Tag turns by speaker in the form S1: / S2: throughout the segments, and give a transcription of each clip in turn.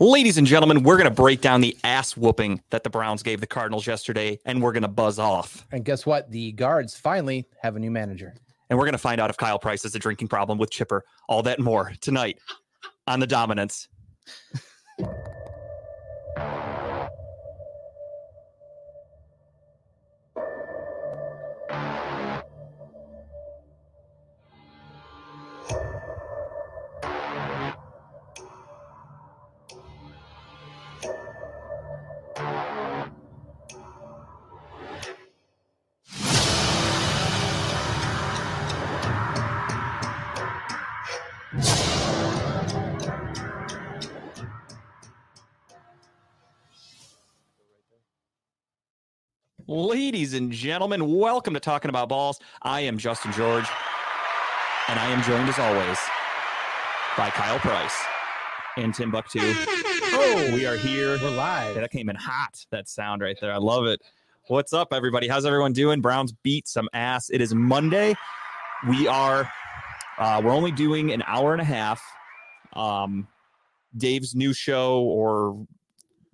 S1: Ladies and gentlemen, we're going to break down the ass whooping that the Browns gave the Cardinals yesterday, and we're going to buzz off.
S2: And guess what? The guards finally have a new manager.
S1: And we're going to find out if Kyle Price has a drinking problem with Chipper. All that and more tonight on The Dominance. Ladies and gentlemen, welcome to Talking About Balls. I am Justin George, and I am joined as always by Kyle Price in Timbuktu. Oh, we are here.
S2: We're
S1: Yeah,
S2: live.
S1: that came in hot, that sound right there. I love it. What's up, everybody? How's everyone doing? Browns beat some ass. It is Monday. We are, uh, we're only doing an hour and a half. Um, Dave's new show or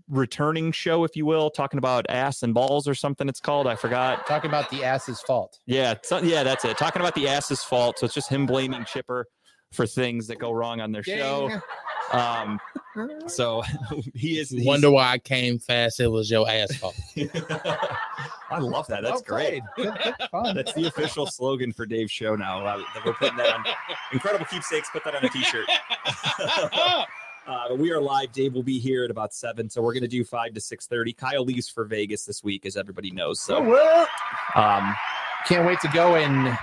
S1: returning show, if you will, talking about ass and balls or something it's called. I forgot.
S2: Talking about the ass's fault.
S1: Yeah, so, yeah, that's it. Talking about the ass's fault. So it's just him blaming Chipper for things that go wrong on their show. Um, so he is. he's-
S3: Wonder why I came fast. It was your ass fault.
S1: I love that. That's
S2: Well
S1: great.
S2: played. Good- good fun.
S1: That's the official slogan for Dave's show now. Uh, that We're putting that on incredible keepsakes. Put that on a t-shirt. Uh, but we are live. Dave will be here at about seven, so we're going to do five to six thirty. Kyle leaves for Vegas this week, as everybody knows.
S2: Oh,
S1: So, um,
S2: Can't wait to go and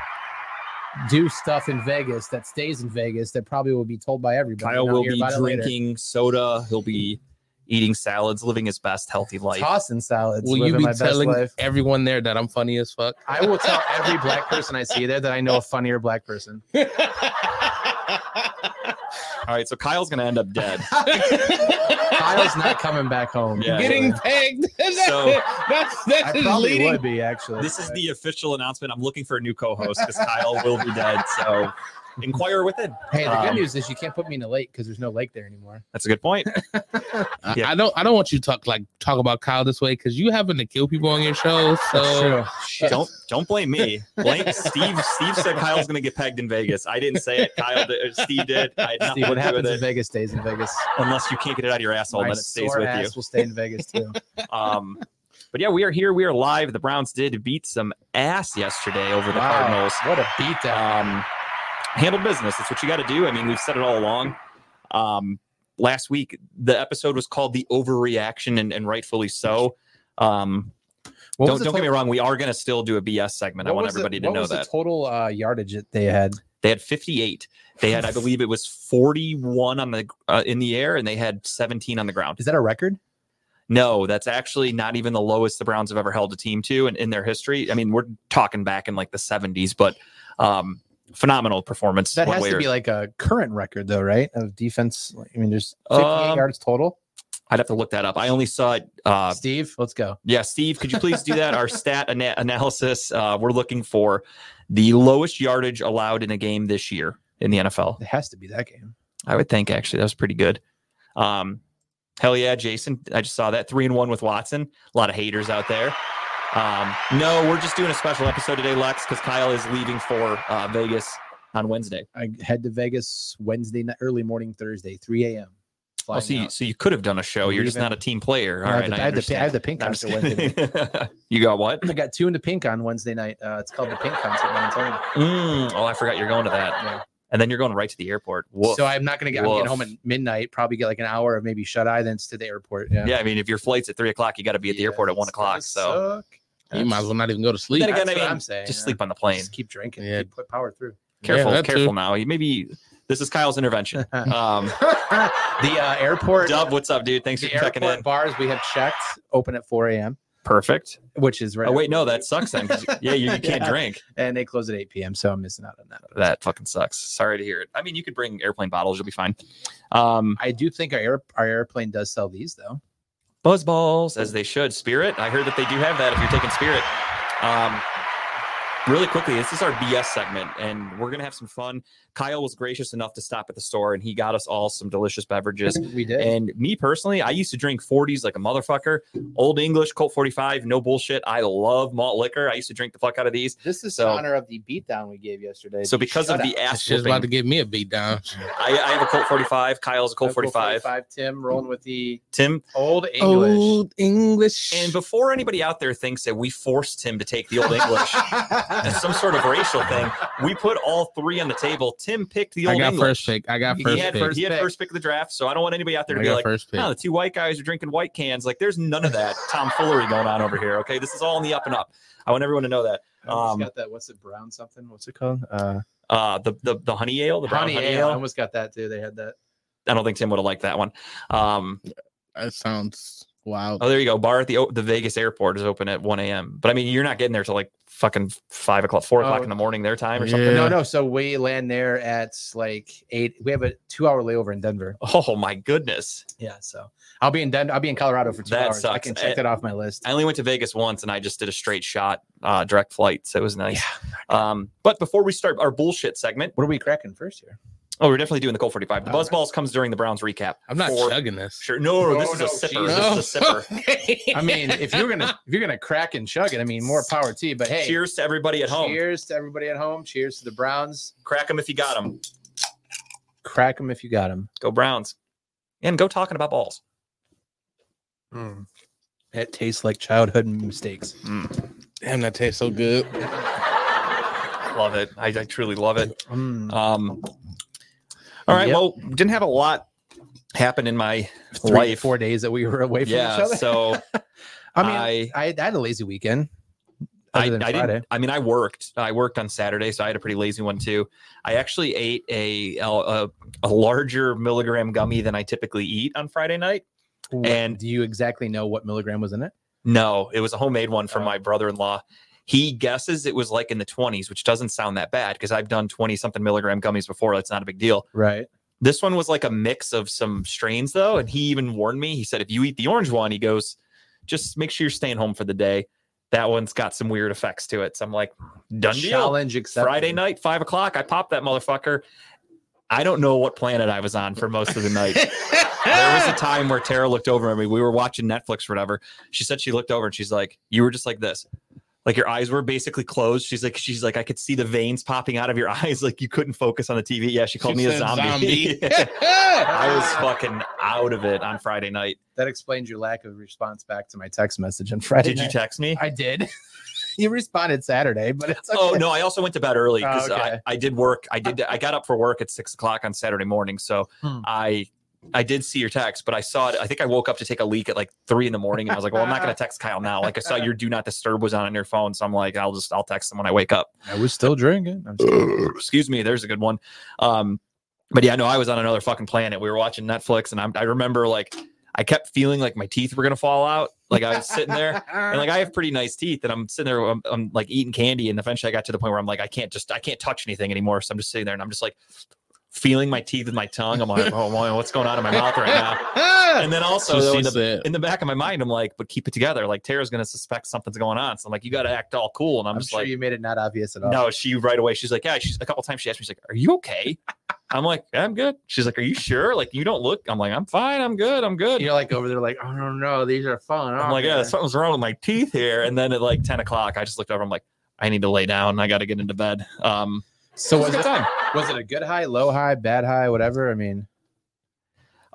S2: do stuff in Vegas that stays in Vegas that probably will be told by everybody.
S1: Kyle
S2: and I'll
S1: will
S2: hear
S1: be
S2: about it later.
S1: drinking soda. He'll be eating salads, living his best healthy life.
S2: tossing salads.
S3: Will you
S2: living
S3: be
S2: my best
S3: telling
S2: life.
S3: everyone there that I'm funny as fuck?
S2: I will tell every black person I see there that I know a funnier black person.
S1: All right, so Kyle's gonna end up dead.
S2: Kyle's not coming back home.
S1: Yeah.
S3: Getting pegged. That's,
S1: So-
S3: that's, that's
S2: I
S3: his
S2: probably
S3: leading.
S2: would be actually.
S1: this is the official announcement. I'm looking for a new co-host because Kyle will be dead. So inquire within.
S2: hey, the good
S1: um,
S2: news is you can't put me in a lake because there's no lake there anymore.
S1: That's a good point.
S3: I-
S1: Yeah.
S3: I don't. I don't want you to talk like talk about Kyle this way because you happen to kill people on your show. So
S2: Shit.
S1: Don't don't blame me. Blame Steve. Steve said Kyle's gonna get pegged in Vegas. I didn't say it. Kyle did, or Steve did. I had nothing
S2: Steve,
S1: to
S2: uh, what
S1: do with
S2: happens in
S1: it.
S2: Vegas stays in Vegas.
S1: Unless you can't get it out of your asshole,
S2: My
S1: then it stays
S2: sore
S1: with
S2: ass
S1: you.
S2: will stay in Vegas too.
S1: Um, but yeah, we are here. We are live. The Browns did beat some ass yesterday over the
S2: Wow.
S1: Cardinals.
S2: What a beatdown!
S1: um, handle business. That's what you got to do. I mean, we've said it all along. Um, last week, the episode was called "The Overreaction," and, and rightfully so. Um,
S2: What was
S1: don't
S2: the
S1: don't get me
S2: total-
S1: wrong. We are going to still do a BS segment. I
S2: what
S1: want
S2: was the-
S1: everybody to
S2: what
S1: know
S2: was
S1: that
S2: the total uh, yardage that they had.
S1: they had 58. They had, I believe, it was 41 on the uh, in the air, and they had 17 on the ground.
S2: Is that a record?
S1: No, that's actually not even the lowest the Browns have ever held a team to in, in their history. I mean, we're talking back in like the 70s, but um, phenomenal performance.
S2: That
S1: one
S2: has
S1: way
S2: to
S1: or-
S2: be like a current record though, right? Of defense. I mean, there's 58
S1: Um,
S2: yards total.
S1: I'd have to look that up. I only saw it. Uh,
S2: Steve, let's go.
S1: yeah, Steve, could you please do that? Our stat ana- analysis. Uh, we're looking for the lowest yardage allowed in a game this year in the NFL.
S2: It has to be that game.
S1: I would think actually that was pretty good. Um, hell yeah, Jason! I just saw that three and one with Watson. A lot of haters out there. Um, no, we're just doing a special episode today, Lex, because Kyle is leaving for uh, Vegas on Wednesday.
S2: I head to Vegas Wednesday night, early morning Thursday, 3 a.m.
S1: Oh,
S2: Flying
S1: so you,
S2: out.
S1: so you could have done a show. You're just
S2: Leaving.
S1: not a team player. All
S2: I,
S1: right,
S2: had
S1: I
S2: the, I, had the, I
S1: understand.
S2: had the pink
S1: I'm
S2: concert Wednesday. night.
S1: just kidding. you got what?
S2: I got two into pink on Wednesday night. Uh, it's called the pink concert. down in Torrance.
S1: Mm, oh, I forgot you're going to that.
S2: Yeah.
S1: And then you're going right to the airport. Woof.
S2: So I'm not gonna get. I'm
S1: Woof.
S2: getting home at midnight. Probably get like an hour of maybe shut eye. Then it's to the airport. Yeah.
S1: yeah, I mean, if your flight's at three o'clock, you got to be at the airport at one o'clock. So
S3: you might as well not even go to sleep.
S1: Then again,
S2: That's
S1: I
S2: what
S1: mean,
S2: I'm saying,
S1: just
S2: yeah.
S1: sleep on the plane.
S2: Just keep drinking.
S3: Yeah.
S2: Keep put power through.
S1: Careful,
S3: that too.
S1: careful now. You- Maybe this is Kyle's intervention. Um,
S2: the uh, airport.
S1: Dub, what's up, dude? Thanks for
S2: the
S1: checking
S2: airport
S1: in.
S2: bars we have checked open at 4 a.m.
S1: Perfect.
S2: Which is right.
S1: Oh wait, no, that sucks. Then 'cause you- yeah, you, you can't
S2: Yeah.
S1: drink.
S2: And they close at 8 p.m. So I'm missing out on that.
S1: That fucking sucks. Sorry to hear it. I mean, you could bring airplane bottles. You'll be fine. Um,
S2: I do think our air, our airplane does sell these though.
S1: buzz balls, as they should. Spirit. I heard that they do have that. If you're taking Spirit. Um, really quickly, this is our BS segment, and we're gonna have some fun. Kyle was gracious enough to stop at the store, and he got us all some delicious beverages.
S2: We did.
S1: And me personally, I used to drink 40s like a motherfucker. Old English, Colt 45, no bullshit. I love malt liquor. I used to drink the fuck out of these.
S2: this is
S1: so-
S2: in honor of the beatdown we gave yesterday.
S1: So because of
S2: shutout.
S1: the ass
S3: She's
S1: whooping,
S3: about to give me a beat down.
S1: I, I have a Colt 45. Kyle's a Colt
S2: Local
S1: 45.
S2: 45, Tim rolling with the
S1: Tim,
S2: old English.
S3: Old English.
S1: and before anybody out there thinks that we forced him to take the Old English as some sort of racial thing, we put all three on the table. Tim picked the Old
S3: I got
S1: English.
S3: first pick. I got
S2: He
S3: first
S1: he had,
S3: pick.
S1: First, he had
S2: pick.
S1: first pick of the draft, so I don't want anybody out there to
S3: I
S1: be
S3: got
S1: like, "Oh,
S3: first pick.
S1: no, the two white guys are drinking white cans. Like, there's none of that tomfoolery going on over here. Okay, this is all in the up and up. I want everyone to know that.
S2: I almost
S1: Um,
S2: got that. What's it? Brown something? What's it called? Uh,
S1: Uh, the the the honey ale, the brown honey, ale.
S2: I almost got that too. They had that.
S1: I don't think Tim would have liked that one. Um,
S3: That sounds wild.
S1: oh, there you go. Bar at the o- the Vegas airport is open at 1 a.m. But I mean, you're not getting there till like fucking five o'clock, four o'clock
S2: Oh.
S1: in the morning their time or
S3: Yeah.
S1: something.
S2: No, no. So we land there at like eight. We have a two-hour layover in Denver.
S1: Oh my goodness!
S2: Yeah. So I'll be in Denver. I'll be in Colorado for two
S1: That
S2: hours. I
S1: sucks. Eh.
S2: can check that off my list.
S1: I only went to Vegas once, and I just did a straight shot, uh, direct flight, so it was nice. Um, but before we start our bullshit segment,
S2: What are we cracking first here?
S1: oh, we're definitely doing the Colt 45. The
S2: All
S1: Buzz Balls comes during the Browns recap.
S3: I'm not
S1: For
S3: chugging this.
S1: Sure. No,
S2: No,
S1: this is a
S2: no,
S1: sipper.
S2: Jesus.
S1: This is a sipper.
S2: I mean, if you're gonna if you're gonna crack and chug it, I mean, more power to you. But hey,
S1: Cheers to everybody at home.
S2: Cheers to everybody at home. Cheers to the Browns.
S1: Crack them if you got them.
S2: Crack them if you got them.
S1: Go Browns. And go talking about balls. Hmm.
S2: It tastes like childhood mistakes.
S1: Mm.
S3: Damn, that tastes so good.
S1: Love it. I, I truly love it.
S2: Mm.
S1: Um, all right.
S2: Yep.
S1: Well, didn't have a lot happen in my
S2: Three,
S1: life.
S2: four days that we were away from each
S1: yeah.
S2: other.
S1: So
S2: I
S1: I-
S2: mean, I, I had a lazy weekend.
S1: I,
S2: Other than
S1: I
S2: Friday.
S1: didn't. I mean, I worked. I worked on Saturday, so I had a pretty lazy one too. I actually ate a a, a larger milligram gummy than I typically eat on Friday night.
S2: What-
S1: and-
S2: do you exactly know what milligram was in it?
S1: No, it was a homemade one from
S2: Oh.
S1: my brother-in-law. He guesses it was like in the 20s, which doesn't sound that bad because I've done 20 something milligram gummies before. That's not a big deal.
S2: Right.
S1: This one was like a mix of some strains though, and he even warned me. He said if you eat the orange one, he goes, just make sure you're staying home for the day. That one's got some weird effects to it. So I'm like, done deal.
S2: Challenge accepted.
S1: Friday night, five o'clock, I popped that motherfucker. I don't know what planet I was on for most of the night there was a time where Tara looked over at me. We were watching Netflix or whatever. She said she looked over and she's like, "You were just like this, like your eyes were basically closed." She's like, "She's like, I could see the veins popping out of your eyes, like you couldn't focus on the TV." Yeah, she called me
S3: She
S1: a
S3: said
S1: zombie.
S3: zombie.
S1: I was fucking out of it on Friday night.
S2: That explains your lack of response back to my text message on Friday.
S1: Did you
S2: night.
S1: text me?
S2: I did. you responded Saturday, but it's okay.
S1: Oh no, I also went to bed early
S2: Oh,
S1: because
S2: okay.
S1: I, I did work. I did. I got up for work at six o'clock on Saturday morning, so
S2: Hmm.
S1: I I did see your text, but I saw it. I think I woke up to take a leak at like three in the morning, and I was like, "Well, I'm not going to text Kyle now." Like I saw your do not disturb was on on your phone, so I'm like, "I'll just I'll text him when I wake up."
S2: I was still drinking. I'm still-
S1: Excuse me. There's a good one. Um, but yeah, no, I was on another fucking planet. We were watching Netflix, and I'm, I remember like I kept feeling like my teeth were gonna fall out. Like I was sitting there. And like I have pretty nice teeth, and I'm sitting there, I'm, I'm like eating candy, and eventually I got to the point where I'm like, I can't just, I can't touch anything anymore. So I'm just sitting there, and I'm just like feeling my teeth with my tongue. I'm like, oh my, what's going on in my mouth right now? And then also though,
S3: so
S1: in,
S3: she
S1: the,
S3: said,
S1: in the back of my mind, I'm like, but keep it together. Like Tara's gonna suspect something's going on, so I'm like, you got to act all cool, and I'm,
S2: I'm
S1: just
S2: sure
S1: like,
S2: you made it not obvious at all.
S1: no. She right away, she's like, yeah. She's a couple times she asked me, she's like, are you okay? I'm like, I'm good. She's like, are you sure? Like you don't look. I'm like, I'm fine. I'm good. I'm good.
S2: You're like over there, like, oh no, no, these are fun. Oh,
S1: I'm like, yeah, something's wrong with my teeth here. And then at like 10 o'clock, I just looked over. I'm like, I need to lay down. I got to get into bed. Um,
S2: so was
S1: good
S2: it,
S1: time.
S2: was it a good high, low high, bad high, whatever? I mean,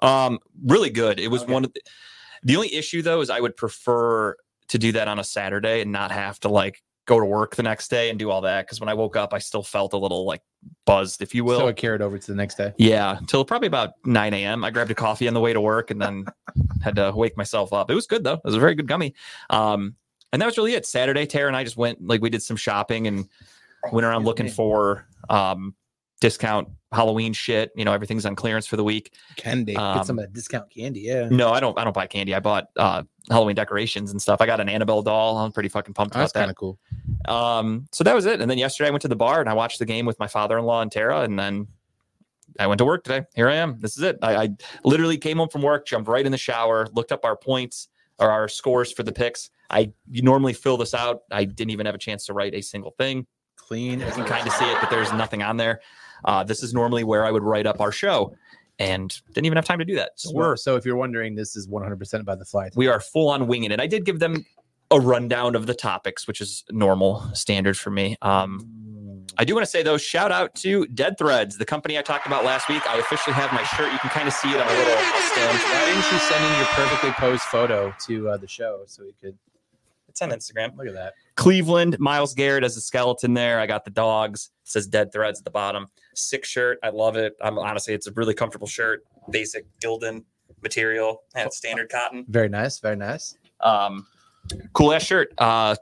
S1: Um, really good. It was
S2: Okay.
S1: one of the, the only issue though is I would prefer to do that on a Saturday and not have to like go to work the next day and do all that. Because when I woke up, I still felt a little like buzzed, if you will.
S2: so it carried over to the next day.
S1: yeah, till probably about 9 a.m. I grabbed a coffee on the way to work and then had to wake myself up. It was good though. It was a very good gummy. Um, and that was really it. Saturday, Tara and I just went like we did some shopping and went around looking for um discount Halloween shit. You know, everything's on clearance for the week.
S3: candy.
S1: Um,
S2: Get some of that discount candy. Yeah.
S1: no, I don't I don't buy candy. I bought uh Halloween decorations and stuff. I got an Annabelle doll. I'm pretty fucking pumped
S3: Oh, that's
S1: about
S3: kind
S1: that.
S3: of cool.
S1: Um so that was it. And then yesterday I went to the bar and I watched the game with my father-in-law and Tara and then I went to work today. Here I am. This is it. I, I literally came home from work, jumped right in the shower, looked up our points or our scores for the picks. I normally fill this out. I didn't even have a chance to write a single thing.
S2: clean.
S1: You can kind of see it, but there's nothing on there. Uh, this is normally where I would write up our show, and didn't even have time to do that. So we're
S2: So if you're wondering, this is 100% by the fly.
S1: we are full on winging it. I did give them a rundown of the topics, which is normal standard for me. Um, I do want to say though, shout out to Dead Threads, the company I talked about last week. I officially have my shirt. You can kind of see it on a little stand.
S2: Why didn't you send in your perfectly posed photo to uh, the show so we could
S1: It's on Instagram.
S2: look at that?
S1: Cleveland, Miles Garrett as a skeleton there. I got the dogs. It says Dead Threads at the bottom. Sick shirt. I love it. I'm honestly, it's a really comfortable shirt. Basic Gildan material. Yeah, it's standard cotton.
S2: Very nice. Very nice.
S1: um cool ass shirt uh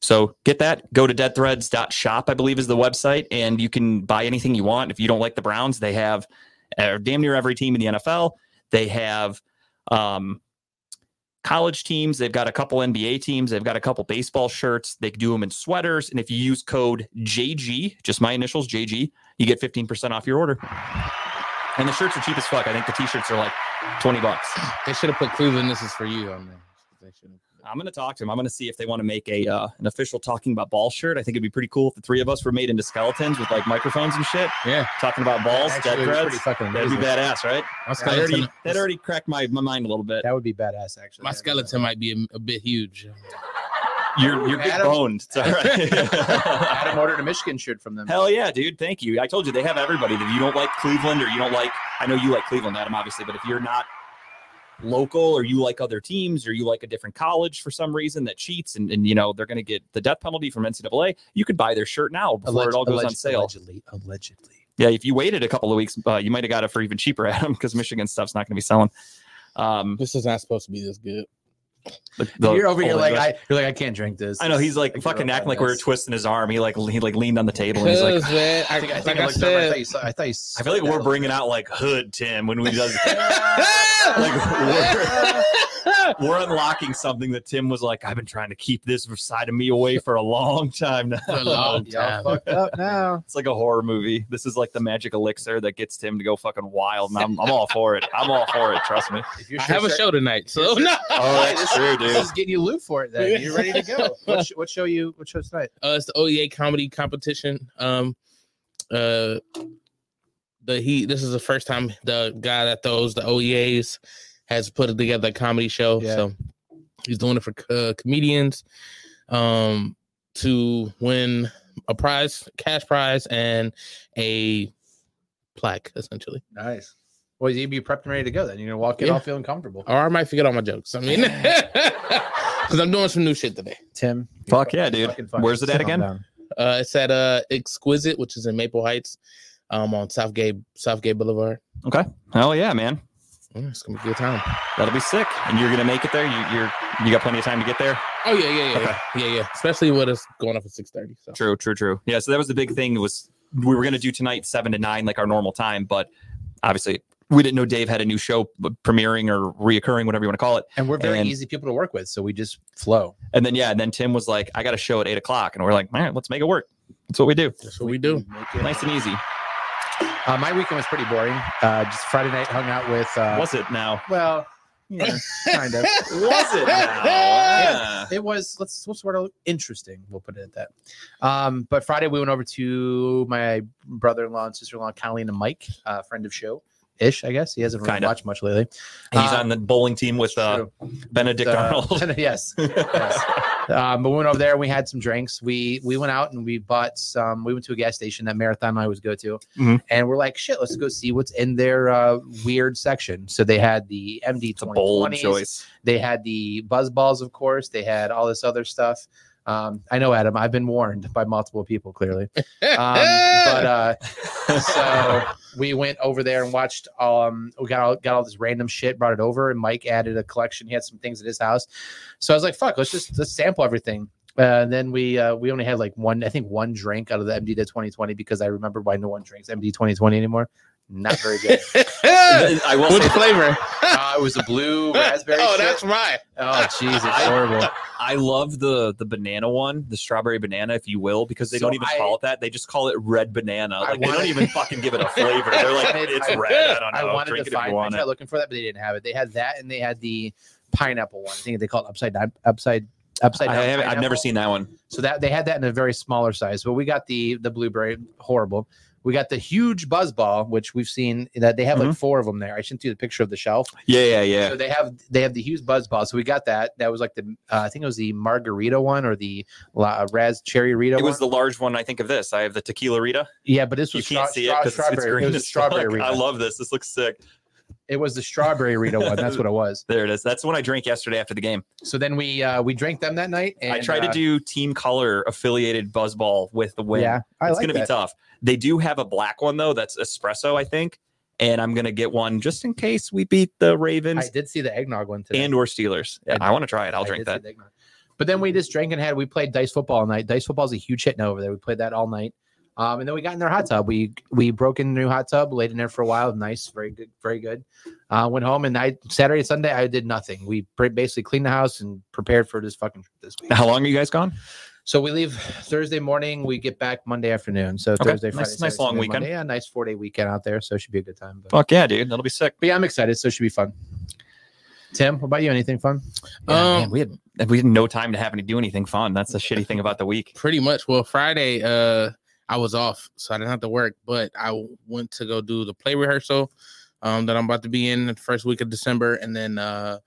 S1: so get that go to deadthreads.shop i believe is the website and you can buy anything you want if you don't like the browns they have uh, damn near every team in the nfl they have um college teams they've got a couple nba teams they've got a couple baseball shirts they do them in sweaters and if you use code jg just my initials jg you get 15% off your order and the shirts are cheap as fuck i think the t-shirts are like 20 bucks
S3: They should have put Cleveland. This is for you on there. They should have.
S1: I'm gonna talk to him. I'm gonna see if they want to make a uh, an official talking about ball shirt. I think it'd be pretty cool if the three of us were made into skeletons with like microphones and shit,
S3: Yeah,
S1: talking about balls,
S2: Actually,
S1: dead
S2: it was pretty
S1: threads.
S2: fucking
S1: That'd be
S2: amazing.
S1: badass, right?
S3: my
S1: That already
S3: skeleton.
S1: that already cracked my, my mind a little bit.
S2: That would be badass, actually.
S3: My skeleton might be a, a bit huge.
S1: You're you're big
S2: Adam-
S1: boned. It's all right.
S2: Adam ordered a Michigan shirt from them.
S1: Hell yeah, dude. Thank you. I told you they have everybody. If you don't like Cleveland or you don't like, I know you like Cleveland, Adam, obviously, but if you're not local or you like other teams or you like a different college for some reason that cheats and, and you know, they're going to get the death penalty from NCAA, you could buy their shirt now before it all goes on
S2: Alleged-
S1: sale.
S2: Allegedly, allegedly.
S1: Yeah, if you waited a couple of weeks, uh, you might have got it for even cheaper, Adam, because Michigan stuff's not going to be selling. Um,
S3: This is not supposed to be this good.
S1: the- the-
S2: you're over here
S1: oh,
S2: like
S1: I,
S2: I, you're like I can't drink this.
S1: know he's like
S2: Like,
S1: fucking
S2: you're
S1: acting like we were
S2: honest.
S1: twisting his arm. He like le- he like leaned on the table and he's like,
S3: Because man, I,
S2: I think I, think
S3: like
S2: I
S3: I,
S2: looked over, I thought
S3: said,
S2: you saw, I thought you.
S1: I feel like we're bringing out like hood Tim when we does like we're, we're unlocking something that Tim was like, I've been trying to keep this side of me away for a long time now.
S3: For a long time.
S2: fucked up now.
S1: It's like a horror movie. This is like the magic elixir that gets Tim to go fucking wild. And I'm, I'm all for it. I'm all for it. Trust me.
S2: If your
S3: I have a
S2: shirt's-
S3: show tonight, so no.
S1: Oh, that's true,
S2: This is getting you loot for it. Then you're ready to go. What, sh- what show you? What show tonight?
S3: Uh, it's the OEA comedy competition. Um, uh, the he. This is the first time the guy that throws the OEAs has put together a comedy show.
S2: Yeah.
S3: So he's doing it for uh, comedians um, to win a prize, cash prize, and a plaque, essentially.
S2: Nice. Well, you'd be prepped and ready to go. Then you're gonna walk in
S3: Yeah.
S2: all feeling comfortable.
S3: Or I might forget all my jokes. I mean, because I'm doing some new shit today.
S2: Tim,
S1: Fuck yeah,
S2: you're
S1: dude.
S2: fucking funny.
S1: Where's it at
S2: Calm
S1: again?
S2: down.
S3: Uh, it's at uh, Exquisite, which is in Maple Heights, um, on Southgate Southgate Boulevard.
S1: Hell Oh, yeah, man.
S3: Yeah, it's gonna be a good time.
S1: That'll be sick. And you're gonna make it there. You, you're you got plenty of time to get there.
S3: Oh yeah, yeah, yeah, yeah, yeah, yeah. Especially with us going up at six thirty. So
S1: True, true, true. Yeah, so that was the big thing was we were gonna do tonight seven to nine, like our normal time, but obviously we didn't know Dave had a new show premiering or reoccurring, whatever you want to call it.
S2: And we're very
S1: And-
S2: easy people to work with, so we just flow.
S1: And then yeah, and then Tim was like, I got a show at eight o'clock. And we're like, all right, let's make it work. That's what we do.
S3: that's what we do.
S2: Make it-
S1: Nice and easy.
S2: Uh, my weekend was pretty boring. Uh, just Friday night, hung out with. Uh,
S1: Was it now?
S2: Well, yeah, kind of.
S1: Was it now? Yeah.
S2: It was. Let's what's the word? Interesting. We'll put it at that. Um, but Friday we went over to my brother-in-law and sister-in-law, Colleen and Mike, uh, friend of show ish. I guess he hasn't really
S1: Kinda.
S2: watched much lately.
S1: He's
S2: Uh,
S1: on the bowling team with uh,
S2: True.
S1: Benedict
S2: Uh,
S1: Arnold.
S2: yes. yes. Um, but we went over there. and We had some drinks. We we went out and we bought some. We went to a gas station that Marathon I always go to,
S1: Mhm.
S2: and we're like, shit, let's go see what's in their uh, weird section. So they had the MD
S1: It's a bold
S2: 2020s.
S1: choice.
S2: They had the buzz balls, of course. They had all this other stuff. Um, I know, Adam. I've been warned by multiple people, clearly. Um, but uh, so we went over there and watched. Um, we got all, got all this random shit, brought it over, and Mike added a collection. He had some things at his house, so I was like, "Fuck, let's just let's sample everything." Uh, and then we uh, we only had like one, I think one drink out of the MD to 2020 because I remember why no one drinks MD 2020 anymore. Not very good.
S1: I will
S3: What's
S1: say
S3: the flavor?
S2: uh, it was a blue raspberry.
S3: oh,
S2: shit.
S3: that's right.
S2: oh Jesus, horrible.
S1: I love the the banana one, the strawberry banana, if you will, because they
S2: So
S1: don't even
S2: I-
S1: call it that. They just call it red banana.
S2: I
S1: Like they don't
S2: wanted-
S1: even fucking give it a flavor. They're like,
S2: wanted-
S1: it's
S2: I-
S1: red. I don't
S2: I
S1: know.
S2: wanted
S1: Drink
S2: to
S1: it if
S2: find.
S1: you
S2: I
S1: want
S2: tried
S1: it.
S2: looking for that, but they didn't have it. They had that, and they had the pineapple one. I think they called it upside down, upside upside
S1: I
S2: down.
S1: haven't, I've never
S2: pineapple.
S1: seen that one.
S2: So that they had that in a very smaller size, but we got the the blueberry horrible. We got the huge buzzball, which we've seen that they have like four of them there. I sent you the picture of the shelf.
S1: Yeah, yeah, Mm-hmm. yeah.
S2: So they have they have the huge buzzball. So we got that. That was like the uh, I think it was the margarita one or the la, uh, raz cherry rita.
S1: It was
S2: one.
S1: the large one. I think of this. I have the tequila Rita.
S2: yeah, but this
S1: You
S2: was
S1: can't
S2: stra-
S1: see it
S2: stra-
S1: because it's,
S2: strawberry.
S1: it's green.
S2: it was a
S1: as
S2: strawberry
S1: fuck.
S2: rita.
S1: I love this. This looks sick.
S2: it was the strawberry rita one. That's what it was.
S1: There it is. That's the one I drank yesterday after the game.
S2: So then we uh, we drank them that night. And,
S1: I tried
S2: uh,
S1: to do team color affiliated buzzball with the win.
S2: Yeah, I
S1: it's
S2: like
S1: gonna be
S2: that.
S1: tough. They do have a black one though. That's espresso, I think. And I'm gonna get one just in case we beat the
S2: I
S1: Ravens
S2: did see the eggnog one today.
S1: and or Steelers. Yeah,
S2: I-
S1: I want to try it. I'll
S2: I
S1: drink
S2: did see
S1: that.
S2: the eggnog. But then we just drank and had we played dice football all night. Dice football is a huge hit now over there. We played that all night. Um, and then we got in their hot tub. We we broke in the new hot tub, laid in there for a while. Nice, very good, very good. Uh, went home and I Saturday Sunday I did nothing. We pre- basically cleaned the house and prepared for this fucking trip this week.
S1: How long are you guys gone?
S2: So we leave Thursday morning. We get back Monday afternoon. So
S1: Okay.
S2: Thursday, Friday,
S1: Nice- nice
S2: Saturday,
S1: long
S2: Sunday,
S1: weekend.
S2: Monday. Yeah, nice four day weekend out there. So it should be a good time. But,
S1: Fuck yeah, dude. That'll be sick.
S2: but yeah, I'm excited. So it should be fun. Tim, what about you? Anything fun?
S1: Yeah,
S3: Um,
S1: man, we had we had no time to have any do anything fun. That's the shitty thing about the week.
S3: pretty much. Well, Friday, uh, I was off, so I didn't have to work, but I went to go do the play rehearsal um, that I'm about to be in the first week of December, and then uh,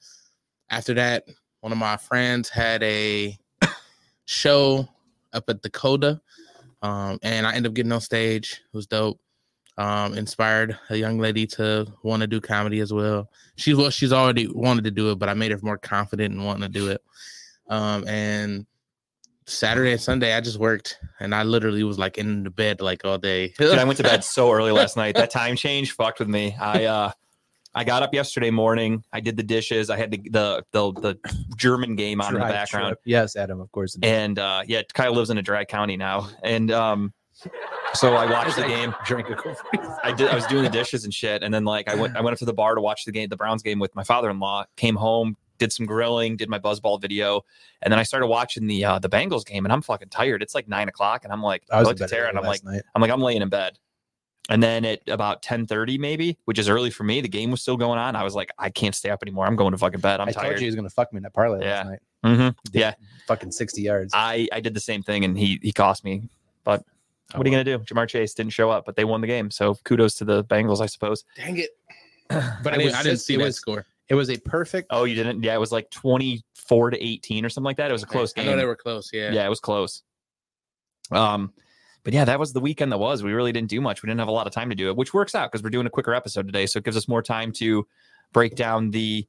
S3: after that, one of my friends had a show up at Dakota, um, and I ended up getting on stage. It was dope. Um, inspired a young lady to want to do comedy as well. She's well, she's already wanted to do it, but I made her more confident and wanting to do it. Um, and Saturday and Sunday, I just worked and I literally was like in the bed like all day.
S1: Dude, I went to bed so early last night. That time change fucked with me. I uh I got up yesterday morning. I did the dishes. I had the the the, the German game on in the
S2: Drive
S1: background.
S2: trip. Yes, Adam, of course.
S1: and uh yeah kyle lives in a dry county now and um so i watched the game
S2: Drink a cold
S1: i did i was doing the dishes and shit and then like i went i went up to the bar to watch the game the browns game with my father-in-law came home did some grilling did my buzzball video and then i started watching the uh the bengals game and i'm fucking tired it's like nine o'clock and i'm like i,
S2: I was
S1: looked
S2: in
S1: at
S2: bed
S1: tara
S2: early
S1: and i'm like
S2: last night.
S1: i'm like i'm laying in bed and then at about ten thirty, maybe which is early for me the game was still going on i was like i can't stay up anymore i'm going to fucking bed i'm
S2: i
S1: tired
S2: told you he was gonna fuck me in that parlay
S1: Yeah. Uh,
S2: last night.
S1: hmm
S2: Did
S1: Yeah.
S2: fucking sixty yards.
S1: I I did the same thing, and he he cost me. But
S2: Oh,
S1: what are you gonna do? Jamar Chase didn't show up, but they won the game, so kudos to the Bengals, I suppose.
S3: Dang it.
S2: But
S3: I,
S2: it
S3: didn't-
S2: was
S3: I didn't
S2: just-
S3: see
S2: it
S3: that
S2: was-
S3: score.
S2: It was a perfect.
S1: Oh, you didn't? Yeah, it was like twenty four to eighteen or something like that. It was a close
S3: I
S1: game.
S3: know they were close. Yeah.
S1: yeah, it was close. Um, but yeah, that was the weekend that was. We really didn't do much. We didn't have a lot of time to do it, which works out because we're doing a quicker episode today, so it gives us more time to break down the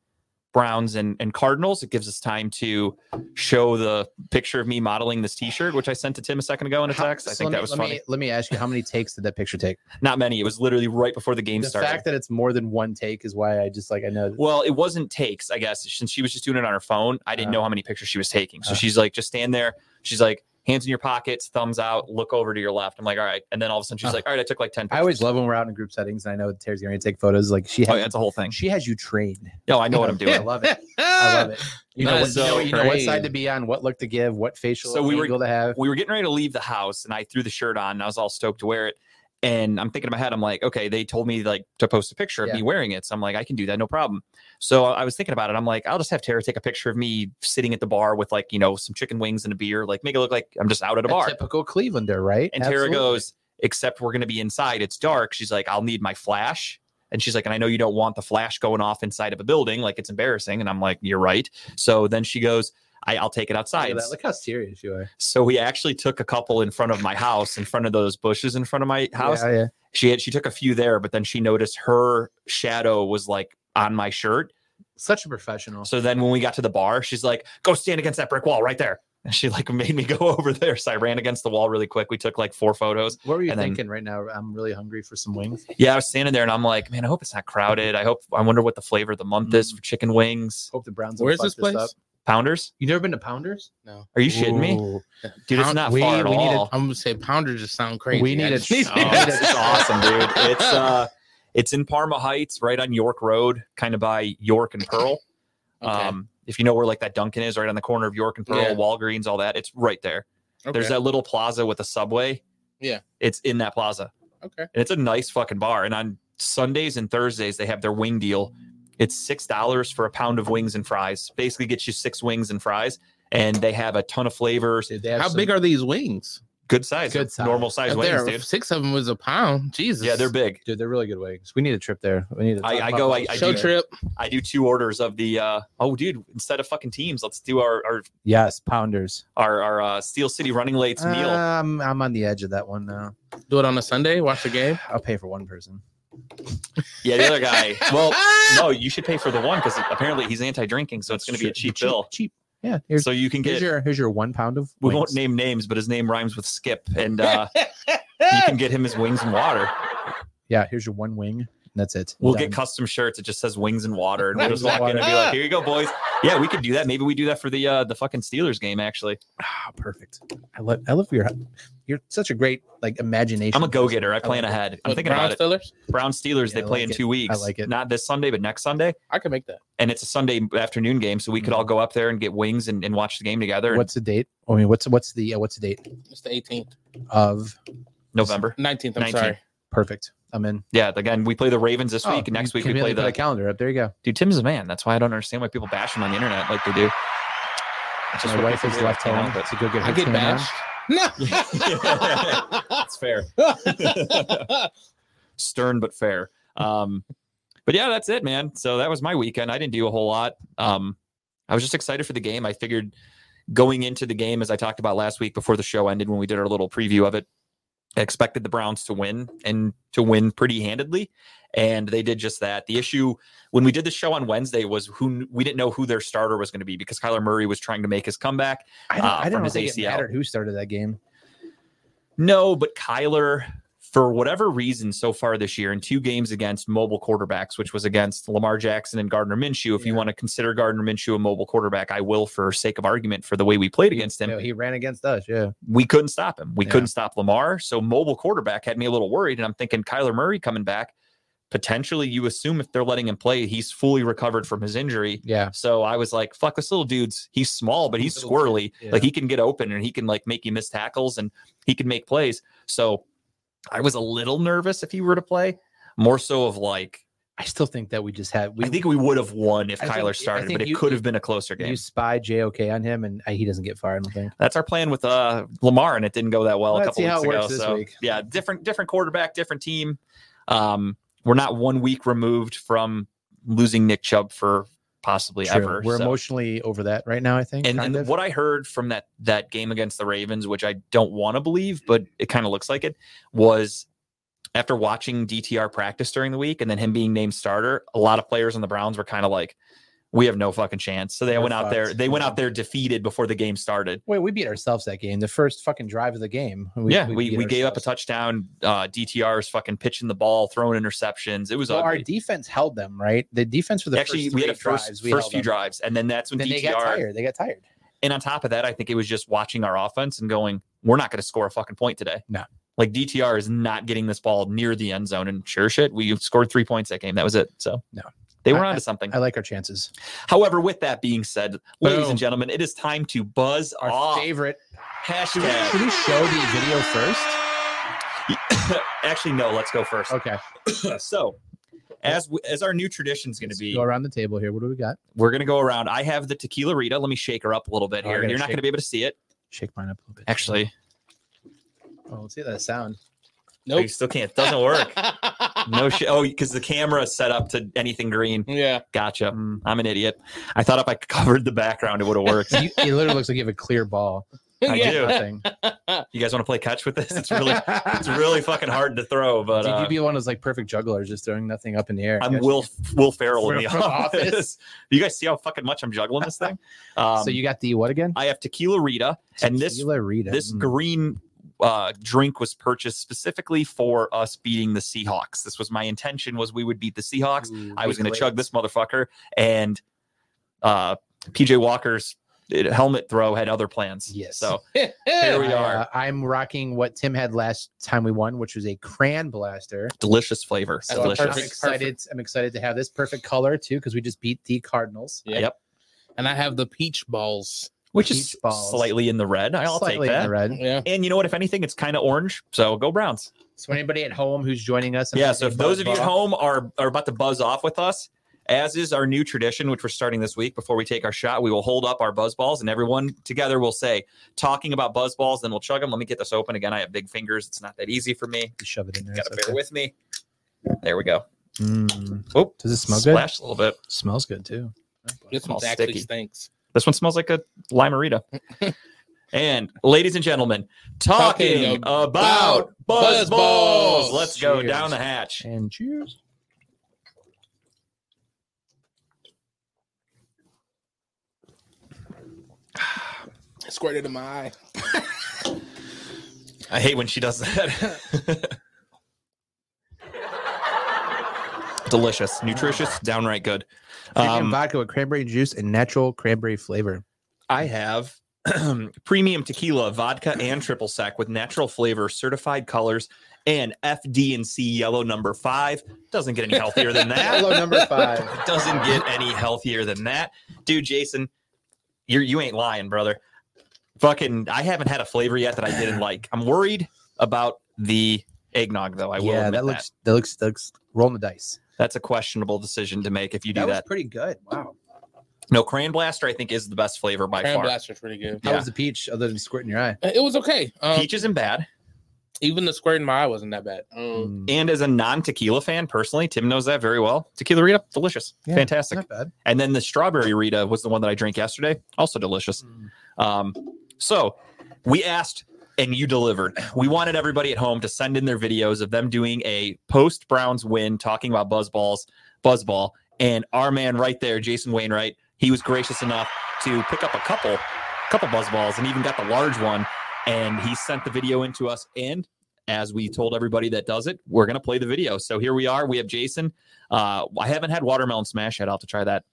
S1: Browns and, and Cardinals. It gives us time to show the picture of me modeling this T-shirt, which I sent to Tim a second ago in a
S2: How-
S1: text. I
S2: so
S1: think
S2: let
S1: that
S2: me-
S1: was
S2: let
S1: funny.
S2: Me, let me ask you, how many takes did that picture take?
S1: Not many. It was literally right before the game
S2: The
S1: started.
S2: fact that it's more than one take is why I just like I know. that-
S1: well, it wasn't takes, I guess, since she was just doing it on her phone. I didn't
S2: Uh.
S1: know how many pictures she was taking. So
S2: Uh.
S1: she's like, just stand there. She's like, hands in your pockets, thumbs out, look over to your left. I'm like, all right. And then all of a sudden she's
S3: Uh.
S1: like, all right, I took like 10 pictures.
S2: Uh-huh. I always love when we're out in group settings, and I know that Tara's gonna take photos. Like she
S1: Oh,
S2: has,
S1: yeah, that's a whole thing.
S2: she has you trained.
S1: No, I know what I'm
S2: I
S1: doing.
S2: love it. I love it. You know,
S1: That
S2: what,
S1: is
S2: you know-
S1: so
S2: you know what
S3: crazy.
S2: side to be on, what look to give, what facial
S1: So we were-
S2: angle to have.
S1: we were getting ready to leave the house and I threw the shirt on and I was all stoked to wear it. And I'm thinking in my head, I'm like, okay, they told me like to post a picture of
S2: Yeah.
S1: me wearing it. So I'm like, I can do that, no problem. So I I was thinking about it. I'm like, I'll just have Tara take a picture of me sitting at the bar with like, you know, some chicken wings and a beer, like make it look like I'm just out at a bar.
S2: A typical Clevelander, right?
S1: And
S2: Absolutely.
S1: Tara goes, except we're going to be inside. It's dark. She's like, I'll need my flash. And she's like, and I know you don't want the flash going off inside of a building. Like it's embarrassing. And I'm like, you're right. So then she goes, I, I'll take it
S2: Look
S1: outside.
S2: at that. Look how serious you are.
S1: So we actually took a couple in front of my house, in front of those bushes in front of my house.
S2: Yeah, yeah.
S1: She had, she took a few there, but then she noticed her shadow was like on my shirt.
S2: Such a professional.
S1: So then when we got to the bar, she's like, go stand against that brick wall right there. And she like made me go over there. So I ran against the wall really quick. We took like four photos.
S2: What were you
S1: and then-
S2: thinking right now? I'm really hungry for some wings.
S1: Yeah, I was standing there and I'm like, man, I hope it's not crowded. I hope I wonder what the flavor of the month is
S3: Mm.
S1: for chicken wings.
S2: Hope the Browns. don't
S3: Where's
S2: fuck
S3: this place?
S2: up.
S1: Pounders?
S2: You never been to Pounders?
S3: No.
S1: Are you shitting me? Dude, it's
S3: Pound-
S1: not
S2: we-
S1: far at
S2: we need a-
S1: all.
S3: I'm going to say pounder just sound crazy.
S2: We need
S3: I
S2: a-
S3: just-
S2: we need
S1: Oh,
S2: a-
S1: it's it's awesome, dude. It's uh it's in Parma Heights, right on York Road, kind of by York and Pearl.
S3: Okay.
S1: Um if you know where like that Duncan is, right on the corner of York and Pearl,
S3: Yeah.
S1: Walgreens, all that, it's right there.
S3: okay.
S1: There's that little plaza with a subway.
S3: Yeah.
S1: It's in that plaza.
S3: okay.
S1: and it's a nice fucking bar. And on Sundays and Thursdays, they have their wing deal. It's six dollars for a pound of wings and fries. Basically, gets you six wings and fries, and they have a ton of flavors.
S2: Dude, they have
S3: How
S2: some-
S3: big are these wings?
S1: Good size,
S4: Good
S1: they're
S4: size. Uh,
S1: normal size
S3: If
S1: wings,
S3: there-
S1: dude.
S3: Six of them was a pound. Jesus.
S1: Yeah, they're big.
S2: Dude, they're really good wings. We need a trip there. We need. To
S1: I-
S2: talk
S1: I
S2: about
S1: go-
S2: those.
S1: I
S3: Show
S1: do.
S3: trip.
S1: I do two orders of the. uh Oh, dude! Instead of fucking teams, let's do our our
S2: Yes, pounders.
S1: our, our uh, Steel City Running Lates
S4: Uh.
S1: meal.
S2: Um, I'm on the edge of that one now.
S3: Do it on a Sunday. Watch the game.
S2: I'll pay for one person.
S1: Yeah, the other guy. Well,
S3: Ah!
S1: no, you should pay for the one because apparently he's anti-drinking, so it's going to be a cheap bill.
S2: Cheap. Yeah. Here's,
S1: So you can
S2: here's
S1: get.
S2: your here's your one pound of.
S1: We
S2: wings.
S1: won't name names, but his name rhymes with Skip, and uh, you can get him his wings and water.
S2: Yeah. Here's your one wing. and That's it.
S1: We'll
S2: Done.
S1: get custom shirts. It just says wings and water, and we'll
S2: Wings
S1: just
S2: and
S1: walk in and be
S3: water.
S1: like, "Here you go, boys." Yeah, we could do that. Maybe we do that for the uh, the fucking Steelers game. Actually,
S2: Ah, perfect. I love I love your you're such a great like imagination.
S1: I'm a go getter. I
S2: like
S1: plan
S2: it.
S1: ahead. I'm
S3: With
S1: thinking
S3: Brown
S1: about it.
S3: Steelers?
S1: Brown Steelers.
S2: Yeah,
S1: they
S2: I
S1: play
S2: like
S1: in
S2: it.
S1: two weeks.
S2: like it.
S1: Not this Sunday, but next Sunday,
S3: I can make that.
S1: and it's a Sunday afternoon game, so we could all go up there and get wings and, and watch the game together. in
S2: Mm-hmm. What's the date? I mean, what's what's the uh, what's the date
S3: It's the 18th,
S2: of
S1: November.
S3: 19th. I'm
S1: 19th.
S3: sorry.
S2: perfect? I'm in.
S1: Yeah, again, we play the Ravens this
S2: Oh,
S1: week. and Next
S2: you
S1: week we play
S2: conveniently put
S1: the
S2: a calendar up. There you go.
S1: dude. Tim's a man. That's why I don't understand why people bash him on the internet like they do. It's
S2: My
S1: what
S2: wife
S1: people
S2: is
S1: do. I
S2: left
S1: can't
S2: home
S1: help
S2: to go get her
S3: I get
S2: tan on.
S3: bashed. No.
S1: it. That's fair. stern but fair. Um, but yeah, that's it, man. So that was my weekend. I didn't do a whole lot. Um, I was just excited for the game. I figured going into the game, as I talked about last week before the show ended, when we did our little preview of it, I expected the Browns to win and to win pretty handedly, and they did just that. The issue when we did the show on Wednesday was who kn- we didn't know who their starter was going to be because Kyler Murray was trying to make his comeback.
S2: I don't,
S1: Ah,
S2: I
S1: from
S2: don't
S1: his
S2: think it
S1: ACL.
S2: mattered who started that game.
S1: No, but Kyler, for whatever reason, so far this year, in two games against mobile quarterbacks, which was against Lamar Jackson and Gardner Minshew. If you
S2: Yeah.
S1: want to consider Gardner Minshew a mobile quarterback, I will for sake of argument for the way we played against him.
S2: No, he ran against us. Yeah.
S1: We couldn't stop him. We
S2: Oh, Yeah.
S1: couldn't stop Lamar. So mobile quarterback had me a little worried. And I'm thinking Kyler Murray coming back. Potentially, you assume if they're letting him play, he's fully recovered from his injury.
S2: Yeah.
S1: So I was like, fuck this little dude's he's small, but he's
S2: Little
S1: squirrely.
S2: kid, yeah.
S1: Like he can get open and he can like make you miss tackles and he can make plays. So I was a little nervous if he were to play, more so of like
S2: I still think that we just had we
S1: I think we would have won if
S2: I think- I
S1: Kyler started,
S2: think
S1: but it
S2: you-
S1: could have been a closer game.
S2: you spy JOK on him and uh, he doesn't get fired. I don't think.
S1: That's our plan with uh Lamar, and it didn't go that well a
S2: Let's
S1: couple
S2: see
S1: weeks
S2: how it
S1: ago.
S2: works this
S1: so
S2: week.
S1: yeah, different different quarterback, different team. Um, we're not one week removed from losing Nick Chubb for possibly
S2: True.
S1: ever.
S2: We're
S1: so.
S2: emotionally over that right now. I think.
S1: And,
S2: kind
S1: and
S2: of.
S1: what I heard from that that game against the Ravens, which I don't want to believe, but it kind of looks like it, was after watching DTR practice during the week and then him being named starter, a lot of players on the Browns were kind of like, "We have no fucking chance." So they
S2: We're
S1: went out there.
S2: fucked.
S1: They went
S2: Yeah.
S1: out there defeated before the game started.
S2: Wait, we beat ourselves that game. The first fucking drive of the game.
S1: yeah, we, we,
S2: beat
S1: gave up a
S2: ourselves.
S1: touchdown. Uh, DTR's fucking pitching the ball, throwing interceptions. It was
S2: Well, our
S1: ugly.
S2: defense held them, right? The defense for the
S1: actually
S2: first
S1: we had
S2: three
S1: a first
S2: drives, we
S1: first
S2: held
S1: few
S2: them.
S1: drives, and then that's when
S2: Then
S1: DTR
S2: they got tired. They got tired.
S1: And on top of that, I think it was just watching our offense and going, we're not going to score a fucking point today.
S2: No.
S1: Like DTR is not getting this ball near the end zone. And sure shit, we scored three points that game. That was it. So
S2: No.
S1: They were
S2: I-
S1: onto something.
S2: I like our chances.
S1: However, with that being said, ladies
S3: Boom.
S1: and gentlemen, it is time to buzz
S2: Our
S1: off.
S2: favorite. Should we, should
S1: Hashtag.
S2: we show the video first?
S1: Actually, no, let's go first.
S2: Okay.
S1: So, as we, as our new tradition is going to
S2: Let's
S1: be,
S2: go around the table here. What do we got?
S1: we're going to go around. I have the tequila Rita. Let me shake her up a little bit
S2: Oh, I
S1: here.
S2: gotta
S1: You're not
S2: shake-
S1: going to be able to see it.
S2: Shake mine up a little bit.
S1: Actually,
S2: Oh, let's see that sound.
S1: no,
S3: nope.
S1: Oh, you still can't. Doesn't work. no shit. Oh, because the camera is set up to anything green.
S3: yeah.
S1: Gotcha. Mm, I'm an idiot. I thought if I covered the background, it would have worked.
S2: You, it literally looks like you have a clear ball.
S1: I
S3: yeah.
S1: do.
S2: Nothing.
S1: You guys want to play catch with this? It's really, it's really fucking hard to throw. But
S2: Dude,
S1: uh,
S2: you'd be one of those like perfect jugglers, just throwing nothing up in the air.
S1: I'm Will Will Ferrell in
S2: From-
S1: the
S2: from
S1: office.
S2: office.
S1: You guys see how fucking much I'm juggling this thing? Um,
S2: so you got the what again?
S1: I have tequila Rita, and this
S2: Tequila Rita.
S1: this
S2: Mm.
S1: green uh, drink was purchased specifically for us beating the Seahawks. This was my intention was we would beat the Seahawks.
S2: Ooh,
S1: I was going to
S2: wait.
S1: chug this motherfucker, and uh, PJ Walker's uh, helmet throw had other plans.
S2: Yes.
S1: So here we
S2: I,
S1: are.
S2: uh, I'm rocking what Tim had last time we won, which was a crayon blaster.
S1: delicious flavor.
S3: That's
S2: I'm
S1: delicious.
S3: perfect.
S2: excited. I'm excited to have this perfect color too, because we just beat the Cardinals.
S3: Yeah.
S1: Yep.
S3: And I have the peach balls.
S1: Which
S2: Peach
S1: is
S2: balls.
S1: slightly in the red. I'll
S2: Slightly
S1: take
S2: in the
S1: that.
S2: red.
S3: Yeah.
S1: And you know what? If anything, it's kind of orange. So go Browns.
S2: So anybody at home who's joining us, and
S1: Yeah.
S2: has
S1: So
S2: a
S1: if those
S2: buzz
S1: of you at
S2: ball,
S1: home are are about to buzz off with us, As is our new tradition, which we're starting this week, before we take our shot, we will hold up our buzz balls and everyone together will say, talking about buzz balls, then we'll chug them. Let me get this open again. I have big fingers. It's not that easy for me.
S2: You shove it in there.
S1: You gotta
S2: it's
S1: bear
S2: okay.
S1: with me. There we go.
S2: Mm.
S1: Oh,
S2: Does it smell
S1: Splash a little bit.
S2: good? Smells good too.
S3: This
S1: All
S3: one actually
S1: sticky.
S3: stinks.
S1: This one smells like a limerita. and ladies and gentlemen, talking,
S3: Talking
S1: about,
S3: about
S1: buzz balls.
S3: Buzz Balls.
S1: Let's go
S2: Cheers.
S1: down the hatch.
S2: And cheers.
S3: It squirted in my eye.
S1: I hate when she does that. Delicious, nutritious, downright good.
S2: Drinking
S1: Um,
S2: vodka with cranberry juice and natural cranberry flavor.
S1: I have premium tequila, vodka, and triple sec with natural flavor, certified colors, and FD&C yellow number five. Doesn't get any healthier than that.
S2: Hello, number five.
S1: It doesn't get any healthier than that. Dude, Jason, you you ain't lying, brother. Fucking I haven't had a flavor yet that I didn't like. I'm worried about the eggnog though. I will
S2: yeah,
S1: admit
S2: that looks that looks that looks rolling the dice.
S1: that's a questionable decision to make if you do
S2: that
S1: that.
S2: was pretty good. Wow.
S1: no, crayon blaster I think is the best flavor by
S3: Cran
S1: far.
S3: blaster's pretty good.
S2: How
S1: Yeah.
S2: was the peach other than squirting your eye?
S3: Uh, It was okay.
S2: Oh.
S3: Um,
S1: Peach isn't bad.
S3: even the squirt in my eye wasn't that bad. Um,
S2: Mm,
S1: And as a non-tequila fan personally, Tim knows that very well. Tequila Rita, delicious.
S2: Yeah.
S1: Fantastic.
S2: not bad.
S1: And then the strawberry Rita was the one that I drank yesterday. Also delicious. Um, so we asked and you delivered. We wanted everybody at home to send in their videos of them doing a post Browns win talking about buzz balls, buzz ball. And our man right there, Jason Wainwright, he was gracious enough to pick up a couple, couple buzz balls and even got the large one. And he sent the video in to us. And as we told everybody that does it, we're going to play the video. So here we are. We have Jason. Uh, I haven't had watermelon smash yet. I'll have to try that.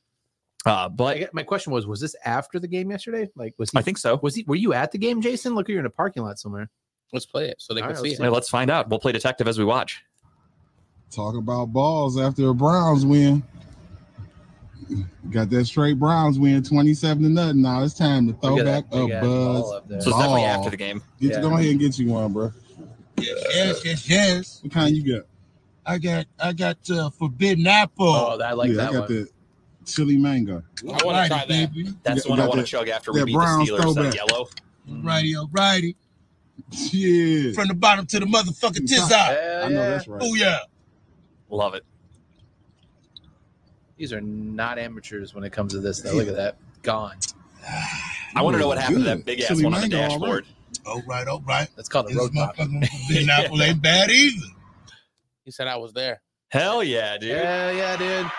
S1: Uh,
S2: I
S1: but
S2: got, my question was: Was this after the game yesterday? Like, was he?
S1: I think so.
S2: was he? Were you at the game, Jason? Look, you're in a parking lot somewhere.
S3: let's play it so they
S2: All
S3: can
S2: right,
S3: see
S2: let's
S3: it.
S1: Yeah, let's find out. We'll play detective as we watch.
S5: Talk about balls after a Browns win. Got that straight Browns win, 27 to nothing. Now it's time to throw
S2: Look at
S5: Oh, back
S2: that
S5: a
S2: big-ass ball
S5: buzz.
S2: up there.
S1: So it's definitely
S5: Ball.
S1: after the game.
S5: Get
S2: Yeah.
S5: you, go ahead and get you one, bro.
S6: Yes, yes, yes, yes.
S5: What kind you got?
S6: I got I got uh, forbidden apple.
S2: oh, I like
S5: yeah,
S2: that
S5: I got
S2: one.
S5: the chili mango.
S3: I wanna try that.
S6: Baby.
S1: That's
S5: Yeah,
S1: when I
S5: got
S1: want to
S5: that-
S1: chug after we
S5: that
S1: beat the
S5: Browns
S1: Steelers. That
S5: throwback.
S1: yellow.
S6: Righty, oh, righty.
S5: Yeah.
S6: From the bottom to the motherfucking tizz eye.
S2: Hell
S5: I know
S2: yeah.
S5: that's right.
S6: Oh yeah.
S1: Love it.
S2: These are not amateurs when it comes to this. Though, look at that. Gone.
S1: I want to know what happened to
S5: Good.
S1: that big ass
S5: Chili
S1: one on the
S5: mango, all right.
S1: dashboard.
S6: All right, all right.
S2: That's called a
S6: This
S2: road pop.
S6: motherfucking forbidden apple ain't bad either.
S3: He said I was there.
S1: Hell yeah, dude. Yeah,
S2: Yeah, yeah, dude.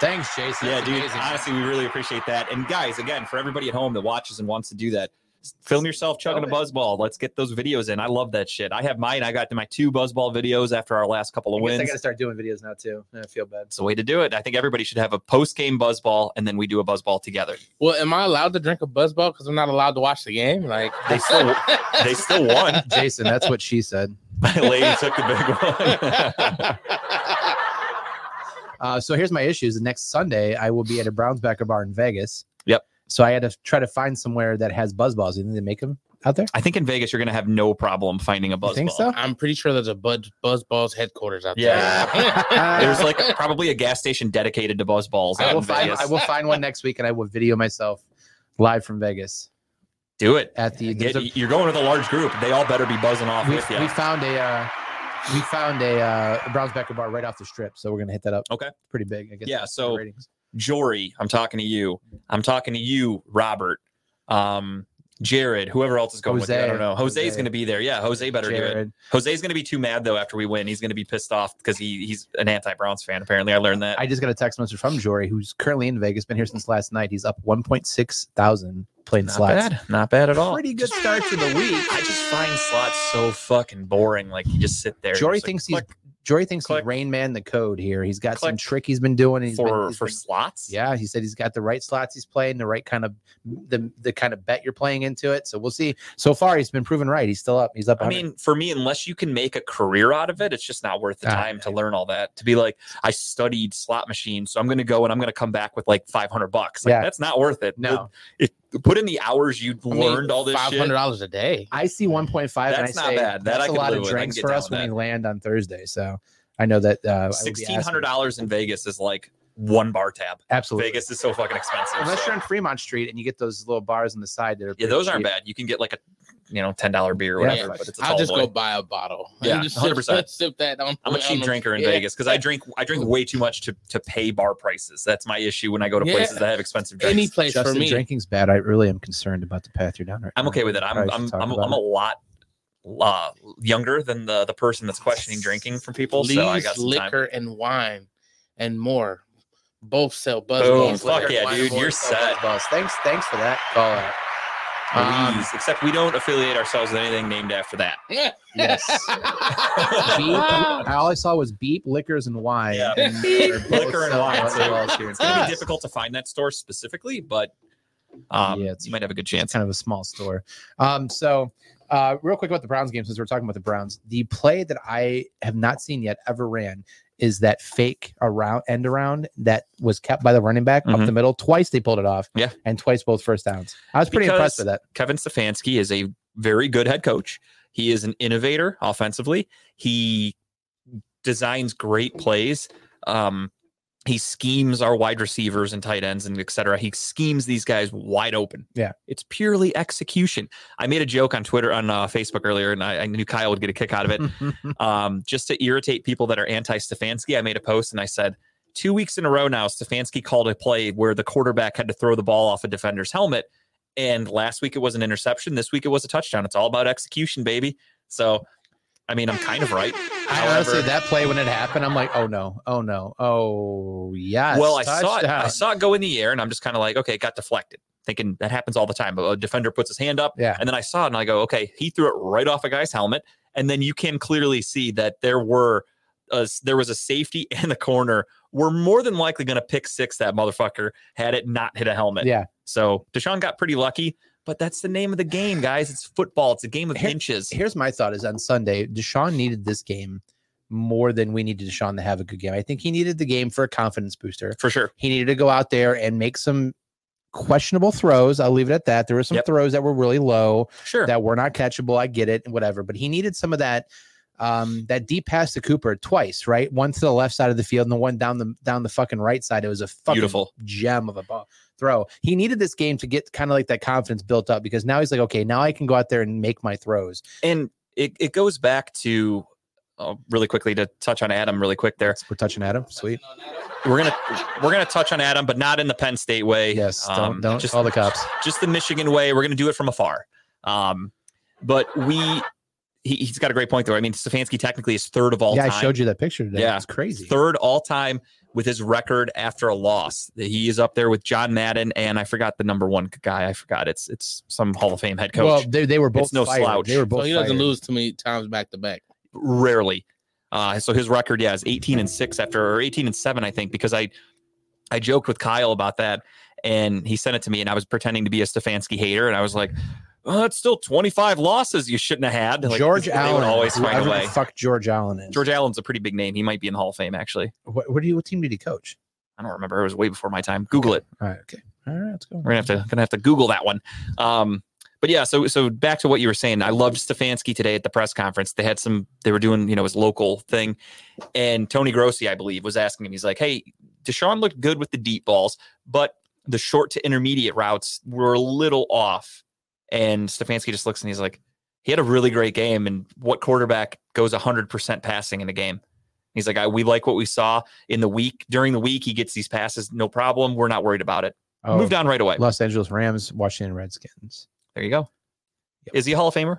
S2: Thanks, Jason. That's
S1: dude.
S2: amazing.
S1: Honestly, we really appreciate that. And guys, again, for everybody at home that watches and wants to do that, s- film yourself chugging a
S2: Film it.
S1: buzz ball. Let's get those videos in. I love that shit. I have mine. I got my two buzz ball videos after our last couple
S2: I
S1: of
S2: guess I
S1: wins.
S2: gotta start doing videos now too. I feel bad.
S1: It's the way to do it. I think everybody should have a post game buzz ball, and then we do a buzz ball together.
S3: Well, am I allowed to drink a buzzball because I'm not allowed to watch the game? Like
S1: They still, they still won.
S2: Jason, that's what she said.
S1: My lady took the big one.
S2: Uh, so here's my issues. The next Sunday, I will be at a Brownsbacker bar in Vegas.
S1: Yep.
S2: So I had to try to find somewhere that has buzz balls. You think they make them out there?
S1: I think in Vegas you're gonna have no problem finding a buzz
S2: you think
S1: ball.
S2: so?
S3: I'm pretty sure there's a Buzz Buzzball's headquarters out
S1: Yeah.
S3: there.
S1: There's like probably a gas station dedicated to buzz balls.
S2: I
S1: out
S2: will
S1: in
S2: find.
S1: Vegas.
S2: I will find one next week, and I will video myself live from Vegas
S1: do it.
S2: at the.
S1: Get-
S2: there's a-
S1: you're going with a large group. They all better be buzzing off
S2: we,
S1: with you.
S2: we found a. Uh, we found a, uh, a Brownsbacker bar right off the strip, so we're gonna hit that up.
S1: Okay.
S2: Pretty big, I guess.
S1: Yeah,
S2: for
S1: so-
S2: ratings.
S1: Jory, I'm talking to you. I'm talking to you, Robert. Um, Jared, whoever else is going with you. I
S2: Jose.
S1: don't know. Jose's
S2: Jose.
S1: gonna be there. Yeah, Jose better do it.
S2: Jared,
S1: Jose's gonna be too mad though after we win. He's gonna be pissed off because he he's an anti Browns fan, apparently. I learned that.
S2: I just got a text message from Jory, who's currently in Vegas, been here since last night. He's up 1.6 thousand playing
S1: not
S2: slots.
S1: bad. Not bad at all.
S2: Pretty good start to the week.
S1: I just find slots so fucking boring. Like you just sit there. and
S2: Jory
S1: just, like,
S2: thinks
S1: click.
S2: he's Jory thinks
S1: click.
S2: he's Rain Man the code here. He's got some
S1: Click.
S2: trick he's been doing. and He's been-
S1: for
S2: he's
S1: for
S2: been-
S1: slots.
S2: yeah, he said he's got the right slots he's playing, the right kind of the the kind of bet you're playing into it. So we'll see. So far, he's been proven right. He's still up. He's up.
S1: I
S2: 100.
S1: mean, for me, unless you can make a career out of it, it's just not worth the
S2: Ah.
S1: time to learn all that. To be like, I studied slot machines, so I'm going to go and I'm going to come back with like 500 bucks. Like,
S2: Yeah.
S1: that's not worth it.
S2: no,
S1: put in the hours you have learned all this
S3: Five
S1: shit.
S3: hundred dollars a day.
S2: I see 1.5. and I
S1: That's not
S2: say,
S1: bad. That I
S2: That's a
S1: could
S2: lot
S1: live
S2: of
S1: with. I can
S2: drinks
S1: get
S2: for
S1: down
S2: us
S1: with
S2: when
S1: that.
S2: we land on Thursday. So I know that uh, I would be asking.
S1: Sixteen hundred dollars in Vegas is like one bar tab.
S2: Absolutely.
S1: Vegas is so fucking expensive.
S2: Unless
S1: so-
S2: you're on Fremont Street and you get those little bars on the side that are
S1: yeah,
S2: pretty
S1: those aren't
S2: cheap.
S1: bad. You can get like a you know ten dollar beer or
S2: Yeah,
S1: whatever.
S2: it's
S1: but it's a
S3: I'll
S1: tall
S3: just
S1: boy.
S3: go buy a bottle. and
S1: Yeah,
S3: just
S1: 100%.
S3: Sip, sip that on.
S1: I'm a
S3: on
S1: cheap
S3: the-
S1: drinker in
S3: yeah.
S1: Vegas because I drink I drink way too much to to pay bar prices. That's my issue when I go to
S3: Yeah.
S1: places that have expensive drinks.
S3: Any place
S2: Justin,
S3: for me.
S2: drinking's bad. I really am concerned about the path you're down right
S1: I'm
S2: now.
S1: okay with it. I'm
S2: Probably should
S1: I'm
S2: talk
S1: I'm,
S2: about
S1: I'm a lot uh, younger than the the person that's questioning drinking from people.
S3: Leaves,
S1: so I got some time.
S3: liquor, and wine, and more. Both sell buzz.
S1: Boom.
S3: Balls.
S1: oh, Fuck
S3: Liquor,
S1: yeah,
S3: wine,
S1: dude.
S3: more
S1: You're
S3: sell
S1: set.
S3: Buzz
S2: it. Boss, thanks, thanks for that call out. Um,
S1: Please, except we don't affiliate ourselves with anything named after that.
S3: Balls.
S2: yes. Beep. I all I saw was beep, liquors, and wine.
S1: Yeah.
S2: And they're both
S1: Liquor and
S2: selling
S1: wine,
S2: what
S1: so-
S2: they all share.
S1: It's
S3: Ah.
S1: gonna be difficult to find that store specifically, but um,
S2: Yeah, it's-
S1: you might have a good
S2: It's
S1: chance.
S2: kind of a small store. Um, so, uh, real quick about the Browns game, since we're talking about the Browns, the play that I have not seen yet ever ran is that fake around end around that was kept by the running back
S1: Mhm.
S2: up the middle. Twice they pulled it off,
S1: Yeah.
S2: and twice both first downs. I was pretty impressed with that.
S1: Kevin Stefanski is a very good head coach. He is an innovator offensively. He designs great plays. Um, he schemes our wide receivers and tight ends and et cetera. He schemes these guys wide open.
S2: Yeah.
S1: It's purely execution. I made a joke on Twitter, on uh, Facebook earlier, and I, I knew Kyle would get a kick out of it. um, just to irritate people that are anti Stefanski, I made a post and I said, two weeks in a row now, Stefanski called a play where the quarterback had to throw the ball off a defender's helmet. And last week it was an interception. This week it was a touchdown. It's all about execution, baby. So, I mean, I'm kind of right.
S2: I honestly,
S1: However-
S2: that play when it happened, I'm like, oh no, oh no, oh yes.
S1: well, I saw it. I
S2: touchdown.
S1: saw it go in the air, and I'm just kind of like, okay, it got deflected. Thinking that happens all the time. A defender puts his hand up,
S2: Yeah.
S1: and then I saw it, and I go, okay, he threw it right off a guy's helmet, and then you can clearly see that there were, a, there was a safety and the corner were more than likely going to pick six that motherfucker had it not hit a helmet.
S2: Yeah.
S1: So Deshaun got pretty lucky, but that's the name of the game, guys. It's football. It's a game of
S2: Here-
S1: inches.
S2: Here's my thought: is on Sunday, Deshaun needed this game more than we needed Deshaun to have a good game. I think he needed the game for a confidence booster.
S1: for sure.
S2: He needed to go out there and make some questionable throws. I'll leave it at that. There were some
S1: Yep.
S2: throws that were really low
S1: Sure.
S2: that were not catchable. I get it, and whatever. But he needed some of that. Um, that deep pass to Cooper twice, right? One to the left side of the field, and the one down the down the fucking right side. It was a fucking
S1: Beautiful.
S2: gem of a ball throw. He needed this game to get kind of like that confidence built up because now he's like, okay, now I can go out there and make my throws.
S1: And it, it goes back to uh, really quickly to touch on Adam really quick there.
S2: We're touching at him. Sweet.
S1: we're gonna we're gonna touch on Adam, but not in the Penn State way.
S2: Yes. Don't
S1: Um,
S2: don't
S1: just
S2: call the cops.
S1: just the Michigan way. We're gonna do it from afar. Um, but we he, he's got a great point there. I mean, Stefanski technically is third of all
S2: yeah,
S1: time,
S2: I showed you that picture today.
S1: Yeah.
S2: it's crazy.
S1: third all time with his record after a loss. He is up there with John Madden and I forgot the number one guy. I forgot it's it's some Hall of Fame head coach.
S2: Well, they, they were both
S1: It's no
S2: fired.
S1: slouch.
S2: They were
S3: So
S2: both.
S3: he doesn't
S2: fired.
S3: lose too many times back to back.
S1: rarely. Uh, so his record, yeah, is 18 and six after, or 18 and seven, I think, because I, I joked with Kyle about that, and he sent it to me, and I was pretending to be a Stefanski hater, and I was like, "Well, that's still 25 losses you shouldn't have had." Like,
S2: George
S1: they would
S2: Allen.
S1: always find
S2: whoever
S1: a
S2: the
S1: way.
S2: Fuck George Allen. Is.
S1: George Allen's a pretty big name. He might be in the Hall of Fame, actually.
S2: What, what do you? What team did he coach?
S1: I don't remember. It was way before my time. Google it.
S2: All right. Okay. All right. Let's go.
S1: We're gonna have to gonna have to Google that one. Um, but yeah, so so back to what you were saying. I loved Stefanski today at the press conference. They had some. They were doing you know his local thing, and Tony Grossi, I believe, was asking him. He's like, "Hey, Deshaun looked good with the deep balls, but the short to intermediate routes were a little off." And Stefanski just looks and he's like, "He had a really great game, and what quarterback goes 100% passing in a game?" He's like, I, "We like what we saw in the week. During the week, he gets these passes, no problem. We're not worried about it.
S2: Oh,
S1: Moved on right away."
S2: Los Angeles Rams, Washington Redskins.
S1: There you go.
S2: Yep.
S1: Is he a Hall of Famer?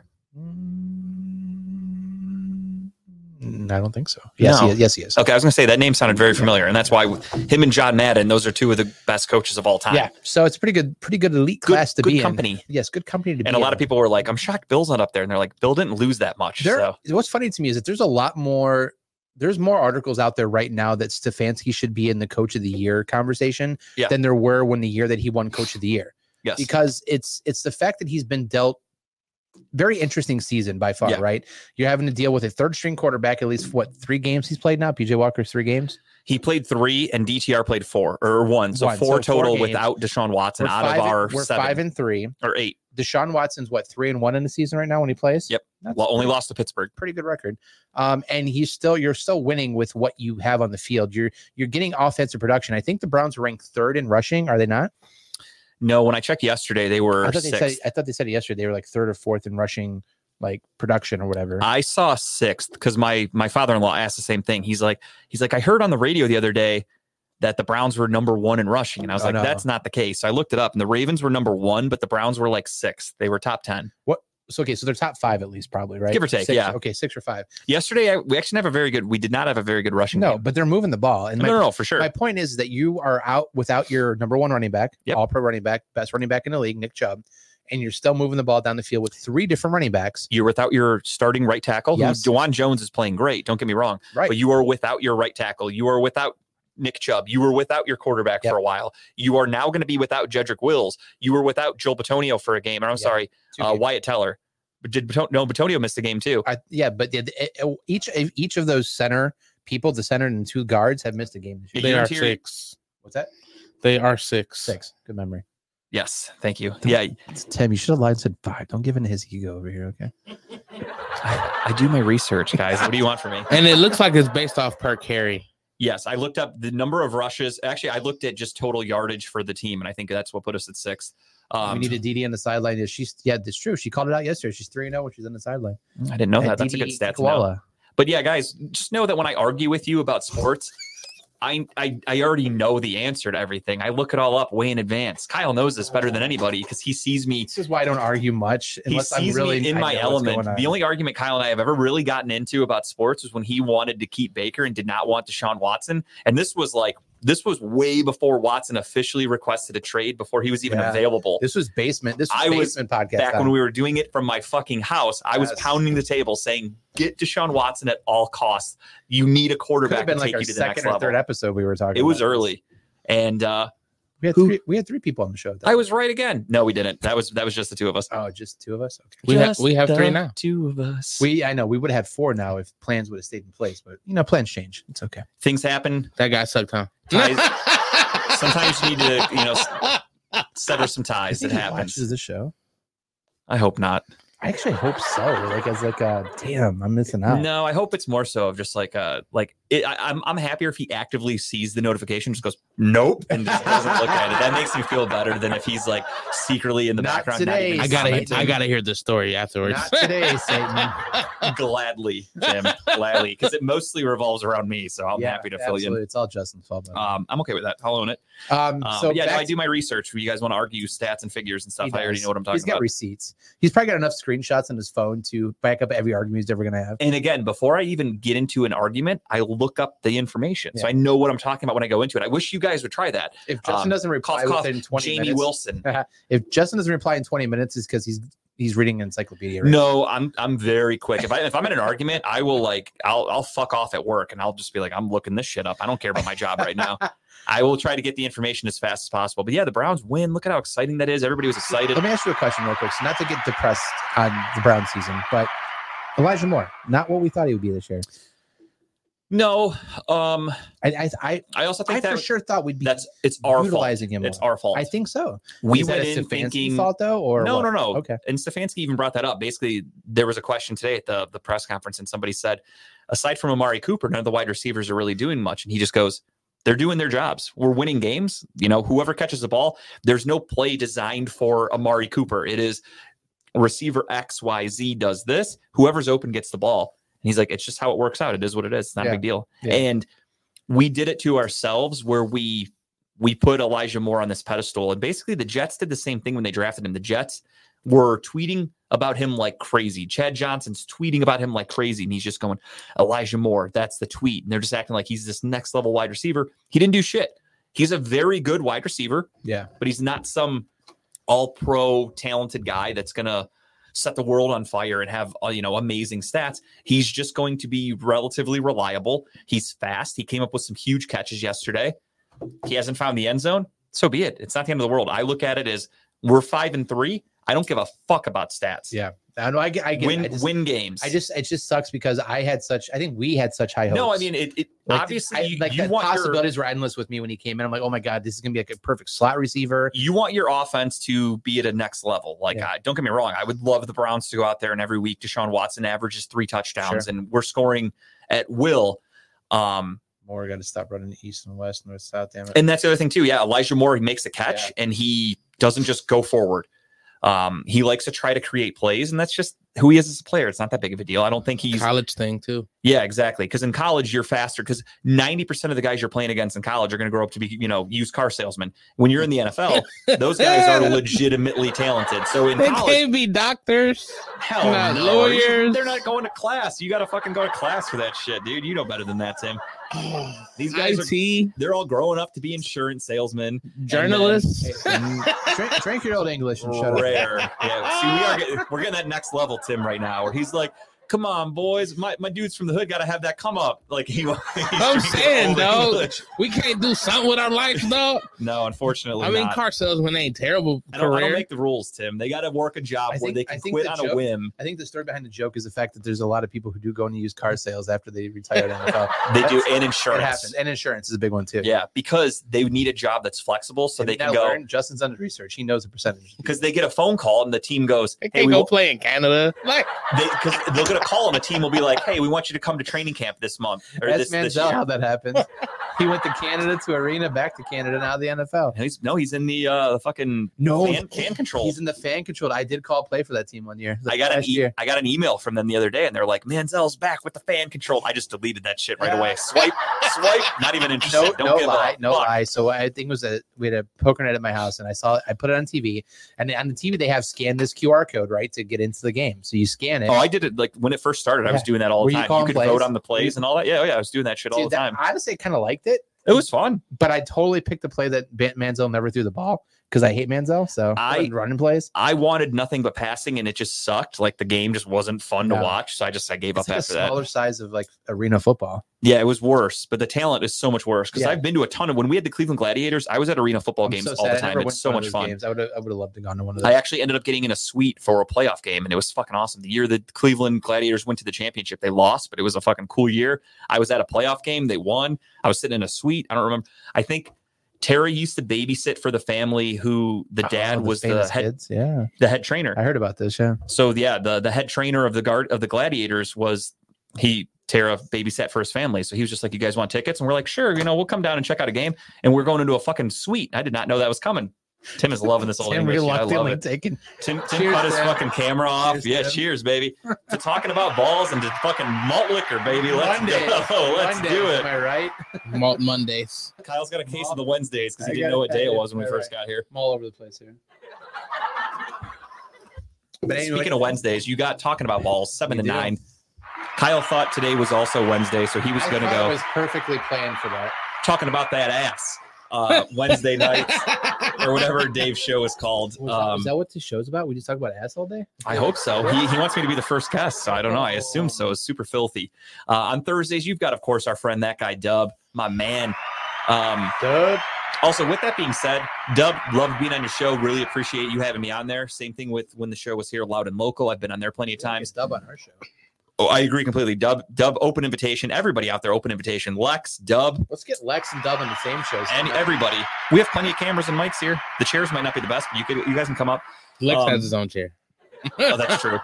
S2: Mm, I don't think so. Yes.
S1: No.
S2: He is. Yes, he is.
S1: Okay, I was going to say that name sounded very familiar, and that's why him and John Madden, those are two of the best coaches of all time.
S2: Yeah. So it's pretty good. Pretty good elite
S1: good,
S2: class to
S1: good
S2: be
S1: company.
S2: in. Yes, good company to be.
S1: And a lot
S2: in.
S1: of people were like, "I'm shocked Bill's not up there," and they're like, "Bill didn't lose that much."
S2: There,
S1: so
S2: what's funny to me is that there's a lot more. There's more articles out there right now that Stefanski should be in the coach of the year conversation
S1: Yeah.
S2: than there were when the year that he won coach of the year
S1: yes,
S2: because it's it's the fact that he's been dealt very interesting season by far,
S1: Yeah.
S2: right? You're having to deal with a third string quarterback at least what three games he's played now. PJ Walker's three games.
S1: he played three, and DTR played four or one, so
S2: One,
S1: four
S2: so four
S1: total
S2: games.
S1: without Deshaun Watson
S2: We're
S1: out
S2: five
S1: of
S2: and-
S1: our
S2: we're
S1: seven
S2: five and three.
S1: or eight.
S2: Deshaun Watson's what three and one in the season right now when he plays.
S1: Yep.
S2: That's
S1: Lo- only lost to Pittsburgh.
S2: pretty good record. Um, and he's still you're still winning with what you have on the field. You're you're getting offensive production. I think the Browns are ranked third in rushing. Are they not?
S1: No, when I checked yesterday, they were
S2: I thought they
S1: sixth.
S2: said I thought they said it yesterday they were like third or fourth in rushing like production or whatever.
S1: I saw sixth because my my father in law asked the same thing. He's like, he's like, I heard on the radio the other day that the Browns were number one in rushing, and I was
S2: Oh,
S1: like,
S2: no.
S1: that's not the case. So I looked it up, and the Ravens were number one, but the Browns were like sixth. They were top ten.
S2: so okay, so they're top five at least probably, right?
S1: Give or take,
S2: Six-
S1: yeah.
S2: Okay, six or five.
S1: Yesterday, I, we actually didn't have a very good. We did not have a very good rushing.
S2: No,
S1: game.
S2: but they're moving the ball. And
S1: no,
S2: my,
S1: no, no, for sure.
S2: my point is that you are out without your number one running back,
S1: Yep.
S2: all pro running back, best running back in the league, Nick Chubb, and you're still moving the ball down the field with three different running backs.
S1: You're without your starting right tackle.
S2: Yes.
S1: Who Dewan Jones is playing great. Don't get me wrong,
S2: Right.
S1: but you are without your right tackle. You are without. Nick Chubb, you were without your quarterback
S2: Yep.
S1: for a while. You are now going to be without Jedrick Wills. You were without Joel Batonio for a game. And I'm
S2: Yeah.
S1: sorry,
S2: Two
S1: uh,
S2: people.
S1: Wyatt Teller. But did Baton- no Batonio missed the game too?
S2: I, yeah, but the, the, each each of those center people, the center and two guards, have missed a game this year.
S3: They are
S1: Interior-
S3: six.
S2: What's that?
S3: They are six.
S2: Six. Good memory.
S1: Yes, thank you. Yeah,
S2: Tim, you should have lied and said five. Don't give in to his ego over here, okay?
S1: I, I do my research, guys. What do you want from me?
S3: And it looks like it's based off per carry.
S1: Yes, I looked up the number of rushes. Actually, I looked at just total yardage for the team, and I think that's what put us at sixth. Um,
S2: we need a DD on the sideline. Is She's yeah, that's true. She called it out yesterday. She's three and zero when she's on the sideline.
S1: I didn't know
S2: And E
S1: that. That's a
S2: DD
S1: good stat. To know.
S2: Iguodala.
S1: But yeah, guys, just know that when I argue with you about sports, I, I I already know the answer to everything. I look it all up way in advance. Kyle knows this better than anybody because he sees me
S2: This is why I don't argue much
S1: he
S2: unless I'm
S1: sees
S2: really
S1: me in
S2: I
S1: my
S2: know what's
S1: element.
S2: going on.
S1: The only argument Kyle and I have ever really gotten into about sports was when he wanted to keep Baker and did not want Deshaun Watson. And this was like this was way before Watson officially requested a trade before he was even
S2: Yeah.
S1: available.
S2: this was basement. This was
S1: I was
S2: basement podcast.
S1: Back
S2: time.
S1: when we were doing it from my fucking house, I was
S2: Yes.
S1: pounding the table saying, "Get Deshaun Watson at all costs. You need a
S2: could have
S1: quarterback to
S2: been like
S1: take
S2: our
S1: you to the next
S2: second or
S1: level."
S2: third episode we were talking.
S1: It was
S2: about this.
S1: early, and uh,
S2: We had
S1: Who-
S2: three. We had three people on the show. at that
S1: I was right again. No, we didn't. That was that was just the two of us.
S2: time. Oh, just two of us. Okay.
S3: We have
S1: Just
S3: we have three
S1: the
S3: now.
S1: Two of us.
S2: We I know we would have had four now if plans would have stayed in place, but you know plans change. It's okay.
S1: Things happen.
S3: That guy sucked, huh?
S1: Sometimes you need to, you know, s- sever some ties. It
S2: he
S1: happens.
S2: watches the show.
S1: I hope not.
S2: I actually hope so. Like as like uh damn, I'm missing out.
S1: No, I hope it's more so of just like uh like it, I, I'm I'm happier if he actively sees the notification, just goes nope, and just doesn't look at it. That makes me feel better than if he's like secretly in the
S2: Not
S1: background.
S2: today,
S1: even
S3: I gotta
S1: commenting.
S3: I gotta hear the story afterwards.
S2: Not today, Satan.
S1: gladly, Jim, gladly, because it mostly revolves around me. So I'm
S2: Yeah,
S1: happy to fill you
S2: absolutely. It's all Justin's fault.
S1: in. Um, I'm okay with that. I'll own it. Um,
S2: Um, so
S1: but yeah, no,
S2: back
S1: I do my research. You guys want to argue stats and figures and stuff?
S2: He
S1: I already
S2: does.
S1: know what I'm
S2: He's
S1: talking
S2: got
S1: about.
S2: receipts. He's probably got enough screenshots on his phone to back up every argument he's ever going to have.
S1: and again, before I even get into an argument, I look up the information. So
S2: Yeah.
S1: I know what I'm talking about when I go into it. I wish you guys would try that.
S2: If Justin
S1: Um,
S2: doesn't reply
S1: cough, cough,
S2: within 20
S1: Jamie
S2: minutes,
S1: Wilson.
S2: if Justin doesn't reply in 20 minutes, is because he's he's reading an encyclopedia. right
S1: No, I'm I'm very quick. If I if I'm in an argument, I will like I'll I'll fuck off at work and I'll just be like, I'm looking this shit up. I don't care about my job right now. I will try to get the information as fast as possible. But yeah, the Browns win. Look at how exciting that is. Everybody was excited.
S2: Let me ask you a question real quick. So not to get depressed on the Brown season, but Elijah Moore, not what we thought he would be this year.
S1: No, um,
S2: I I I,
S1: I also think
S2: I
S1: that
S2: for sure thought we'd be
S1: that's it's our fault.
S2: utilizing him.
S1: It's
S2: more.
S1: our fault.
S2: I think so.
S1: we
S2: Is that
S1: went
S2: a
S1: in
S2: Stefanski
S1: thinking
S2: fault though, or
S1: no,
S2: what?
S1: no, no.
S2: Okay.
S1: And Stefanski even brought that up. Basically, there was a question today at the the press conference, and somebody said, aside from Amari Cooper, none of the wide receivers are really doing much. And he just goes, "They're doing their jobs. We're winning games. You know, whoever catches the ball, there's no play designed for Amari Cooper. It is receiver X Y Z does this. Whoever's open gets the ball." And he's like, "It's just how it works out. It is what it is. It's not
S2: Yeah.
S1: a big deal."
S2: Yeah.
S1: And we did it to ourselves, where we we put Elijah Moore on this pedestal. And basically, the Jets did the same thing when they drafted him. The Jets were tweeting about him like crazy. Chad Johnson's tweeting about him like crazy. And he's just going, Elijah Moore, that's the tweet. And they're just acting like he's this next level wide receiver. He didn't do shit. He's a very good wide receiver.
S2: Yeah.
S1: But he's not some all pro talented guy that's going to set the world on fire and have uh, you know amazing stats he's just going to be relatively reliable he's fast he came up with some huge catches yesterday he hasn't found the end zone, so be it. It's not the end of the world. I look at it as we're five and three. I don't give a fuck about stats.
S2: Yeah. I know. I get. I get.
S1: win
S2: I just,
S1: win games.
S2: I just. It just sucks because I had such. I think we had such high hopes.
S1: no, I mean it. it
S2: Like,
S1: obviously,
S2: I-
S1: you,
S2: like
S1: you
S2: the
S1: want your
S2: possibilities were endless with me when he came in. I'm like, oh my god, this is gonna be like a perfect slot receiver.
S1: you want your offense to be at a next level. Like,
S2: Yeah.
S1: I, don't get me wrong, I would love the Browns to go out there and every week Deshaun Watson averages three touchdowns, and we're scoring at will. Um,
S2: Moore got to stop running east and west, north, south. Damn it.
S1: and that's the other thing too. Yeah, Elijah Moore he makes a catch and he doesn't just go forward. Um, he likes to try to create plays, and that's just who he is as a player. It's not that big of a deal. I don't think he's
S3: College thing too.
S1: yeah, exactly. Because in college you're faster because ninety percent of the guys you're playing against in college are going to grow up to be you know used car salesmen. When you're in the NFL, those guys are legitimately talented. So in
S3: They
S1: college,
S3: can't be doctors.
S1: Hell
S3: Not
S1: no.
S3: lawyers.
S1: They're not going to class. You got to fucking go to class for that shit, dude. You know better than that, Tim. These guys are, uh,
S3: IT
S1: they're all growing up to be insurance salesmen.
S3: journalists.
S2: drink, drink your old English and shut up.
S1: Rare. Yeah. See, we are getting, we're getting that next level, Tim, right now, where he's like, come on, boys. My, my dudes from the hood got to have that come up. Like, he, he's
S3: I'm
S1: drinking
S3: saying,
S1: Old
S3: dog,
S1: English.
S3: we can't do something with our life, dog.
S1: No, unfortunately.
S3: I mean,
S1: not.
S3: car salesmen ain't terrible
S1: I don't, I don't
S3: career.
S1: make the rules, Tim. They got to work a job
S2: I
S1: where
S2: think-
S1: they
S2: I
S1: can
S2: think
S1: quit
S2: the
S1: on a
S2: joke-
S1: whim.
S2: I think the story behind the joke is the fact that there's a lot of people who do go into used car sales after they retire in the NFL.
S1: They do,
S2: That's-
S1: and
S2: It
S1: insurance.
S2: happens, and insurance is a big one too.
S1: Yeah, because they need a job that's flexible so
S2: And
S1: they
S2: now
S1: can go.
S2: learn- Justin's under research. He knows the percentage.
S1: because they get a phone call and the team goes,
S3: They
S1: "Hey,
S3: can't
S1: we
S3: go
S1: want,
S3: play in Canada. Like,
S1: they, cause they'll get a call and the team will be like, "Hey, we want you to come to training camp this month or
S2: Ask
S1: this, this
S2: Manziel
S1: year."
S2: how that happened. he went to Canada to arena, back to Canada, now the NFL.
S1: And he's, no, he's in the uh, the fucking
S2: No,
S1: fan, fan control.
S2: Oh, he's in the fan controlled. I did call play for that team one year.
S1: I got an
S2: Last
S1: e-
S2: year.
S1: I got an email from them the other day, and they're like, "Manziel's back with the fan control." I just deleted that shit right
S2: Yeah.
S1: away. Swipe, swipe. Not even interested.
S2: no,
S1: Don't
S2: no
S1: give a
S2: lie, no
S1: fuck.
S2: lie. So I think it was a we had a poker night at my house, and I saw I put it on TV, and on the TV they have scan this QR code right to get into the game. So you scan it.
S1: Oh, I did it like when it first started. I was doing that all
S2: Were
S1: the
S2: you
S1: time. You,
S2: calling
S1: could
S2: plays?
S1: vote on the
S2: Were you-
S1: plays and all that. Yeah, oh, yeah. I was doing that shit all
S2: Dude,
S1: the
S2: that-
S1: time.
S2: honestly, I kind of liked it,
S1: it was fun.
S2: but I totally picked the play that Ban- Manziel never threw the ball because I hate Manziel. So
S1: I-
S2: wasn't running plays.
S1: I wanted nothing but passing, and it just sucked. Like the game just wasn't fun
S2: No.
S1: to watch. So I just I gave up
S2: It's like a
S1: after that.
S2: smaller size of like arena football.
S1: Yeah, it was worse, but the talent is so much worse. Because
S2: Yeah.
S1: I've been to a ton of when we had the Cleveland Gladiators, I was at arena football
S2: I'm
S1: games
S2: so
S1: all
S2: sad
S1: the
S2: I
S1: time.
S2: never went
S1: It's
S2: to
S1: so
S2: one of
S1: much
S2: those
S1: fun.
S2: Games. I would have I would have loved to go to one of those.
S1: I actually ended up getting in a suite for a playoff game, and it was fucking awesome. The year the Cleveland Gladiators went to the championship, they lost, but it was a fucking cool year. I was at a playoff game, they won. I was sitting in a suite. I don't remember. I think Terry used to babysit for the family who the
S2: Oh,
S1: dad was the
S2: famous
S1: head
S2: kids. Yeah,
S1: the head trainer.
S2: I heard about this. Yeah,
S1: So yeah, the the head trainer of the guard of the gladiators was he Tara babysat for his family. So he was just like, You guys want tickets? And we're like, sure, you know, we'll come down and check out a game. And we're going into a fucking suite. I did not know that was coming. Tim is loving this old
S2: Tim,
S1: English.
S2: we
S1: shit. I
S2: locked in
S1: love
S2: like
S1: it.
S2: taking.
S1: Tim, Tim
S2: Cheers,
S1: cut his
S2: Tim.
S1: fucking camera off.
S2: Cheers,
S1: yeah,
S2: Tim.
S1: cheers, baby. To talking about balls and to fucking malt liquor, baby. Let's
S2: Mondays.
S1: go. Let's
S2: Mondays,
S1: do
S2: Am
S1: it.
S2: I right?
S3: Malt Mondays.
S1: Kyle's got a case of the Wednesdays because
S2: I
S1: he didn't
S2: got
S1: know
S2: it.
S1: what day it
S2: I
S1: was when we
S2: did.
S1: first got here.
S2: I'm all over the place here. But anyway,
S1: Speaking of Wednesdays, you got talking about balls, seven
S2: We
S1: to
S2: do.
S1: nine. Kyle thought today was also Wednesday, so he was
S2: I
S1: going to
S2: thought
S1: go.
S2: It was perfectly planned for that.
S1: talking about that ass uh, Wednesday night or whatever Dave's show is called.
S2: Was, that,
S1: Um,
S2: was that what the show's about? We just talk about ass all day.
S1: I hope so. He, he wants me to be the first guest, so I don't know. I assume so. It's super filthy. Uh, on Thursdays, you've got, of course, our friend, that guy, Dub, my man. Um,
S2: Dude,
S1: also, with that being said, Dub, love being on your show. Really appreciate you having me on there. Same thing with when the show was here, Loud and Local. I've been on there plenty of times.
S2: Dub on our show.
S1: Oh, I agree completely. Dub, Dub, open invitation. Everybody out there, open invitation. Lex, Dub,
S2: Let's get Lex and Dub on the same show.
S1: and
S2: sometime.
S1: everybody. We have plenty of cameras and mics here. The chairs might not be the best, but you could, you guys can come up.
S3: Lex
S1: Um,
S3: has his own chair.
S1: oh, that's true.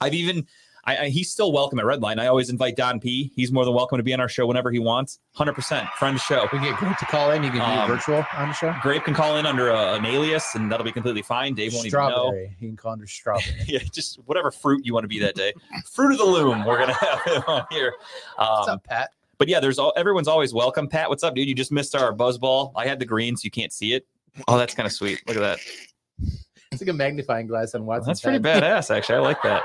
S1: I've even I, I he's still welcome at Redline. I always invite Don P. He's more than welcome to be on our show whenever he wants. Hundred percent friend of the show.
S2: we can get Grape to call in. You can do
S1: Um,
S2: virtual on the show.
S1: Grape can call in under a, an alias, and that'll be completely fine. Dave won't even know.
S2: Strawberry. You can call under strawberry.
S1: Yeah, just whatever fruit you want to be that day. fruit of the loom. We're gonna have it on here.
S2: What's
S1: Um,
S2: up, Pat?
S1: but yeah, there's all everyone's always welcome. Pat, what's up, dude? You just missed our buzz ball. I had the green, so you can't see it. Oh, that's kind of sweet. Look at that.
S2: It's like a magnifying glass on Watson's
S1: That's pretty
S2: head.
S1: badass, actually. I like that.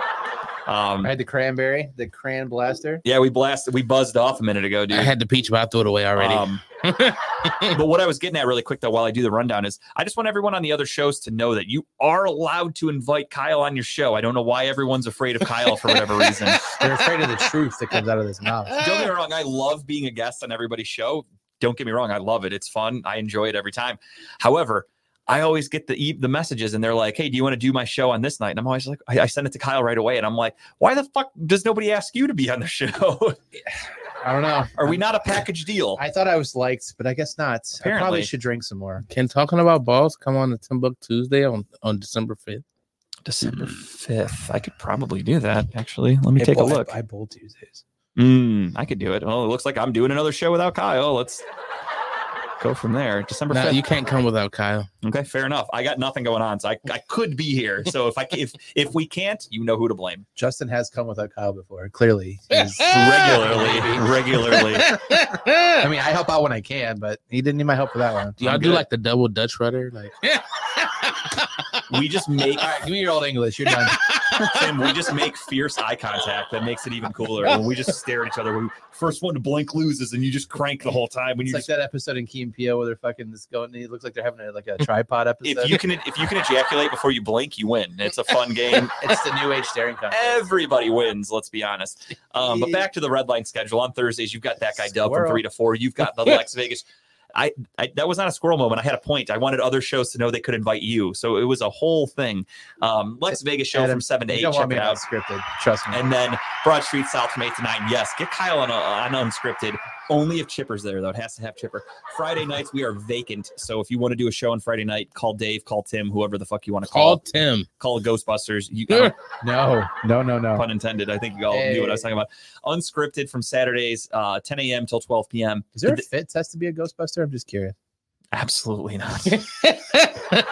S1: Um,
S2: I had the cranberry, the cran blaster.
S1: yeah, we blasted, we buzzed off a minute ago, dude.
S3: I had the peach, but I threw it away already.
S2: Oh,
S1: Um, but what I was getting at really quick though, while I do the rundown, is I just want everyone on the other shows to know that you are allowed to invite Kyle on your show. I don't know why everyone's afraid of Kyle for whatever reason.
S2: They're afraid of the truth that comes out of this mouth.
S1: don't get me wrong, I love being a guest on everybody's show. Don't get me wrong, I love it. It's fun. I enjoy it every time. However, I always get the e- the messages and they're like, "Hey, do you want to do my show on this night?" And I'm always like, I, I send it to Kyle right away, and I'm like, "Why the fuck does nobody ask you to be on the show?
S2: I don't know.
S1: Are we not a package deal?"
S2: I thought I was liked, but I guess not. I
S1: Apparently.
S2: probably should drink some more.
S3: Can talking about balls come on the Timbuk Tuesday on, on December 5th?
S1: December fifth, I could probably do that. Actually, let me take a
S2: I bowl-
S1: look.
S2: I, I bowl Tuesdays.
S1: Mm, I could do it. Well, it looks like I'm doing another show without Kyle. Let's go from there. December
S3: No,
S1: fifth.
S3: you can't come without Kyle.
S1: Okay, fair enough. I got nothing going on, so I, I could be here. So if I if if we can't, you know who to blame.
S2: Justin has come without Kyle before. Clearly, he's-
S1: Regularly, regularly.
S2: I mean, I help out when I can, but he didn't need my help for that one.
S3: Do y'all
S1: I'm
S3: do
S1: good.
S3: like the double Dutch rudder? Like,
S1: We just make
S2: All right, give me your old English. You're done.
S1: Tim, we just make fierce eye contact. That makes it even cooler. When we just stare at each other, we first one to blink loses, and you just crank the whole time. When
S2: It's
S1: you
S2: like
S1: just,
S2: that episode in Key and Peele where they're fucking this going. It looks like they're having a, like a tripod episode.
S1: if you can if you can ejaculate before you blink, you win. It's a fun game.
S2: it's the new age staring contest.
S1: Everybody wins. Let's be honest. Um, but back to the red line schedule on Thursdays. You've got that guy Dub from
S2: Squirrel.
S1: three to four. You've got the Las Vegas. I, I that was not a squirrel moment. I had a point. I wanted other shows to know they could invite you, so it was a whole thing. Um, Lex Vegas show
S2: Adam,
S1: from seven to
S2: you
S1: eight.
S2: don't
S1: Check
S2: want
S1: it
S2: me
S1: out.
S2: out scripted. Trust me.
S1: And then Broad Street South from eight to nine. Yes, get Kyle on, uh, on unscripted. Only if Chipper's there though. It has to have Chipper. Friday nights we are vacant, so if you want to do a show on Friday night, call Dave, call Tim, whoever the fuck you want to
S3: call
S1: call.
S3: Tim.
S1: Call, Ghostbusters. You.
S3: Yeah.
S2: no, no, no, no.
S1: Pun intended. I think you all knew what I was talking about. Unscripted from Saturdays, uh, 10 a.m. till 12 p.m.
S2: Is there a fit test to be a Ghostbuster? I'm just curious.
S1: Absolutely not.
S3: You have to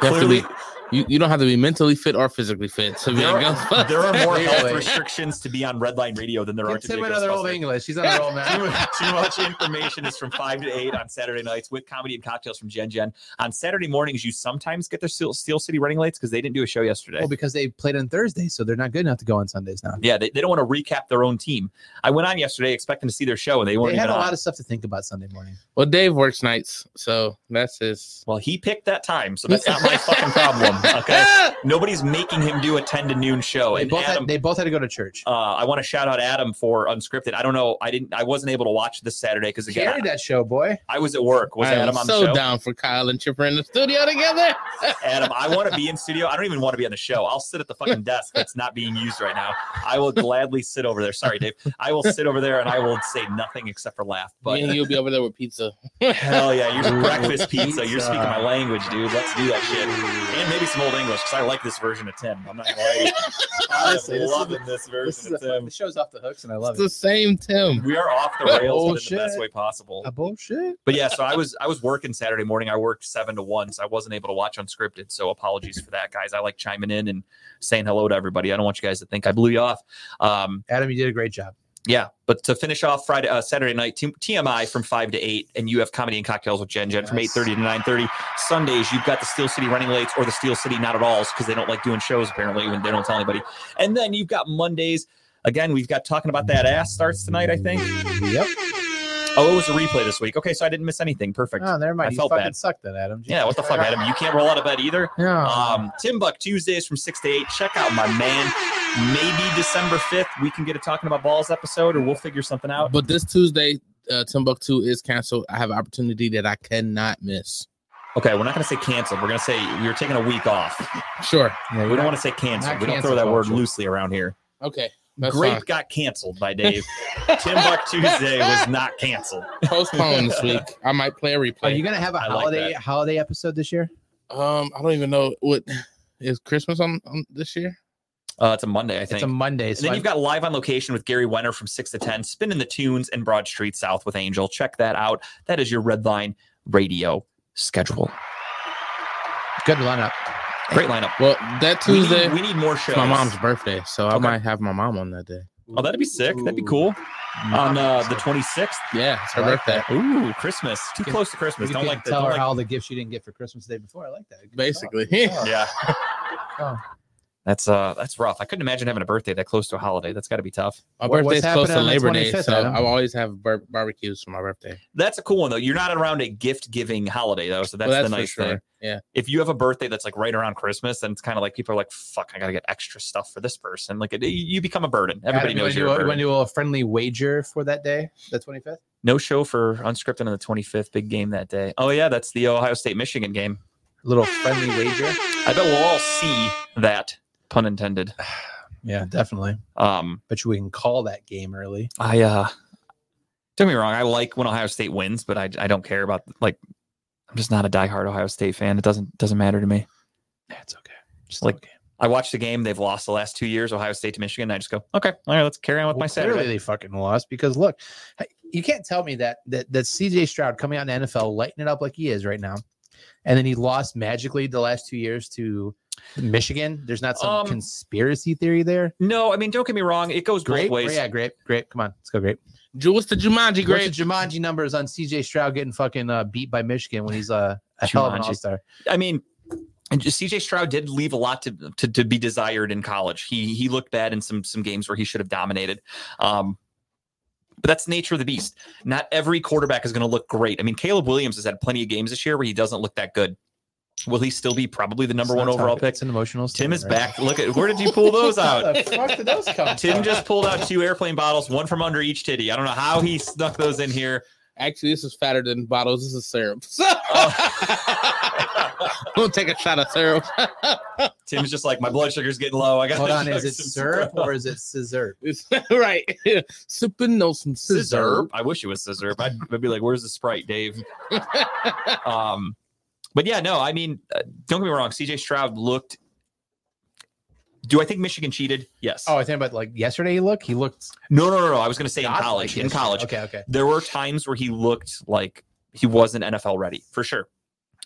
S1: Clearly,
S3: be- you, you don't have to be mentally fit or physically fit to be
S1: There
S3: a
S1: are-
S3: Ghostbuster.
S1: there are more health
S2: Really?
S1: restrictions to be on Red Line Radio than there are
S2: Give
S1: to be
S2: Tim
S1: a
S2: another old
S1: Ghostbuster.
S2: English. He's on a roll
S1: too,
S2: now.
S1: too much information is from 5 to 8 on Saturday nights with comedy and cocktails from Gen Gen. On Saturday mornings, you sometimes get their Steel, Steel City running lates because they didn't do a show yesterday.
S2: Well, because they played on Thursday, so they're not good enough to go on Sundays now.
S1: yeah, they, they don't want to recap their own team. I went on yesterday expecting to see their show and they weren't
S2: They had
S1: even
S2: a
S1: on.
S2: lot of stuff to think about Sunday morning.
S3: well, Dave works nights, so that's his.
S1: well, he picked that time, so that's not my fucking problem. Okay. Nobody's making him do a 10 to noon show. oh,
S2: Ah! They
S1: And
S2: both,
S1: Adam,
S2: had, they both had to go to church.
S1: uh, I want to shout out Adam for unscripted. I don't know. I didn't. I wasn't able to watch this Saturday because again,
S2: Carry that show, boy.
S1: I was at work. Was
S3: I am
S1: Adam on
S3: so
S1: the show?
S3: down for Kyle and Chipper in the studio together.
S1: Adam, I want to be in studio. I don't even want to be on the show. I'll sit at the fucking desk that's not being used right now. I will gladly sit over there. Sorry, Dave. I will sit over there and I will say nothing except for laugh.
S3: Me
S1: But
S3: and you'll be over there with pizza.
S1: hell yeah, your
S2: Ooh,
S1: breakfast pizza. You're
S2: pizza.
S1: speaking my language, dude. Let's do that shit. And maybe some old English because I like this version of Tim. I'm not gonna lie.
S2: Honestly,
S1: I'm
S2: this is-
S1: loving this
S2: This
S1: version
S2: is a,
S1: of Tim.
S2: the show's off the hooks, and I
S3: It's
S2: love
S3: the
S2: it.
S3: same Tim.
S1: We are off the rails but in
S2: Bullshit.
S1: the best way possible.
S2: A Ah, bullshit.
S1: But yeah, so I was I was working Saturday morning. I worked seven to one, so I wasn't able to watch unscripted. So apologies for that, guys. I like chiming in and saying hello to everybody. I don't want you guys to think I blew you off. Um,
S2: Adam, you did a great job.
S1: yeah, but to finish off Friday, uh, Saturday night, T- TMI from five to eight, and you have comedy and cocktails with Jen Jen from eight
S2: Yes.
S1: thirty to nine thirty. Sundays, you've got the Steel City Running Lates or the Steel City Not at Alls because they don't like doing shows apparently when they don't tell anybody. And then you've got Mondays. Again, we've got talking about that ass starts tonight. I think.
S2: Yep.
S1: Oh, it was a replay this week. Okay, so I didn't miss anything. Perfect.
S2: Oh, never mind.
S1: I
S2: you
S1: felt
S2: fucking
S1: bad.
S2: sucked then, Adam.
S1: Yeah, what the fuck, Adam? You can't roll out of bed either.
S2: Yeah.
S1: Um, Tim Buck Tuesdays from six to eight. Check out my man. Maybe December fifth we can get a talking about balls episode, or we'll figure something out.
S3: But this Tuesday, uh, Timbuktu is canceled. I have an opportunity that I cannot miss.
S1: Okay, we're not gonna say canceled. We're gonna say we are taking a week off.
S3: Sure.
S2: yeah,
S1: We
S2: you're
S1: don't
S2: not-
S1: want to say canceled.
S2: not
S1: We don't throw
S2: cancel
S1: that word
S2: culture.
S1: loosely around here.
S3: Okay. That's
S1: Grape
S3: fine.
S1: got canceled by Dave. Tim Buck Tuesday was not canceled.
S3: Postpone this week. I might play a
S2: Are
S3: replay.
S2: you gonna have a
S1: I like
S2: holiday holiday episode this year?
S3: um, I don't even know what is Christmas on, on this year.
S1: Uh, it's a Monday, I think.
S2: It's a Monday.
S1: And then you've got live on location with Gary Wenner from six to ten, spinning the tunes and Broad Street South with Angel. Check that out. That is your Red Line Radio schedule.
S2: good lineup.
S1: Great lineup.
S3: Well, that
S1: We
S3: Tuesday,
S1: need- we need, more shows.
S3: it's my mom's birthday, so I
S1: Okay.
S3: might have my mom on that day.
S1: Oh, that'd be sick. That'd be cool.
S2: Mm-hmm.
S1: On uh, the 26th.
S3: Yeah, it's her
S2: I like
S3: birthday.
S1: Ooh, Christmas. Too close to Christmas.
S2: You
S1: Don't
S2: can
S1: like the.
S2: tell
S1: Don't
S2: her
S1: like,
S2: all the gifts you didn't get for Christmas the day before. I like that. Good stuff.
S3: Basically.
S2: Good stuff.
S1: yeah.
S2: Oh.
S1: That's uh, that's rough. I couldn't imagine having a birthday that close to a holiday. That's got to be tough.
S3: My
S2: What-
S3: birthday's
S2: what's
S3: close to
S2: happening on the
S3: Labor Day,
S2: 25th,
S3: so
S2: Adam?
S3: I always have bar- barbecues for my birthday.
S1: That's a cool one though. You're not around a gift giving holiday though, so that's,
S3: Well,
S1: the
S3: for
S1: nice
S3: sure.
S1: thing.
S3: Yeah.
S1: If you have a birthday that's like right around Christmas, then it's kind of like people are like, "Fuck, I gotta get extra stuff for this person." Like it, you become a burden. Everybody
S2: Adam,
S1: knows
S2: you
S1: you're a
S2: want to do, a- you
S1: burden.
S2: wanna do a friendly wager for that day, the 25th.
S1: no show for unscripted on the 25th. Big game that day. Oh yeah, that's the Ohio State Michigan game.
S2: little friendly wager.
S1: I bet we'll all see that, pun intended.
S2: Yeah, definitely.
S1: Um,
S2: But we can call that game early.
S1: I uh, don't get me wrong. I like when Ohio State wins, but I I don't care about like. I'm just not a diehard Ohio State fan. It doesn't doesn't matter to me.
S2: That's okay. Just
S1: Like,
S2: okay.
S1: I watch the game. They've lost the last two years, Ohio State to Michigan. And I just go, okay, all right, let's carry on with
S2: Well,
S1: my
S2: clearly
S1: Saturday.
S2: they fucking lost because look, you can't tell me that that that CJ Stroud coming out in the NFL lighting it up like he is right now, and then he lost magically the last two years to Michigan. There's not some
S1: Um,
S2: conspiracy theory there.
S1: No, I mean, don't get me wrong. It goes
S2: Great,
S1: both ways.
S2: yeah, great, great. Come on, let's go, great.
S3: Ju- What's the Jumanji
S2: What's
S3: grade?
S2: the Jumanji numbers on CJ Stroud getting fucking uh, beat by Michigan when he's uh, a hell of an
S1: Jumanji.
S2: all star?
S1: I mean, and just CJ Stroud did leave a lot to, to to be desired in college. He he looked bad in some some games where he should have dominated. Um, but that's the nature of the beast. Not every quarterback is going to look great. I mean, Caleb Williams has had plenty of games this year where he doesn't look that good. Will he still be probably the number one overall pick?
S2: It's an emotional.
S1: Tim
S2: statement
S1: is
S2: right
S1: back. Look at where did you pull those
S2: now.
S1: out?
S2: How the fuck did those come
S1: Tim
S2: from?
S1: just pulled out two airplane bottles, one from under each titty. I don't know how he snuck those in here.
S3: Actually, this is fatter than bottles. This is syrup. So
S1: Uh,
S3: we'll take a shot of syrup.
S1: Tim's just like my blood sugar's getting low. I got
S2: Hold
S1: to
S2: on,
S1: chug
S2: is it
S1: some
S2: syrup or is it scissor?
S3: It's- right, sipping on some
S1: Scissor.
S3: scissor.
S1: I wish it was scissor. I'd, I'd be like, "Where's the sprite, Dave?" um, but yeah, no. I mean, uh, don't get me wrong. C.J. Stroud looked. Do I think Michigan cheated? Yes.
S2: Oh, I think about like yesterday. He looked. He looked
S1: no, no, no, no. I was going to say in
S2: not
S1: college.
S2: like
S1: in
S2: yesterday.
S1: college,
S2: Okay, okay.
S1: there were times where he looked like he wasn't NFL ready for sure.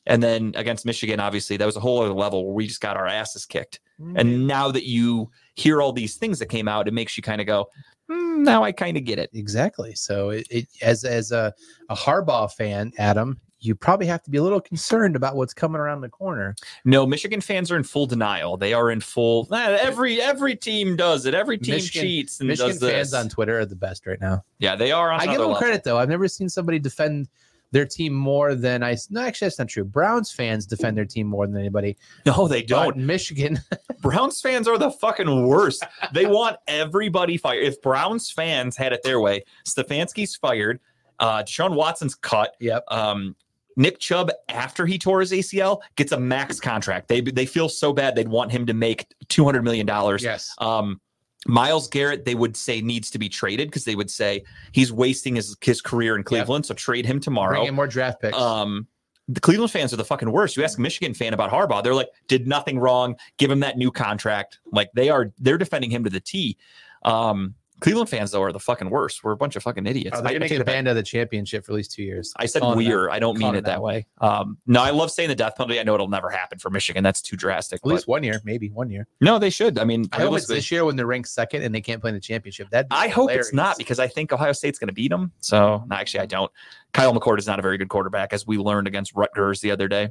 S1: And then against Michigan, obviously, that was a whole other level where we just got our asses kicked.
S2: Mm.
S1: And now that you hear all these things that came out, it makes you kind of go, "Hmm, now I kind of get it.
S2: exactly. So it, it as as a, a Harbaugh fan, Adam, you probably have to be a little concerned about what's coming around the corner.
S1: No, Michigan fans are in full denial. They are in full. "Nah, every every team does it. Every team
S2: Michigan-
S1: cheats and
S2: Michigan
S1: does this.
S2: fans on Twitter are the best right now.
S1: yeah, they are. On
S2: I give
S1: another
S2: them
S1: level.
S2: credit though. I've never seen somebody defend their team more than I. No, actually, that's not true. Browns fans defend their team more than anybody.
S1: No, they
S2: But
S1: don't.
S2: Michigan.
S1: Browns fans are the fucking worst. they want everybody fired. If Browns fans had it their way, Stefanski's fired. Uh, Deshaun Watson's cut.
S2: Yep.
S1: Um, Nick Chubb, after he tore his ACL, gets a max contract. They they feel so bad they'd want him to make two hundred million dollars.
S2: Yes.
S1: Um, Miles Garrett, they would say needs to be traded because they would say he's wasting his his career in Cleveland, so trade him
S2: Bring
S1: tomorrow.
S2: in more draft picks.
S1: Um, the Cleveland fans are the fucking worst. You ask a Michigan fan about Harbaugh, they're like, did nothing wrong. Give him that new contract. Like they are, they're defending him to the T. Um, Cleveland fans though are the fucking worst. We're a bunch of fucking idiots.
S2: oh, they're
S1: I- I
S2: gonna
S1: take
S2: get
S1: it back.
S2: banned out of the championship for at least two years.
S1: I said
S2: Calling it
S1: weird. I don't mean
S2: Calling
S1: it
S2: it
S1: that
S2: out.
S1: way. Um, no, I love saying the death penalty. I know it'll never happen for Michigan. That's too drastic.
S2: At least one year, maybe one year.
S1: but- no, they should. I mean,
S2: I hope it's
S1: realistically-
S2: this year when they're ranked second and they can't play in the championship. That
S1: I hope it's not because I think Ohio State's going to beat them. So no, actually, I don't. Kyle McCord is not a very good quarterback, as we learned against Rutgers the other day.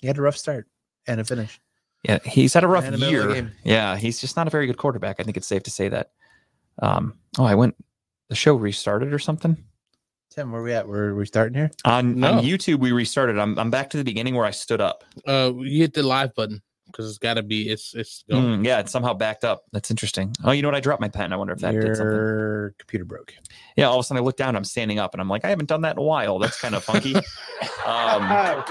S2: he had a rough start and a finish.
S1: Yeah, he's had a rough
S2: And in the middle of the
S1: year.
S2: game.
S1: Yeah, he's just not a very good quarterback. I think it's safe to say that. Um, oh, I went. The show restarted or something
S2: Tim, where we at? We're we starting here.
S1: on,
S3: No.
S1: on YouTube. We restarted. I'm I'm back to the beginning where I stood up.
S3: Uh, you hit the live button because it's got to be. It's it's going.
S1: Mm, yeah, it's somehow backed up. That's interesting. Oh, you know what? I dropped my pen. I wonder if that did something.
S2: Your computer broke.
S1: Yeah, all of a sudden I look down. I'm standing up, and I'm like, I haven't done that in a while. That's kind of funky. um,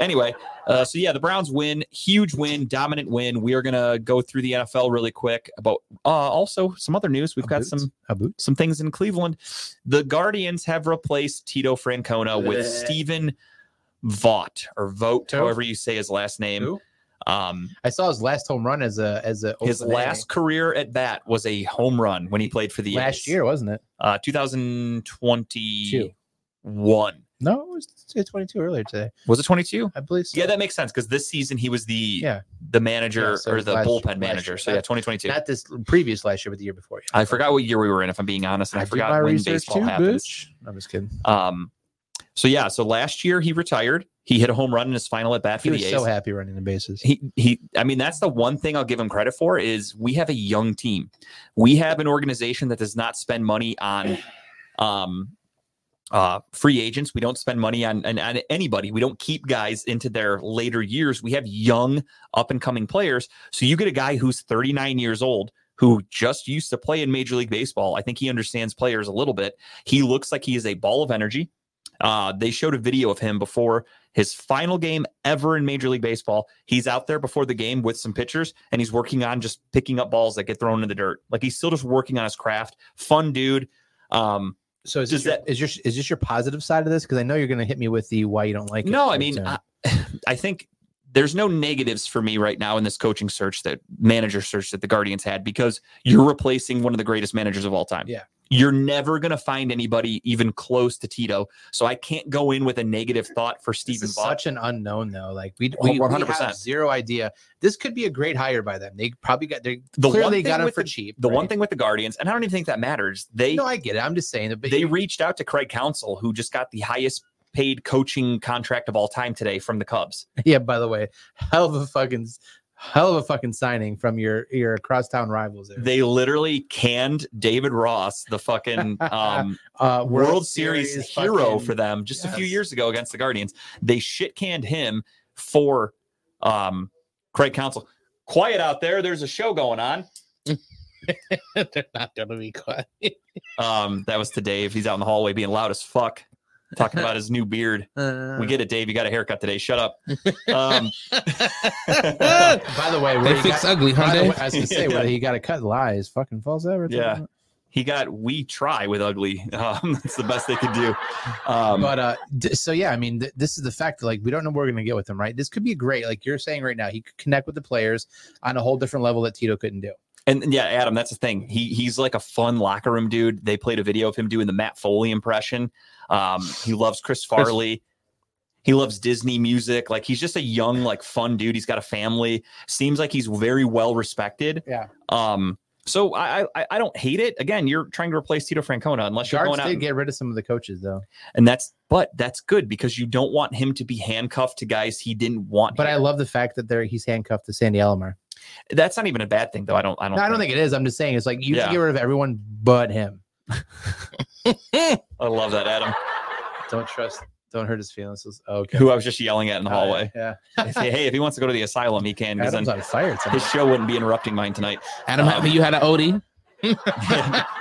S1: anyway, uh, so yeah, the Browns win, huge win, dominant win. We are gonna go through the NFL really quick, but uh, also some other news. We've
S2: A
S1: got
S2: boot?
S1: some
S2: A boot.
S1: some things in Cleveland. The Guardians have replaced Tito Francona with Stephen Vaught or Vogt,
S2: Who?
S1: however you say his last name.
S2: Who? Oh,
S1: Um,
S2: I saw his last home run as a as a
S1: his
S2: opening
S1: last career at bat was a home run when he played for the
S2: last
S1: A's.
S2: year, wasn't it?
S1: uh, 2021.
S2: No, it was it's 22 earlier today.
S1: Was it 22?
S2: I believe so.
S1: Yeah, that makes sense because this season he was the
S2: Yeah.
S1: the manager
S2: Yeah, so
S1: or
S2: it's
S1: the
S2: last-
S1: bullpen
S2: last
S1: manager.
S2: year.
S1: So yeah, 2022.
S2: not this previous last year, but the year before. yeah.
S1: I forgot what year we were in, if I'm being honest, and I,
S2: did
S1: forgot
S2: my
S1: when
S2: research
S1: baseball
S2: too,
S1: happens.
S2: bitch. I'm just kidding.
S1: Um, so yeah, so last year he retired. He hit a home run in his final at bat for
S2: He
S1: the
S2: was
S1: A's.
S2: so happy running the bases.
S1: he he. I mean, that's the one thing I'll give him credit for is we have a young team. We have an organization that does not spend money on, um, uh, free agents. We don't spend money on on, on anybody. We don't keep guys into their later years. We have young up and coming players. So you get a guy who's 39 years old who just used to play in Major League Baseball. I think he understands players a little bit. He looks like he is a ball of energy. Uh, they showed a video of him before his final game ever in Major League Baseball. He's out there before the game with some pitchers and he's working on just picking up balls that get thrown in the dirt. Like he's still just working on his craft. Fun dude. Um,
S4: So is
S1: Does
S4: this, your, is your is this your positive side of this? Because I know you're going to hit me with the why you don't like it.
S1: no, I
S4: very
S1: mean,
S4: soon.
S1: I, I think there's no negatives for me right now in this coaching search that manager search that the Guardians had because you're replacing one of the greatest managers of all time.
S4: Yeah.
S1: You're never going to find anybody even close to Tito. So I can't go in with a negative thought for
S4: This
S1: Steven
S4: is
S1: Vogt.
S4: such an unknown though. Like we,
S1: Oh,
S2: We-
S4: we,
S2: we
S1: 100%.
S2: have zero idea. This could be a great hire by them. They probably got they
S1: The one
S2: clearly
S1: thing
S2: got him
S1: with
S2: for
S1: the-
S2: cheap.
S1: The one
S2: right?
S1: thing with the Guardians, and I don't even think that matters. They
S2: no, I get it. I'm just saying that. But
S1: they reached out to Craig Council, who just got the highest paid coaching contract of all time today from the Cubs.
S2: yeah, by the way, hell of a fucking hell of a fucking signing from your your crosstown rivals. There.
S1: They literally canned David Ross, the fucking um,
S2: uh,
S1: World, Series, hero for them just a few
S2: yes.
S1: years ago against the Guardians. They shit canned him for um, Craig Council. Quiet out there. There's a show going on.
S3: They're not gonna be quiet.
S1: Um, that was to Dave. He's out in the hallway being loud as fuck, talking about his new beard.
S2: Uh,
S1: We get it, Dave. You got a haircut today. Shut up. Um,
S2: by the way, where
S3: they
S2: he
S3: fix
S2: got,
S3: ugly, huh?
S2: by the way,
S3: Dave?
S2: I was gonna say
S1: Yeah.
S2: where he got to cut lies. Fucking false
S1: Yeah.
S2: advertising.
S1: he got we try with ugly. Um, that's the best they could do. Um,
S2: but uh d- so yeah i mean th- this is the fact that like we don't know what we're gonna get with him right this could be great like you're saying right now he could connect with the players on a whole different level that tito couldn't do
S1: and yeah, Adam, that's the thing. He he's like a fun locker room dude. They played a video of him doing the Matt Foley impression. Um, he loves Chris Farley. He loves Disney music. Like he's just a young, like fun dude. He's got a family. Seems like he's very well respected.
S2: Yeah.
S1: Um. So I I, I don't hate it. Again, you're trying to replace Tito Francona unless you're
S2: guards
S1: going out
S2: did
S1: and
S2: get rid of some of the coaches though
S1: and that's but that's good because you don't want him to be handcuffed to guys he didn't want.
S2: but i
S1: here.
S2: love the fact that they're he's handcuffed to sandy alomar
S1: that's not even a bad thing though. I don't I don't
S2: no, i don't think it is i'm just saying it's like you
S1: Yeah.
S2: can get rid of everyone but him
S1: I love that Adam,
S2: don't trust don't hurt his feelings It's- okay
S1: who I was just yelling at in the
S2: Uh,
S1: hallway.
S2: yeah
S1: If- hey, if he wants to go to the asylum, he can because
S2: Adam's
S1: then
S2: on fire tonight.
S1: his show wouldn't be interrupting mine tonight.
S3: Adam,
S1: Um,
S3: you had an OD.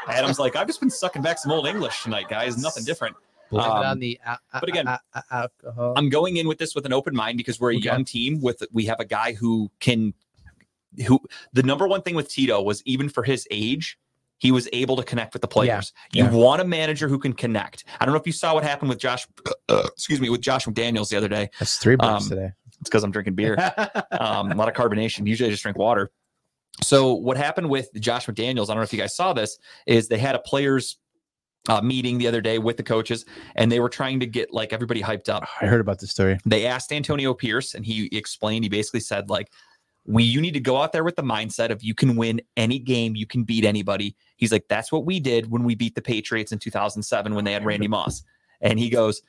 S1: Adam's like, I've just been sucking back some old English tonight, guys. Nothing different.
S2: Blame it
S1: um,
S2: on the a- a-
S1: but again,
S2: a- a- alcohol.
S1: I'm going in with this with an open mind because we're a
S2: Okay.
S1: young team. With we have a guy who can, who the number one thing with Tito was even for his age, he was able to connect with the players.
S2: Yeah.
S1: You want a manager who can connect. I don't know if you saw what happened with Josh. excuse me, with Josh McDaniels the other day.
S2: That's three bucks
S1: um,
S2: today.
S1: It's because I'm drinking beer. um, a lot of carbonation. Usually I just drink water. So what happened with Josh McDaniels, I don't know if you guys saw this, is they had a players uh, meeting the other day with the coaches and they were trying to get like everybody hyped up.
S2: I heard about this story.
S1: They asked Antonio Pierce and he explained, he basically said like, we, you need to go out there with the mindset of you can win any game, you can beat anybody. He's like, that's what we did when we beat the Patriots in 2007 when they had Randy Moss. And he goes,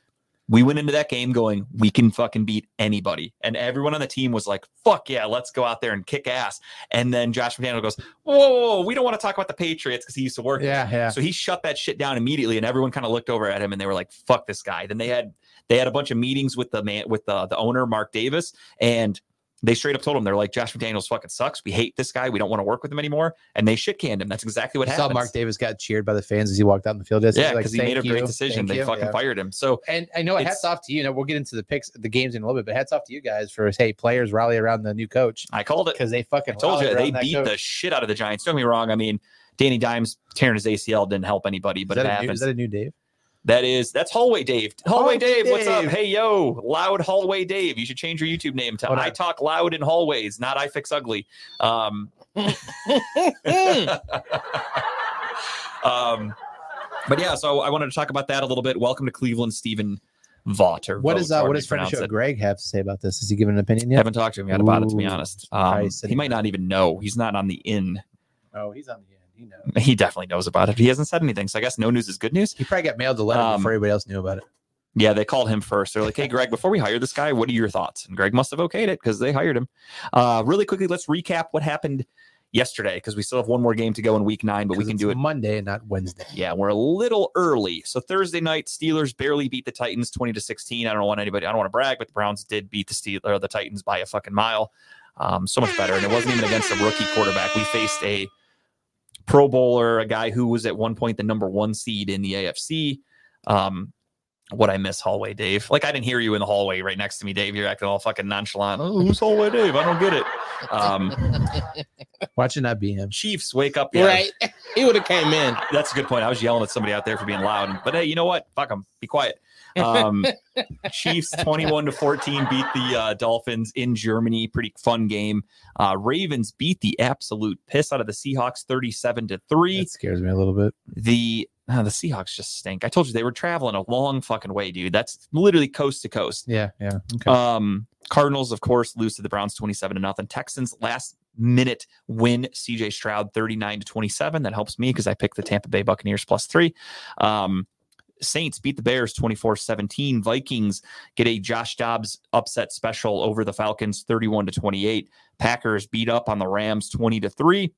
S1: we went into that game going, we can fucking beat anybody. And everyone on the team was like, fuck yeah, let's go out there and kick ass. And then Josh McDaniel goes, whoa, whoa, whoa, we don't want to talk about the Patriots because he used to work. there."
S2: Yeah, yeah.
S1: So he shut that shit down immediately, and everyone kind of looked over at him and they were like, "Fuck this guy." Then they had they had a bunch of meetings with the man with the the owner Mark Davis, and they straight up told him they're like, "Josh McDaniels fucking sucks. We hate this guy. We don't want to work with him anymore." And they shit canned him. That's exactly what
S2: I
S1: happened.
S2: saw Mark Davis got cheered by the fans as he walked out in the field. yesterday.
S1: yeah,
S2: Like,
S1: because he
S2: "Thank
S1: made a
S2: you,
S1: great decision.
S2: thank
S1: They
S2: you."
S1: fucking
S2: Yeah.
S1: fired him. So
S2: And I know
S1: It's-
S2: hats off to you. Now we'll get into the picks, the games in a little bit, but hats off to you guys for hey, players rally around the new coach
S1: I called it.
S2: because they fucking
S1: I told
S2: rallied
S1: you
S2: around
S1: they
S2: that
S1: beat
S2: coach.
S1: the shit out of the Giants. Don't get me wrong. I mean, Danny Dimes tearing his ACL didn't help anybody, but
S2: is
S1: it
S2: that, a new,
S1: happens.
S2: is that a new Dave?
S1: That is that's hallway Dave. Hallway
S2: Oh,
S1: Dave, what's up?
S2: Dave.
S1: Hey yo, loud hallway Dave. You should change your YouTube name to
S2: Hold on.
S1: I talk loud in hallways, not I fix ugly. Um, um, but yeah, so I wanted to talk about that a little bit. Welcome to Cleveland, Stephen Vaught. Or
S2: What
S1: Vogt,
S2: is uh,
S1: however
S2: what
S1: you
S2: does friend of the
S1: pronounce
S2: show
S1: it.
S2: Greg have to say about this? Is he giving an opinion
S1: I
S2: yet?
S1: haven't talked to him yet about it, to be
S2: Ooh,
S1: honest. Um,
S2: Christ.
S1: he might not even know. He's not on the in.
S2: Oh, he's on the end. He knows.
S1: He definitely knows about it. He hasn't said anything, so I guess no news is good news.
S2: He probably got mailed the letter
S1: Um,
S2: before everybody else knew about it.
S1: Yeah, they called him first. They're like, "Hey, Greg, before we hire this guy, what are your thoughts?" And Greg must have okayed it because they hired him. Uh, really quickly, let's recap what happened yesterday because we still have one more game to go in Week Nine, but we
S2: 'Cause
S1: can
S2: it's
S1: do it.
S2: Monday and not Wednesday.
S1: Yeah, we're a little early. So Thursday night, Steelers barely beat the Titans, twenty to sixteen. I don't want anybody. I don't want to brag, but the Browns did beat the Steel or the Titans by a fucking mile. Um, so much better, and it wasn't even against a rookie quarterback. We faced a Pro Bowler, a guy who was at one point the number one seed in the AFC. Um, what I miss hallway Dave. Like I didn't hear you in the hallway right next to me, Dave. You're acting all fucking nonchalant. Oh, who's hallway Dave? I don't get it. Um,
S2: Watch it not be him.
S1: Chiefs, wake up! Yeah,
S3: Right? He would have came in.
S1: that's a good point. I was yelling at somebody out there for being loud, but hey, you know what? Fuck them. Be quiet. Um, Chiefs 21 to 14 beat the uh, Dolphins in Germany. Pretty fun game. Uh, Ravens beat the absolute piss out of the Seahawks 37 to 3
S2: It scares me a little bit.
S1: the ah, the Seahawks just stink. I told you they were traveling a long fucking way, dude. That's literally coast to coast.
S2: Yeah, yeah. Okay.
S1: Um, Cardinals, of course, lose to the Browns 27 to nothing. Texans last minute win CJ Stroud 39 to 27. That helps me because I picked the Tampa Bay Buccaneers plus three. Um, Saints beat the Bears 24 17. Vikings get a Josh Dobbs upset special over the Falcons 31 to 28. Packers beat up on the Rams 20 to 3.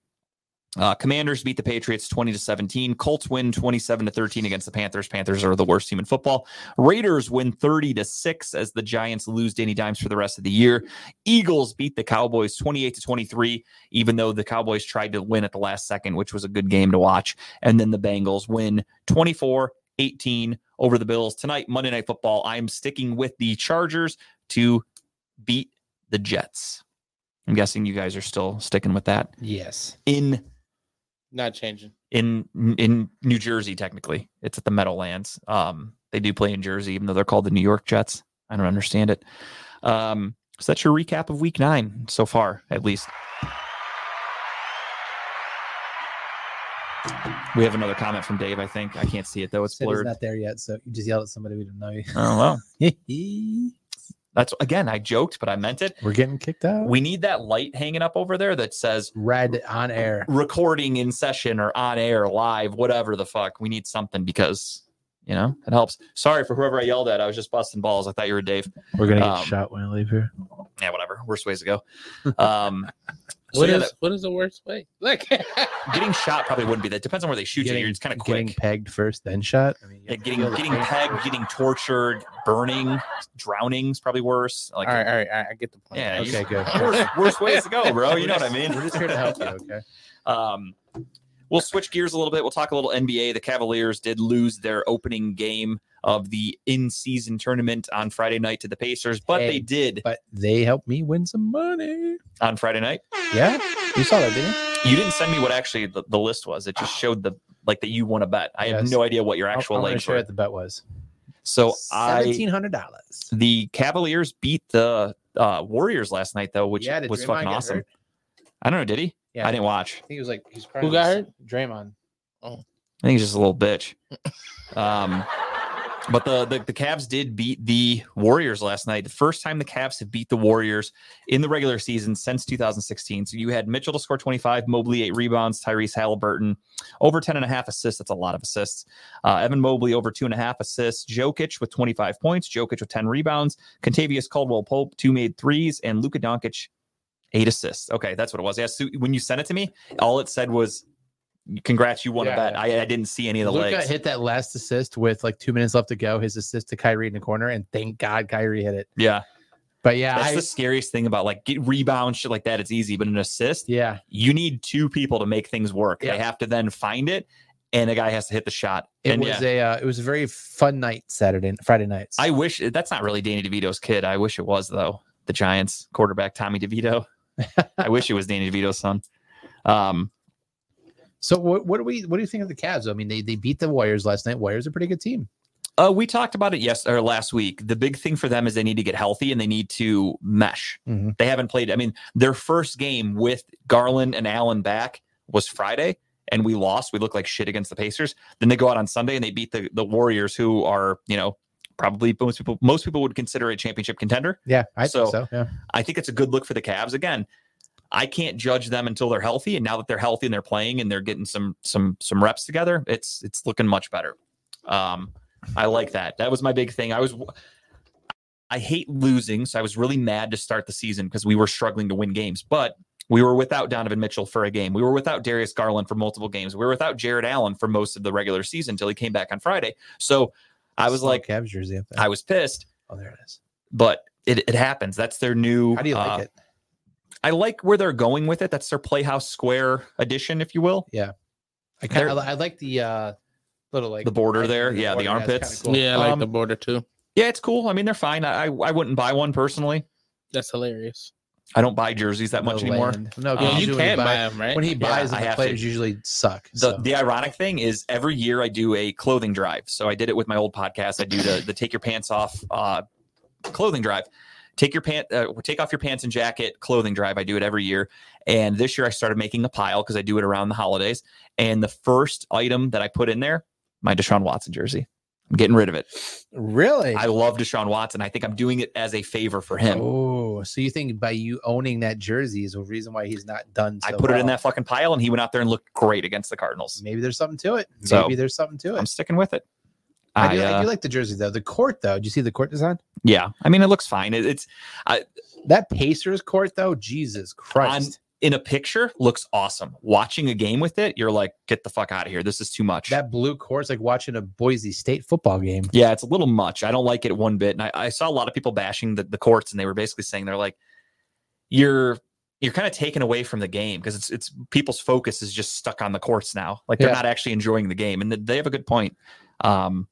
S1: Uh, Commanders beat the Patriots 20 to 17. Colts win 27 to 13 against the Panthers. Panthers are the worst team in football. Raiders win 30 to 6 as the Giants lose Danny Dimes for the rest of the year. Eagles beat the Cowboys 28 to 23, even though the Cowboys tried to win at the last second, which was a good game to watch. And then the Bengals win 24 18 over the Bills. Tonight, Monday Night Football, I'm sticking with the Chargers to beat the Jets. I'm guessing you guys are still sticking with that
S2: yes.
S1: in
S3: Not changing.
S1: in in New Jersey. Technically, it's at the Meadowlands. Um, they do play in Jersey, even though they're called the New York Jets. I don't understand it. Um, so that's your recap of Week Nine so far, at least. We have another comment from Dave. I think I can't see it though; it's
S4: Said he's
S1: blurred.
S4: not there yet, so you just yelled at somebody we didn't know you.
S1: Oh well, that's again. I joked, but I meant it.
S2: We're getting kicked out.
S1: We need that light hanging up over there that says
S2: Red on air.
S1: recording in session or on air live whatever the fuck we need something because you know it helps sorry for whoever i yelled at i was just busting balls i thought you were dave
S2: We're gonna get
S1: Um,
S2: shot when I leave here.
S1: yeah whatever worst ways to go um so
S3: What is
S1: yeah, that-
S3: what is the worst way? Look,
S1: getting shot probably wouldn't be that depends on where they shoot you it's kind of quick
S2: Getting pegged first, then shot. I mean, you
S1: yeah,
S2: have to
S1: getting
S2: feel the
S1: getting
S2: pain
S1: pegged
S2: first.
S1: getting tortured burning drowning's probably worse like
S3: all right, all right, all right, I get the point.
S1: Yeah,
S2: Okay, good. Oh,
S1: worst, worst ways to go bro you know what i mean
S2: We're just here to help you. Okay.
S1: Um, we'll switch gears a little bit. We'll talk a little NBA. The Cavaliers did lose their opening game of the in-season tournament on Friday night to the Pacers, but
S2: Hey.
S1: they did
S2: But they helped me win some money.
S1: on Friday night.
S2: Yeah, you saw that, didn't you?
S1: You didn't send me what actually the, the list was. It just showed the like that you won a bet. I have
S2: Ah. Yes.
S1: no idea what your
S2: I'll-
S1: actual
S2: I'm gonna
S1: legs
S2: show you
S1: were.
S2: what the bet was.
S1: So I
S2: seventeen hundred dollars.
S1: the Cavaliers beat the uh, Warriors last night though, which
S2: Yeah, did
S1: was
S2: Draymond
S1: fucking
S2: get
S1: awesome.
S2: hurt?
S1: I don't know, did he?
S2: Yeah.
S1: I didn't watch.
S2: I think it was like he's
S3: Who got hurt?
S2: Draymond.
S1: I think he's just a little bitch. Um, but the, the the Cavs did beat the Warriors last night. The first time the Cavs have beat the Warriors in the regular season since 2016. So you had Mitchell to score 25, Mobley eight rebounds, Tyrese Halliburton over 10 and a half assists. That's a lot of assists. Uh, Evan Mobley over two and a half assists. Jokic with 25 points. Jokic with 10 rebounds. Contavious Caldwell Pope two made threes, and Luka Doncic eight assists. Okay, that's what it was. Yeah, so when you sent it to me, all it said was, "Congrats, you won a
S2: Yeah.
S1: bet." I, I didn't see any of the
S2: Luca
S1: legs.
S2: hit that last assist with like two minutes left to go. His assist to Kyrie in the corner, and thank God Kyrie hit it.
S1: yeah,
S2: But yeah,
S1: that's
S2: I,
S1: the scariest thing about like get rebound shit like that. It's easy, but an assist,
S2: yeah,
S1: you need two people to make things work.
S2: Yeah.
S1: They have to then find it, and the guy has to hit the shot.
S2: it
S1: and
S2: was
S1: yeah,
S2: a uh, it was a very fun night Saturday, Friday nights.
S1: I wish that's not really Danny DeVito's kid. I wish it was though. The Giants quarterback Tommy DeVito. I wish it was Danny DeVito's son. Um,
S2: so what, what do we what do you think of the Cavs? I mean, they they beat the Warriors last night. Warriors are a pretty good team.
S1: Uh, we talked about it yes or last week. The big thing for them is they need to get healthy and they need to mesh.
S2: Mhm.
S1: They haven't played. I mean, their first game with Garland and Allen back was Friday, and we lost. We looked like shit against the Pacers. Then they go out on Sunday and they beat the the Warriors, who are you know probably most people most people would consider a championship contender.
S2: Yeah, I
S1: So-
S2: think so. Yeah,
S1: I think it's a good look for the Cavs again. I can't judge them until they're healthy, and now that they're healthy and they're playing and they're getting some some some reps together, it's it's looking much better. Um, I like that. That was my big thing. I was I hate losing, so I was really mad to start the season because we were struggling to win games. But we were without Donovan Mitchell for a game. We were without Darius Garland for multiple games. We were without Jared Allen for most of the regular season until he came back on Friday. So I was
S2: Slow
S1: like,
S2: Cavs jersey up there.
S1: I was pissed,
S2: oh, there it is.
S1: but it, it happens. That's their new.
S2: How do you
S1: uh,
S2: like it?
S1: I like where they're going with it. That's their Playhouse Square edition, if you will.
S2: I kind
S1: they're-
S2: of I like the uh little like
S1: The border
S2: like,
S1: there, yeah, the
S2: border, it's
S1: armpits.
S2: kinda cool.
S3: Yeah, I like
S1: Um,
S3: the border too.
S1: Yeah, it's cool. I mean, they're fine. I I, I wouldn't buy one personally.
S3: That's hilarious.
S1: I don't buy jerseys that much
S2: No
S1: anymore.
S2: land. No,
S1: Yeah,
S2: because
S1: Um,
S3: you
S2: usually when he
S3: can't buy
S2: buy-
S3: them, right?
S2: When he buys,
S1: I
S2: them,
S1: have
S2: the
S1: to.
S2: players usually suck.
S1: The,
S2: so.
S1: the ironic thing is every year I do a clothing drive. So I did it with my old podcast. I do the, the take your pants off uh, clothing drive. Take your pant, uh, take off your pants and jacket clothing drive. I do it every year. And this year I started making a pile because I do it around the holidays. And the first item that I put in there, my Deshaun Watson jersey. I'm getting rid of it.
S2: really?
S1: I love Deshaun Watson. I think I'm doing it as a favor for him.
S2: Oh, so you think by you owning that jersey is a reason why he's not done? So
S1: I put it in
S2: well.
S1: that fucking pile and he went out there and looked great against the Cardinals.
S2: Maybe there's something to it.
S1: So,
S2: Maybe there's something to
S1: I'm
S2: it.
S1: sticking with it.
S2: I, do, I
S1: uh,
S2: do like the jersey though. The court though. Did you see the court design?
S1: yeah. I mean, it looks fine. It, it's
S2: That Pacers court though. Jesus Christ.
S1: in a picture looks awesome. Watching a game with it, you're like, get the fuck out of here. This is too much.
S2: that blue court's like watching a Boise State football game.
S1: yeah, it's a little much. I don't like it one bit. And I, I saw a lot of people bashing the, the courts, and they were basically saying they're like, you're you're kind of taken away from the game because it's it's people's focus is just stuck on the courts now. Like they're
S2: Yeah.
S1: not actually enjoying the game, and th- they have a good point. Um,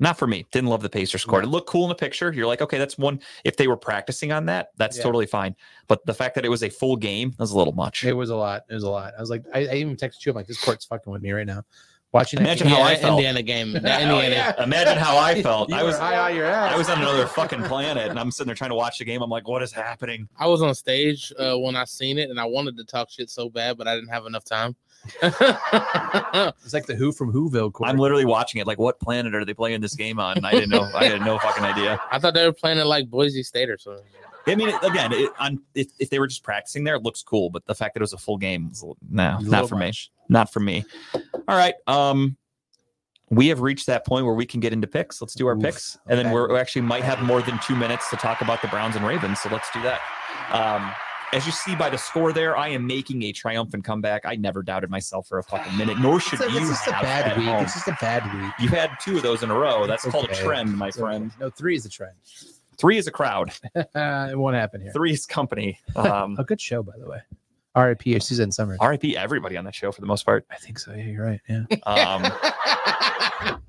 S1: not for me. Didn't love the Pacers court. It looked cool in the picture. You're like, okay, that's one. If they were practicing on that, that's
S2: Yeah.
S1: totally fine. But the fact that it was a full game was a little much.
S2: It was a lot. It was a lot. I was like, I, I even texted you. I'm like, this court's fucking with me right now. Watching that
S1: Imagine
S2: game-
S1: how I
S3: that
S1: felt.
S3: Indiana game.
S1: Oh,
S3: That Indiana.
S1: yeah. Imagine how I felt.
S2: You
S1: I
S2: were
S1: was
S2: high on your ass.
S1: I was on another fucking planet, and I'm sitting there trying to watch the game. I'm like, what is happening?
S3: I was on stage uh, when I seen it, and I wanted to talk shit so bad, but I didn't have enough time.
S2: It's like the Who from Whoville court.
S1: I'm literally watching it. Like, what planet are they playing this game on? And I didn't know. I had no fucking idea.
S3: I thought they were playing at like Boise State or something.
S1: I mean, again, it, on, if if they were just practicing there, it looks cool. But the fact that it was a full game, was, a little- no, not for me. Not for me. All right. Um, we have reached that point where we can get into picks. Let's do our
S2: Oof.
S1: picks, and then
S2: Okay.
S1: we're we actually might have more than two minutes to talk about the Browns and Ravens. So let's do that. Um, as you see by the score there, I am making a triumphant comeback. I never doubted myself for a fucking minute, nor should
S2: It's, a,
S1: you.
S2: it's just a
S1: have
S2: bad
S1: at
S2: week.
S1: home.
S2: It's just a bad week.
S1: You've had two of those in a row. That's
S2: It's
S1: called a
S2: okay.
S1: trend, my
S2: It's okay.
S1: friend.
S2: No, three is a trend.
S1: Three is a crowd.
S2: it won't happen here.
S1: Three is company. Um,
S2: A good show, by the way. R.I.P. Susan Summers.
S1: R.I.P. Everybody on that show for the most part.
S2: I think so. Yeah, you're right. Yeah.
S1: Um,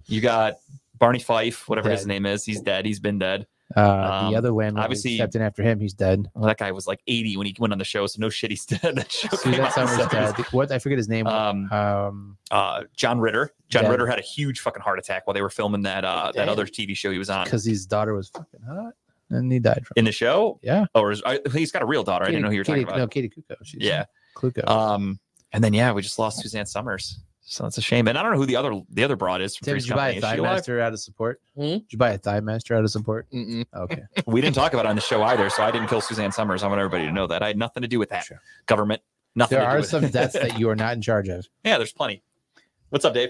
S1: you got Barney Fife, whatever his
S2: Dead.
S1: name is. He's dead. He's been dead.
S2: Uh,
S1: Um,
S2: the other one
S1: obviously-
S2: obviously stepped in after him. He's dead.
S1: Well, that guy was like 80 when he went on the show, so no shit, he's dead. That show came
S2: Susan
S1: out in the
S2: Summers
S1: 70s.
S2: dead. What I forget his name. was.
S1: Um,
S2: Um,
S1: uh, John Ritter. John
S2: Dead.
S1: Ritter had a huge fucking heart attack while they were filming that uh, that
S2: Damn.
S1: other TV show he was on.
S2: because his daughter was fucking hot, and he died from.
S1: In the show,
S2: Yeah.
S1: or is, I- he's got a real daughter. I didn't know who you were
S2: Katie,
S1: talking about.
S2: No, Katie Kuko. She's
S1: Yeah.
S2: Kluko.
S1: Um, and then yeah, we just lost Suzanne Summers, so that's a shame. And I don't know who the other the other broad is. From
S2: Tim,
S1: Three's
S2: did you buy
S1: Company.
S2: a
S1: Is
S2: thigh
S1: she alive?
S2: master out of support?
S3: Hmm?
S2: Did you buy a thigh master out of support?
S3: Mm-mm.
S2: Okay.
S1: we didn't talk about it on the show either, so I didn't kill Suzanne Summers. I want everybody to know that I had nothing to do with that
S2: Sure.
S1: government. Nothing.
S2: There
S1: to do
S2: are
S1: with
S2: some
S1: it.
S2: deaths that you are not in charge of.
S1: yeah, there's plenty. What's up, Dave?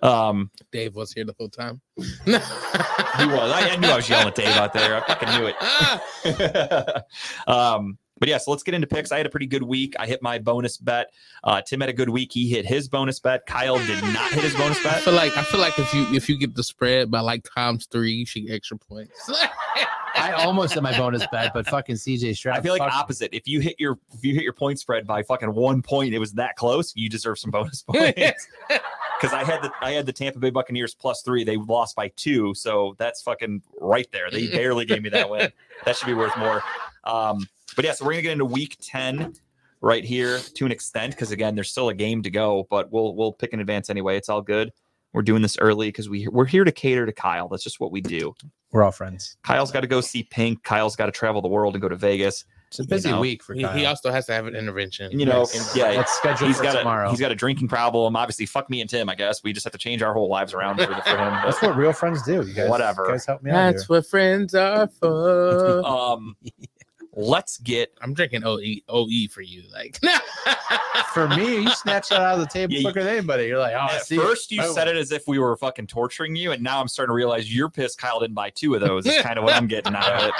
S1: Um,
S3: Dave was here the whole time. he
S1: he
S3: was.
S1: was. I, I knew I was yelling at Dave out there. I fucking knew it. um, but yeah, so let's get into picks. I had a pretty good week. I hit my bonus bet. Uh, Tim had a good week. He hit his bonus bet. Kyle did not hit his bonus
S3: I
S1: bet.
S3: feel like I feel like if you if you get the spread by like times three, you should get extra points.
S2: I almost had my bonus bet, but fucking CJ Stroud.
S1: I feel like
S2: fuck-
S1: opposite. If you hit your if you hit your point spread by fucking one point, it was that close. You deserve some bonus points. Because I had the I had the Tampa Bay Buccaneers plus three. They lost by two, so that's fucking right there. They barely gave me that win. That should be worth more. Um, but yeah, so we're gonna get into week ten right here to an extent because again, there's still a game to go, but we'll we'll pick in advance anyway. It's all good. We're doing this early because we we're here to cater to Kyle. That's just what we do.
S2: We're all friends.
S1: Kyle's got to go see Pink. Kyle's got to travel the world and go to Vegas.
S2: It's a busy
S1: know,
S2: week for
S3: he,
S2: Kyle.
S3: he also has to have an intervention.
S1: And, you know,
S3: Yes.
S1: yeah,
S2: That's scheduled
S1: he's
S2: for
S1: got
S2: tomorrow.
S1: a he's got a drinking problem. Obviously, fuck me and Tim. I guess we just have to change our whole lives around for, for him.
S2: That's what real friends do. You guys,
S1: Whatever.
S2: You guys help me out.
S3: That's
S2: Here.
S3: what friends are
S1: But,
S3: for.
S1: um, let's get.
S3: I'm drinking OE OE E for you. Like
S2: For me, you snatch that out of the table
S1: Yeah, you-
S2: quicker than anybody. You're like, oh, I
S1: at
S2: see.
S1: first, you
S2: Boom.
S1: said it as if we were fucking torturing you, and now I'm starting to realize you're pissed. Kyle didn't buy two of those. Is kind of what I'm getting out of it.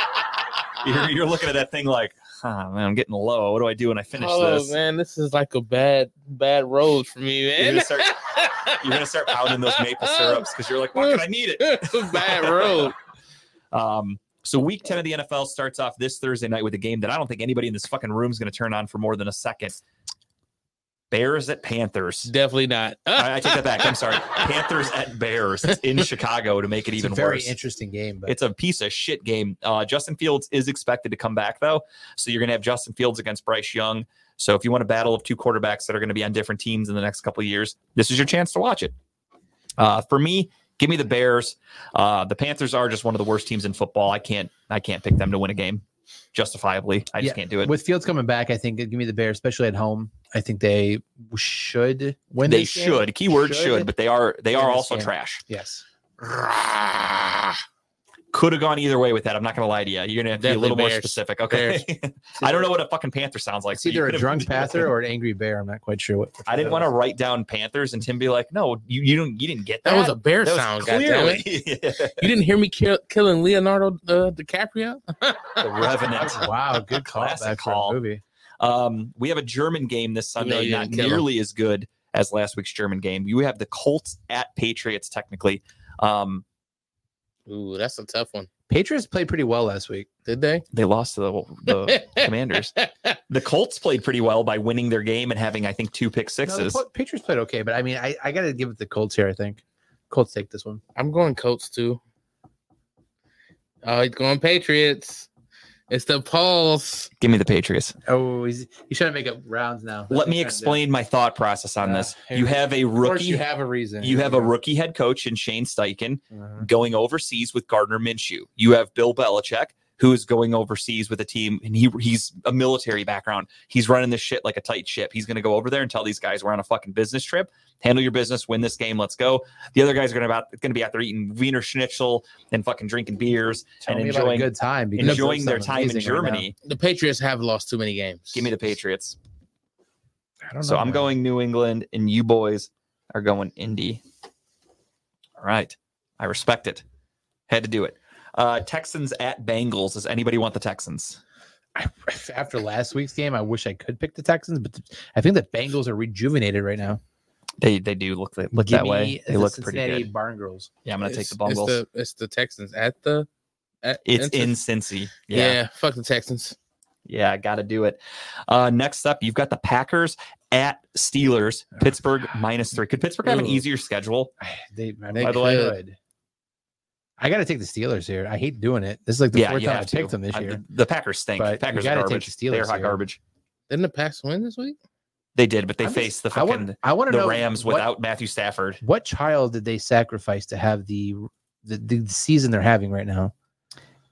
S1: You're, you're looking at that thing like, huh, man, I'm getting low. What do I do when I finish
S3: oh
S1: this?
S3: man, this is like a bad bad road for me,
S1: You're
S3: man.
S1: gonna start- You're gonna start pounding those maple syrups because you're like, why could I need it?
S3: bad road.
S1: Um, so week 10 of the NFL starts off this Thursday night with a game that I don't think anybody in this fucking room is going to turn on for more than a second. Bears at Panthers.
S3: Definitely not.
S1: I, I take that back. I'm sorry. Panthers at Bears It's in Chicago to make it
S2: It's
S1: even
S2: a very
S1: worse.
S2: interesting game, but
S1: It's a piece of shit game. Uh, Justin Fields is expected to come back though, so you're going to have Justin Fields against Bryce Young. So if you want a battle of two quarterbacks that are going to be on different teams in the next couple of years, this is your chance to watch it. Uh, for me, give me the Bears. Uh, the Panthers are just one of the worst teams in football. I can't, I can't pick them to win a game justifiably. I just
S2: Yeah,
S1: can't do it.
S2: with Fields coming back, I think give me the Bears, especially at home. I think they should win.
S1: they
S2: this game.
S1: should. Keyword
S2: Should.
S1: should, but they are they
S2: win
S1: are
S2: this
S1: also
S2: game.
S1: trash.
S2: Yes.
S1: could have gone either way with that. I'm not gonna lie to you. You're gonna have to be a
S3: Definitely
S1: little more
S3: Bears.
S1: specific. Okay. I don't know what a fucking panther sounds like.
S2: It's
S1: so you
S2: either a
S1: could've-
S2: drunk panther or an angry bear. I'm not quite sure what.
S1: I didn't want to write down panthers and Tim be like, no, you, you don't you didn't get that.
S3: That was a bear
S1: That was
S3: sound.
S1: clearly
S3: goddammit.
S1: the
S3: You didn't hear me kill, killing Leonardo uh, DiCaprio?
S1: revenant.
S2: Wow, good call
S1: Classic
S2: back for
S1: call.
S2: a movie.
S1: Um, we have a German game this
S3: You know
S1: Sunday,
S3: you
S1: not
S3: didn't kill 'em.
S1: nearly as good as last week's German game. You have the Colts at Patriots, technically. Um,
S3: Ooh, that's a tough one.
S2: Patriots played pretty well last week.
S3: Did they?
S1: they lost to the, the Commanders. The Colts played pretty well by winning their game and having, I think, two pick
S2: No, the
S1: sixes.
S2: Pa- Patriots played okay, but I mean, I, I got to give it the Colts here. I think Colts take this one.
S3: I'm going Colts too. Oh, he's going Patriots. It's the Pulse.
S1: Give me the Patriots.
S2: Oh, he's, he's trying to make up rounds now. That's
S1: Let
S2: what
S1: me
S2: he's trying to
S1: explain my thought process on
S2: Uh,
S1: this.
S2: here
S1: You
S2: we
S1: have a
S2: do. Of course,
S1: rookie.
S2: you have a reason.
S1: You have a rookie head coach in Shane Steichen
S2: Uh-huh.
S1: going overseas with Gardner Minshew. You have Bill Belichick who is going overseas with a team, and he he's a military background. He's running this shit like a tight ship. He's going to go over there and tell these guys we're on a fucking business trip. Handle your business, win this game, let's go. The other guys are going to about going to be out there eating Wiener Schnitzel and fucking drinking beers
S2: Tell
S1: and
S2: me about a
S1: enjoying
S2: good time. because there's
S1: enjoying their
S2: something
S1: time in
S2: amazing right now.
S1: Germany.
S3: The Patriots have lost too many games.
S1: Give me the Patriots.
S2: I don't
S1: So
S2: know,
S1: I'm
S2: man.
S1: going New England, and you boys are going Indy. All right, I respect it. Had to do it. Uh, Texans at Bengals. Does anybody want the Texans?
S2: I, after last week's game, I wish I could pick the Texans, but th- I think the Bengals are rejuvenated right now.
S1: They they do look they look
S2: Give
S1: that
S2: me
S1: way. They
S2: the
S1: look
S2: Cincinnati
S1: pretty good.
S2: Barn Girls.
S1: Yeah, I'm gonna take the
S3: It's-
S1: Bengals.
S3: It's the, it's the Texans at the. At,
S1: It's,
S3: at-
S1: in Cincy.
S3: Yeah.
S1: Yeah, yeah,
S3: fuck the Texans.
S1: got to do it. Uh, next up, you've got the Packers at Steelers. Pittsburgh minus three. Could Pittsburgh have an
S3: Ooh.
S1: easier schedule?
S2: They, I
S3: They
S2: by the way,
S3: could.
S2: could. I got to take the Steelers here. I hate doing it. This is like the
S1: yeah,
S2: fourth
S1: you
S2: time I
S1: have to.
S2: picked them this
S1: Uh,
S2: year.
S1: the, the Packers stink.
S2: But you
S1: Packers are
S2: gotta take
S1: garbage.
S2: the Steelers
S1: They're hot
S2: here.
S1: garbage.
S3: Didn't the Pats win this week?
S1: They did, but they
S2: I'm just-
S1: faced the
S2: I
S1: fucking
S2: want, I want to
S1: the
S2: know
S1: Rams
S2: what,
S1: without Matthew Stafford.
S2: What child did they sacrifice to have the the, the season they're having right now?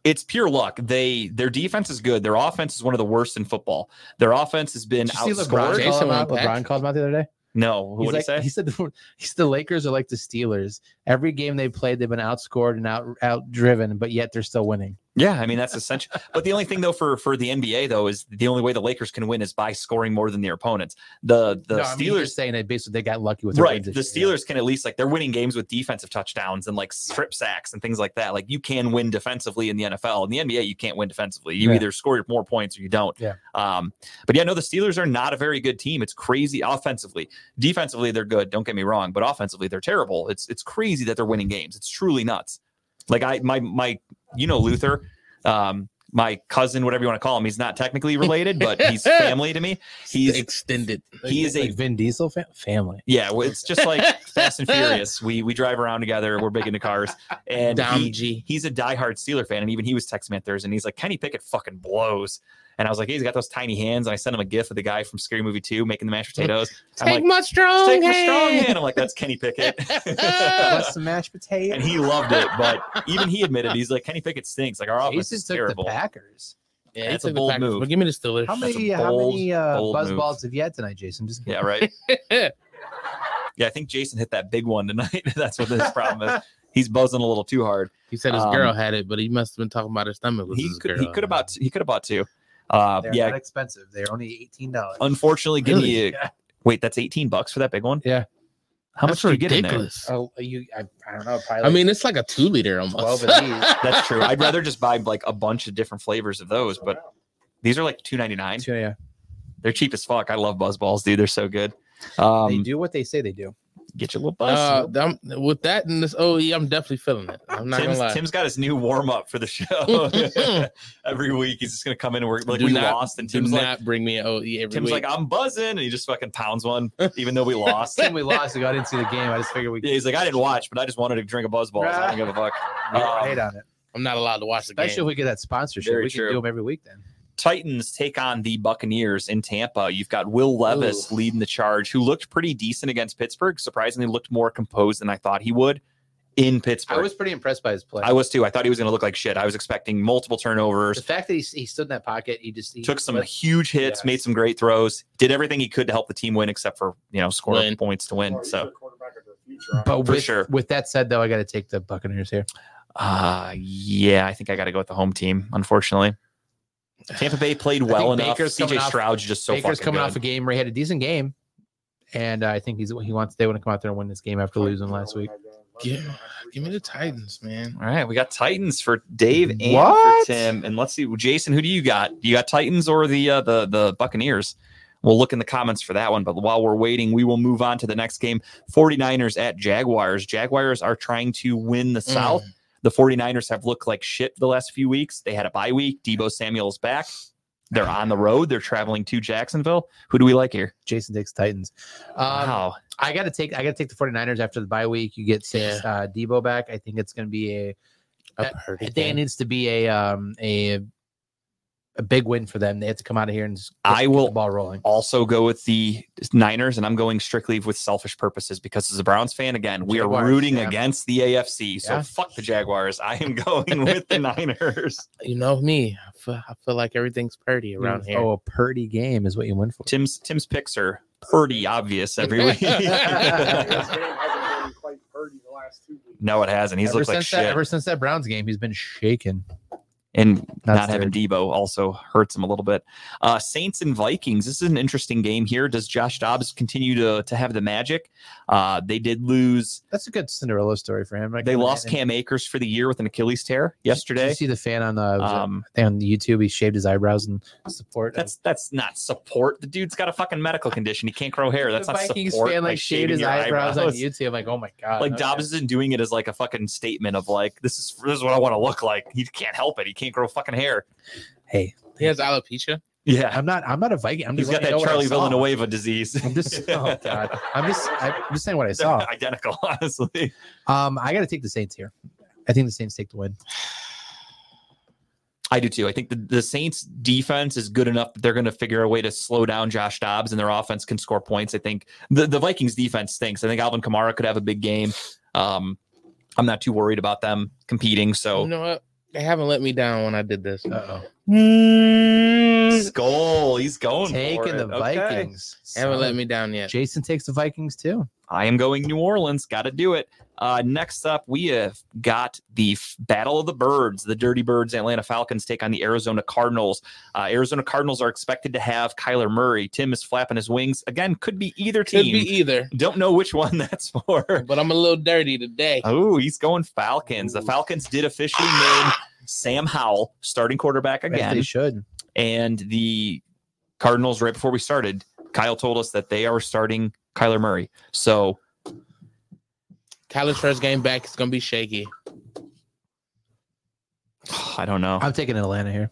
S1: It's pure luck. They their defense is good. Their offense is one of the worst in football. Their offense has been
S2: Did you see
S1: outscored.
S2: LeBron, call
S3: Jason
S2: him out?
S3: Wynn
S2: LeBron
S3: Patrick.
S2: called him out the other day.
S1: no, who
S2: He's
S1: would
S2: like,
S1: he
S2: He
S1: say?
S2: said the, he's the Lakers are like the Steelers. Every game they played, they've been outscored and out outdriven, but yet they're still winning.
S1: Yeah, I mean that's essential. but the only thing though for for the NBA though is the only way the Lakers can win is by scoring more than their opponents. The the
S2: No, I mean, he's
S1: Steelers.
S2: just saying that basically they got lucky with their
S1: Right,
S2: wins
S1: the
S2: this year.
S1: Steelers can at least like they're winning games with defensive touchdowns and like strip sacks and things like that. Like you can win defensively in the NFL. In the NBA, you can't win defensively. You
S2: Yeah.
S1: either score more points or you don't.
S2: Yeah.
S1: Um, but yeah, no, the Steelers are not a very good team. It's crazy offensively. Defensively, they're good. Don't get me wrong, but offensively, they're terrible. It's it's crazy that they're winning games. It's truly nuts. Like I my my you know Luther, um, my cousin, whatever you want to call him. He's not technically related, but he's family to me. He's
S3: extended.
S1: he is a
S2: like Vin Diesel fa- family.
S1: yeah, well, it's just like Fast and Furious. We we drive around together. We're big into cars, and
S3: Dom
S1: he,
S3: G.
S1: he's a diehard Steeler fan. And even he was texting me on Thursday, and he's like, "Kenny Pickett fucking blows." And I was like, "Hey, "He's got those tiny hands." And I sent him a gif of the guy from Scary Movie Two making the mashed potatoes. I'm
S3: Take
S1: like,
S3: my strong
S1: "Take your strong
S3: hand.
S1: hand." I'm like, "That's Kenny Pickett,"
S2: Plus some mashed potatoes.
S1: and he loved it. But even he admitted he's like, "Kenny Pickett stinks. Like our offense
S2: Jesus
S1: is
S2: took
S1: terrible."
S2: the Packers.
S3: Yeah, he
S1: That's a
S3: took the
S1: bold
S3: Packers,
S1: move.
S3: But give me the Steelers.
S2: How
S1: That's a
S2: many how
S1: bold,
S2: many uh,
S1: bold
S2: buzz
S1: move.
S2: balls have you had tonight, Jason? Just
S1: Yeah, right. Yeah, I think Jason hit that big one tonight. That's what his problem is. He's buzzing a little too hard.
S3: he said his
S1: Um,
S3: girl had it, but he must have been talking about his stomach. Was
S1: he
S3: his
S1: could
S3: girl.
S1: he could have bought he could have bought two. Uh,
S2: they're
S1: yeah,
S2: not expensive. They're only eighteen dollars.
S1: unfortunately, give
S3: Really?
S1: me a,
S2: Yeah.
S1: wait. That's eighteen bucks for that big one.
S2: Yeah.
S1: how
S3: That's
S1: much did you get in there?
S3: ridiculous.
S2: Oh, you? I, I don't know. Probably
S3: I mean, it's like a two liter
S2: 12
S3: almost.
S2: of these.
S1: That's true. I'd rather just buy like a bunch of different flavors of those, but these are like two ninety nine.
S2: yeah,
S1: They're cheap as fuck. I love Buzz Balls, dude. They're so good. Um,
S2: they do what they say they do.
S1: Get your little buzz.
S3: Uh, I'm, with that and this OE, I'm definitely feeling it. I'm not
S1: Tim's,
S3: gonna lie.
S1: Tim's got his new warm up for the show every week. He's just gonna come in and we're like
S3: Do
S1: we
S3: not-
S1: lost, and
S3: Do
S1: Tim's
S3: not
S1: like
S3: bring me an OE every
S1: Tim's
S3: week.
S1: like I'm buzzing, and he just fucking pounds one, even though we lost.
S2: Then we lost. I didn't see the game. I just figured we
S1: Yeah, he's like I didn't watch, but I just wanted to drink a buzz ball. So I don't give a fuck.
S2: we
S1: Um,
S2: hate on it.
S3: I'm not allowed to watch the
S2: Especially
S3: game.
S2: if we get that sponsorship.
S1: Very
S2: We
S1: true.
S2: can do them every week then.
S1: Titans take on the Buccaneers in Tampa. You've got Will Levis leading the charge, who looked pretty decent against Pittsburgh. Surprisingly, looked more composed than I thought he would in Pittsburgh.
S2: I was pretty impressed by his play.
S1: I was too. I thought he was going to look like shit. I was expecting multiple
S2: the
S1: turnovers,
S2: fact that he, he stood in that pocket, he just he
S1: took some
S2: flipped.
S1: huge hits,
S2: Yeah.
S1: made some great throws, did everything he could to help the team win, except for you know score
S3: Win.
S1: points to win. So for
S2: But with,
S1: sure.
S2: with that said, though, I got to take the Buccaneers here.
S1: uh yeah, I think I got to go with the home team. Unfortunately, Tampa Bay played well enough.
S2: Baker's
S1: CJ
S2: coming off-
S1: Stroud's just so
S2: Baker's
S1: fucking
S2: coming
S1: good.
S2: off a game where he had a decent game, and I think he's he wants they want to come out there and win this game after losing last week.
S3: Yeah, Give me the Titans, man.
S1: All right, we got Titans for Dave and
S2: What?
S1: for Tim, and let's see, Jason, who do you got? You got Titans or the uh, the the Buccaneers? We'll look in the comments for that one. But while we're waiting, we will move on to the next game: 49ers at Jaguars. Jaguars are trying to win the South. The 49ers have looked like shit the last few weeks. They had a bye week. Debo Samuel's back. They're on the road. They're traveling to Jacksonville. Who do we like here?
S2: Jason takes Titans. Um,
S1: wow.
S2: I got to take I got to take the 49ers after the bye week. You get six uh, Debo back. I think it's going to be a
S3: A
S2: I
S3: pretty
S2: think it
S3: game.
S2: needs to be a um a a big win for them. They have to come out of here and just
S1: I
S2: get
S1: will-
S2: the ball rolling.
S1: also go with the Niners, and I'm going strictly with selfish purposes because as a Browns fan, again, we are
S2: Jaguars,
S1: rooting
S2: yeah.
S1: against the AFC. So
S2: Yeah.
S1: fuck the Jaguars. I am going with the Niners.
S3: You know me. I feel, I feel like everything's purdy
S1: Mm.
S3: around here.
S2: Oh, a Purdy game is what you win for.
S1: Tim's Tim's picks are pretty obvious every week. no, it hasn't. He's
S2: ever
S1: looked
S2: since
S1: like
S2: that,
S1: shit.
S2: ever since that Browns game, he's been shaken.
S1: and
S2: That's
S1: not having Debo also hurts him a little bit. Uh, Saints and Vikings. This is an interesting game here. Does Josh Dobbs continue to to have the magic? Uh, they did lose.
S2: That's a good Cinderella story for him. I
S1: They
S2: can't
S1: lost
S2: imagine.
S1: Cam Akers for the year with an Achilles tear
S2: Did
S1: yesterday.
S2: you see the fan on the um,
S1: Um,
S2: on YouTube? He shaved his eyebrows and support.
S1: That's that's not support. The dude's got a fucking medical condition. He can't grow hair. That's
S2: the
S1: not
S2: Vikings
S1: support.
S2: fan like, shaved
S1: shaving
S2: his
S1: your
S2: eyebrows, on YouTube. I'm like, oh my god!
S1: Like
S2: okay.
S1: Dobbs isn't doing it as like a fucking statement of like this is this is what I want to look like. He can't help it. He can't grow fucking hair.
S2: Hey,
S3: He has alopecia.
S1: Yeah,
S2: I'm not. I'm not a Viking. I'm
S1: he's
S2: just
S1: got
S2: letting
S1: that
S2: you know what I
S1: Charlie
S2: saw.
S1: Villanueva disease.
S2: I'm just. Oh god. I'm just. I'm just saying what I
S1: They're
S2: saw.
S1: identical, honestly.
S2: Um, I got to take the Saints here. I think the Saints take the win.
S1: I do too. I think the, the Saints defense is good enough that they're going to figure a way to slow down Josh Dobbs and their offense can score points. I think the, the Vikings defense stinks. I think Alvin Kamara could have a big game. Um, I'm not too worried about them competing.
S3: You
S1: So
S3: know what? They haven't let me down when I did this.
S2: Uh
S3: Mm,
S1: skull, he's going for
S2: Taking
S1: it.
S2: the
S1: Okay.
S2: Vikings.
S3: haven't let
S2: Solid.
S3: me down yet.
S2: Jason takes the Vikings too.
S1: I am going New Orleans. Got to do it. Uh, next up, we have got the f- Battle of the Birds. The Dirty Birds, Atlanta Falcons take on the Arizona Cardinals. Uh, Arizona Cardinals are expected to have Kyler Murray. Tim is flapping his wings again. Could be either
S3: Could
S1: team.
S3: be either,
S1: Don't know which one that's for.
S3: but I'm a little dirty today.
S1: Oh, he's going Falcons. The Falcons did officially name Sam Howell starting quarterback
S2: As they
S1: again,
S2: should.
S1: and the Cardinals. Right before we started, Kyle told us that they are starting Kyler Murray. So
S3: Kyler's first game back is gonna be shaky.
S1: I don't know.
S2: I'm taking Atlanta here.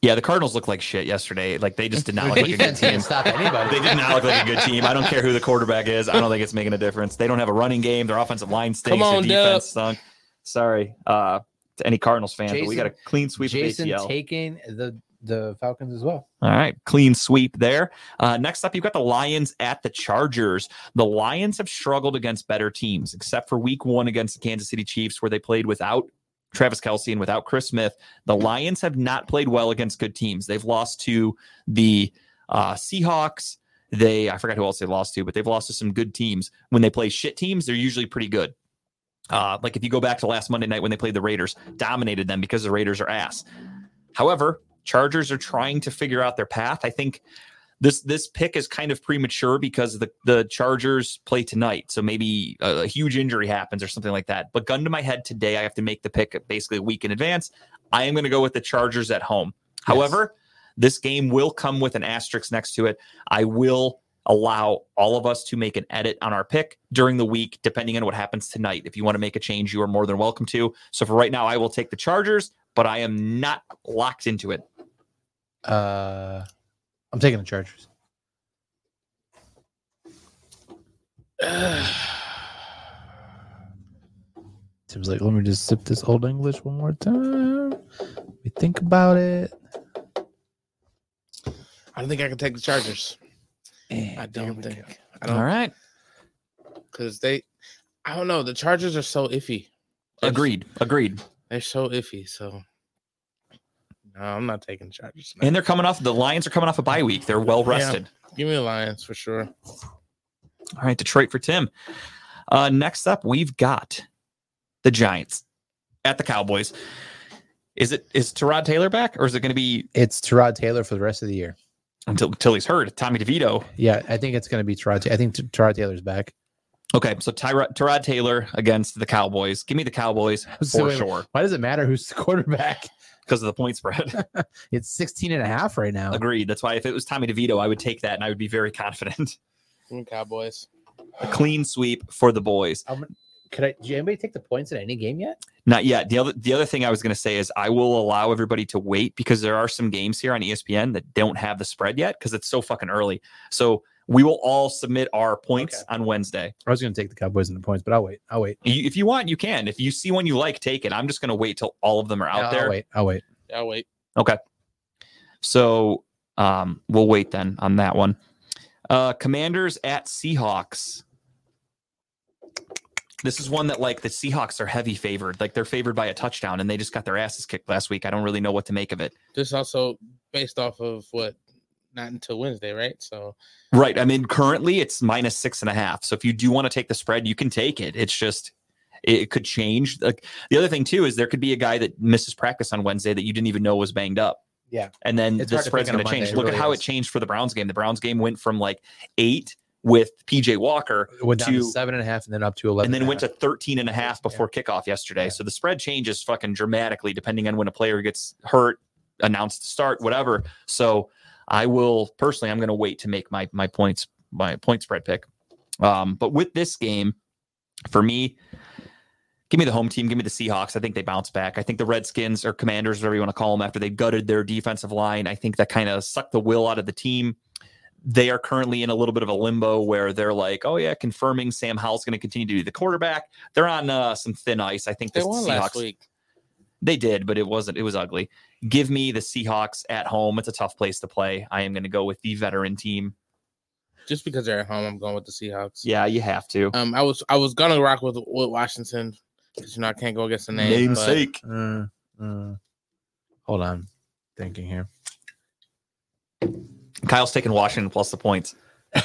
S1: Yeah, the Cardinals looked like shit yesterday. Like they just did not
S2: Their
S1: look like a good
S2: defense
S1: team.
S2: can't stop anybody.
S1: They did not look like a good team. I don't care who the quarterback is. I don't think it's making a difference. They don't have a running game. Their offensive line stinks.
S3: Come on,
S1: Their defense stunk. Sorry uh, to any Cardinals fans, but we
S2: Jason-
S1: got a clean sweep
S2: Jason
S1: of ACL.
S2: taking the the Falcons as well.
S1: All right, clean sweep there. Uh, next up, you've got the Lions at the Chargers. The Lions have struggled against better teams, except for Week One against the Kansas City Chiefs, where they played without Travis Kelsey and without Chris Smith. The Lions have not played well against good teams. They've lost to the uh, Seahawks. They I forgot who else they lost to, but they've lost to some good teams. When they play shit teams, they're usually pretty good. Uh, like if you go back to last Monday night when they played the Raiders, dominated them because the Raiders are ass. However, Chargers are trying to figure out their path. I think this this pick is kind of premature because the the Chargers play tonight, so maybe a, a huge injury happens or something like that. But gun to my head today, I have to make the pick basically a week in advance. I am going to go with the Chargers at home. However, this game will come with an asterisk next to it. I will allow all of us to make an edit on our pick during the week, depending on what happens tonight. If you want to make a change, you are more than welcome to. So for right now, I will take the Chargers, but I am not locked into it.
S2: Uh, I'm taking the Chargers. Tim's like, let me just sip this old English one more time. Let me think about it.
S3: I don't think I can take the Chargers. Eh, I don't think. I don't
S1: right.
S3: because they. I don't know. The Chargers are so iffy. They're s-
S1: Agreed. Agreed.
S3: They're so iffy. So no, I'm not taking Chargers.
S1: And they're coming off the Lions are coming off a bye week. They're well rested.
S3: Give me the Lions for sure.
S1: All right, Detroit for Tim. Uh, next up, we've got the Giants at the Cowboys. Is it is Terod Taylor back, or is it going to be
S2: It's Terod Taylor for the rest of the year.
S1: until until he's hurt? Tommy DeVito.
S2: Yeah, I think it's going to be Terod. I think T- Terod Taylor's back.
S1: Okay, so Tyrod Terod Taylor against the Cowboys. Give me the Cowboys for
S2: So wait-
S1: sure
S2: Why does it matter who's the quarterback?
S1: because of the point spread.
S2: It's 16 and a half right now.
S1: Agreed. That's why if it was Tommy DeVito, I would take that, and I would be very confident.
S3: Give me Cowboys.
S1: a clean sweep for the boys.
S2: Could I? Did anybody take the points in any game yet?
S1: Not yet. The other the other thing I was going to say is I will allow everybody to wait because there are some games here on E ESPN that don't have the spread yet because it's so fucking early. So we will all submit our points on Wednesday.
S2: I was going to take the Cowboys in the points, but I'll wait. I'll wait.
S1: You, if you want, you can. If you see one you like, take it. I'm just going to wait till all of them are out
S2: I'll
S1: there.
S2: wait. I'll wait.
S3: Yeah, I'll wait.
S1: So um, we'll wait then on that one. Uh, commanders at Seahawks. This is one that like the Seahawks are heavy favored. Like they're favored by a touchdown, and they just got their asses kicked last week. I don't really know what to make of it.
S3: This also based off of what not until Wednesday, right? So
S1: Right. I mean, currently it's minus six and a half. So if you do want to take the spread, you can take it. It's just it could change. Like the other thing too is there could be a guy that misses practice on Wednesday that you didn't even know was banged up.
S2: Yeah.
S1: And then
S2: It's
S1: the
S2: hard to
S1: spread's
S2: pick on a
S1: going to change.
S2: Monday, it
S1: Look
S2: really
S1: at how
S2: is.
S1: it changed for the Browns game. The Browns game went from like eight with PJ Walker
S2: It went down to
S1: To-
S2: seven and a half, and then up to eleven.
S1: and then
S2: a
S1: went to
S2: half.
S1: 13 and a half before kickoff yesterday.
S2: Yeah.
S1: So the spread changes fucking dramatically depending on when a player gets hurt, announced to start, whatever. So I will personally, I'm going to wait to make my my points my point spread pick. Um, but with this game, for me, give me the home team, give me the Seahawks. I think they bounce back. I think the Redskins or Commanders, whatever you want to call them, after they gutted their defensive line, I think that kind of sucked the will out of the team. They are currently in a little bit of a limbo where they're like, oh yeah, confirming Sam Howell's going to continue to be the quarterback. They're on uh, some thin ice. I think
S3: they
S1: the
S3: won last
S1: Seahawks.
S3: week.
S1: They did, but it wasn't. It was ugly. Give me the Seahawks at home. It's a tough place to play. I am going to go with the veteran team.
S3: Just because they're at home, I'm going with the Seahawks.
S1: Yeah, you have to.
S3: Um, I was I was gonna rock with, with Washington because you know I can't go against the name. but
S2: Mm, mm. Hold on, thinking here.
S1: Kyle's taking Washington plus the points.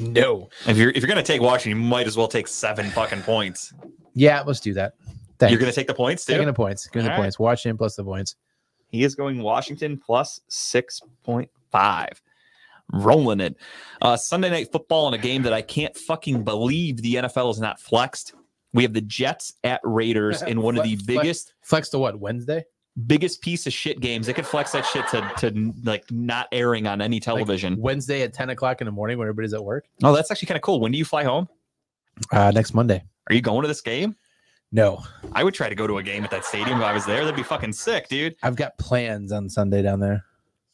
S2: No.
S1: If you're if you're gonna take Washington, you might as well take seven fucking points.
S2: Yeah, let's do that. Thanks.
S1: You're gonna take the points too.
S2: taking the points. Give me the
S1: All right.
S2: points. Washington plus the points.
S1: He is going Washington plus six point five. Rolling it. Uh, Sunday night football in a game that I can't fucking believe the NFL is not flexed. We have the Jets at Raiders in one of the
S2: Flex- flex.
S1: biggest
S2: Flex to what? Wednesday.
S1: biggest piece of shit games. They could flex that shit to to like not airing on any television.
S2: Wednesday at ten o'clock in the morning when everybody's at work.
S1: oh, that's actually kind of cool. When do you fly home?
S2: Uh, next Monday.
S1: Are you going to this game?
S2: No,
S1: I would try to go to a game at that stadium if I was there. That'd be fucking sick, dude.
S2: I've got plans on Sunday down there.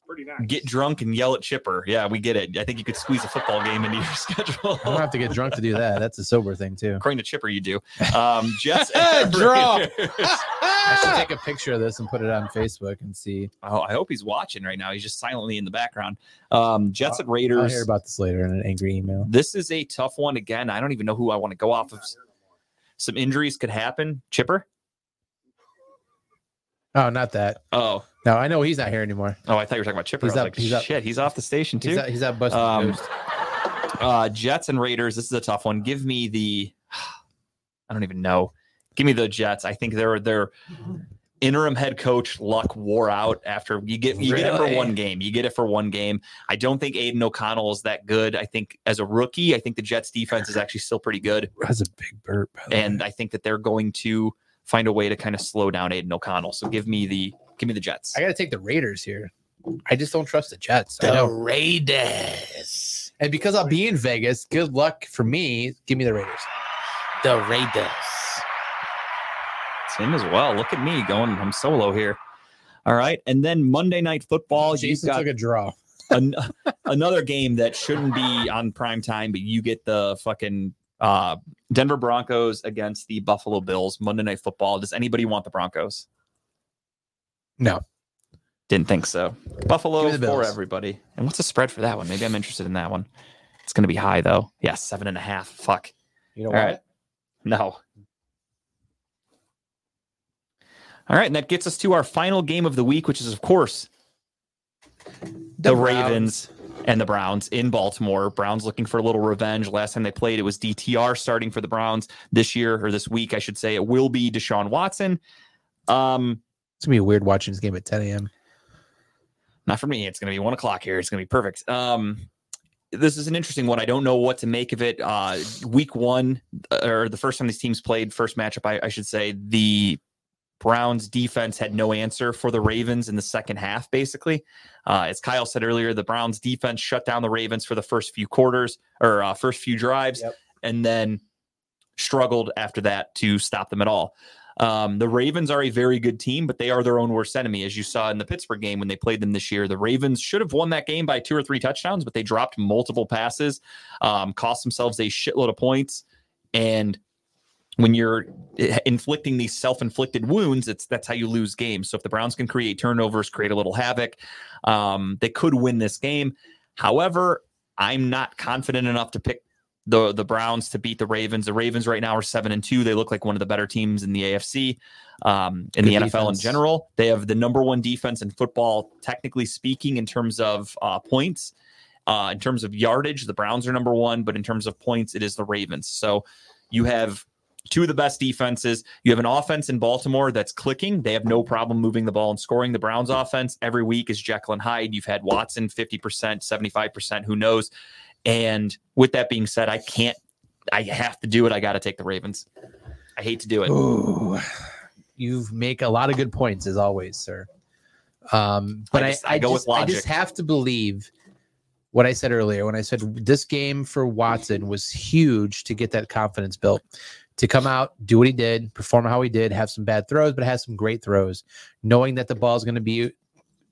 S5: Pretty nice.
S1: Get drunk and yell at Chipper. Yeah, we get it. I think you could squeeze a football game into your schedule.
S2: I don't have to get drunk to do that. That's a sober thing too.
S1: According to Chipper, you do. Um, Jets at
S3: Draw.
S1: Raiders.
S2: I should take a picture of this and put it on Facebook and see.
S1: oh, I hope he's watching right now. He's just silently in the background. Um, Jets at
S2: I'll
S1: Raiders.
S2: hear about this later in an angry email.
S1: This is a tough one again. I don't even know who I want to go off of. Some injuries could happen. Chipper.
S2: Oh, not that.
S1: Oh,
S2: No, I know he's not here anymore.
S1: oh, I thought you were talking about Chipper.
S2: He's
S1: I was
S2: up,
S1: like,
S2: he's up.
S1: shit, he's off the station too.
S2: He's out, he's out busting
S1: Um,
S2: toast.
S1: Uh, Jets and Raiders. This is a tough one. Give me the. I don't even know. Give me the Jets. I think their their interim head coach Luck wore out after you get you get it for
S2: Really?
S1: one game. You get it for one game. I don't think Aiden O'Connell is that good. I think as a rookie, I think the Jets defense is actually still pretty good,
S2: That's a big burp. by the way.
S1: and I think that they're going to find a way to kind of slow down Aiden O'Connell. So give me the give me the Jets.
S2: I got to take the Raiders here. I just don't trust the Jets. I
S3: the
S2: don't.
S3: Raiders.
S2: And because I'll be in Vegas, good luck for me. Give me the Raiders.
S3: The Raiders.
S1: Tim as well. Look at me going. I'm solo here. All right. And then Monday night football. You've
S2: Jason
S1: got
S2: took a draw.
S1: an, another game that shouldn't be on prime time, but you get the fucking uh, Denver Broncos against the Buffalo Bills Monday Night Football. Does anybody want the Broncos?
S2: No.
S1: didn't think so. Buffalo
S2: Give me the
S1: for
S2: Bills.
S1: everybody. And what's the spread for that one? Maybe I'm interested in that one. It's going to be high though. Yeah, seven and a half. Fuck.
S2: You know
S1: All
S2: what?
S1: right. No. All right, and that gets us to our final game of the week, which is, of course, the, Ravens and the Browns in Baltimore. Browns looking for a little revenge. Last time they played, it was DTR starting for the Browns. This year, or this week, I should say, it will be Deshaun Watson. Um,
S2: It's gonna be weird watching this game at 10 a.m.
S1: not for me. It's going to be one o'clock here. It's going to be perfect. Um, this is an interesting one. I don't know what to make of it. Uh, week one, uh, or the first time these teams played, first matchup, I, I should say, the Browns defense had no answer for the Ravens in the second half, basically. Uh, as Kyle said earlier, the Browns defense shut down the Ravens for the first few quarters or uh, first few drives,
S2: Yep.
S1: and then struggled after that to stop them at all. Um, the Ravens are a very good team, but they are their own worst enemy. As you saw in the Pittsburgh game when they played them this year, the Ravens should have won that game by two or three touchdowns, but they dropped multiple passes, um, cost themselves a shitload of points. And when you're eh, inflicting these self-inflicted wounds, it's that's how you lose games. So if the Browns can create turnovers, create a little havoc, um, they could win this game. However, I'm not confident enough to pick the the Browns to beat the Ravens. The Ravens right now are seven and two. They look like one of the better teams in the AFC, um, in
S2: Good
S1: the NFL in
S2: defense.
S1: general. They have the number one defense in football, technically speaking, in terms of uh, points. Uh, in terms of yardage, the Browns are number one, but in terms of points, it is the Ravens. So you have two of the best defenses. You have an offense in Baltimore that's clicking. They have no problem moving the ball and scoring. The Browns offense every week is Jekyll and Hyde. You've had Watson 50%, 75%, who knows. And with that being said, I can't, I have to do it. I got to take the Ravens. I hate to do it.
S2: Ooh, you make a lot of good points as always, sir. Um, but I,
S1: just-
S2: I,
S1: I go with
S2: just, I just
S1: logic.
S2: have to believe what I said earlier when I said this game for Watson was huge to get that confidence built, to come out, do what he did, perform how he did, have some bad throws, but have some great throws, knowing that the ball is going to be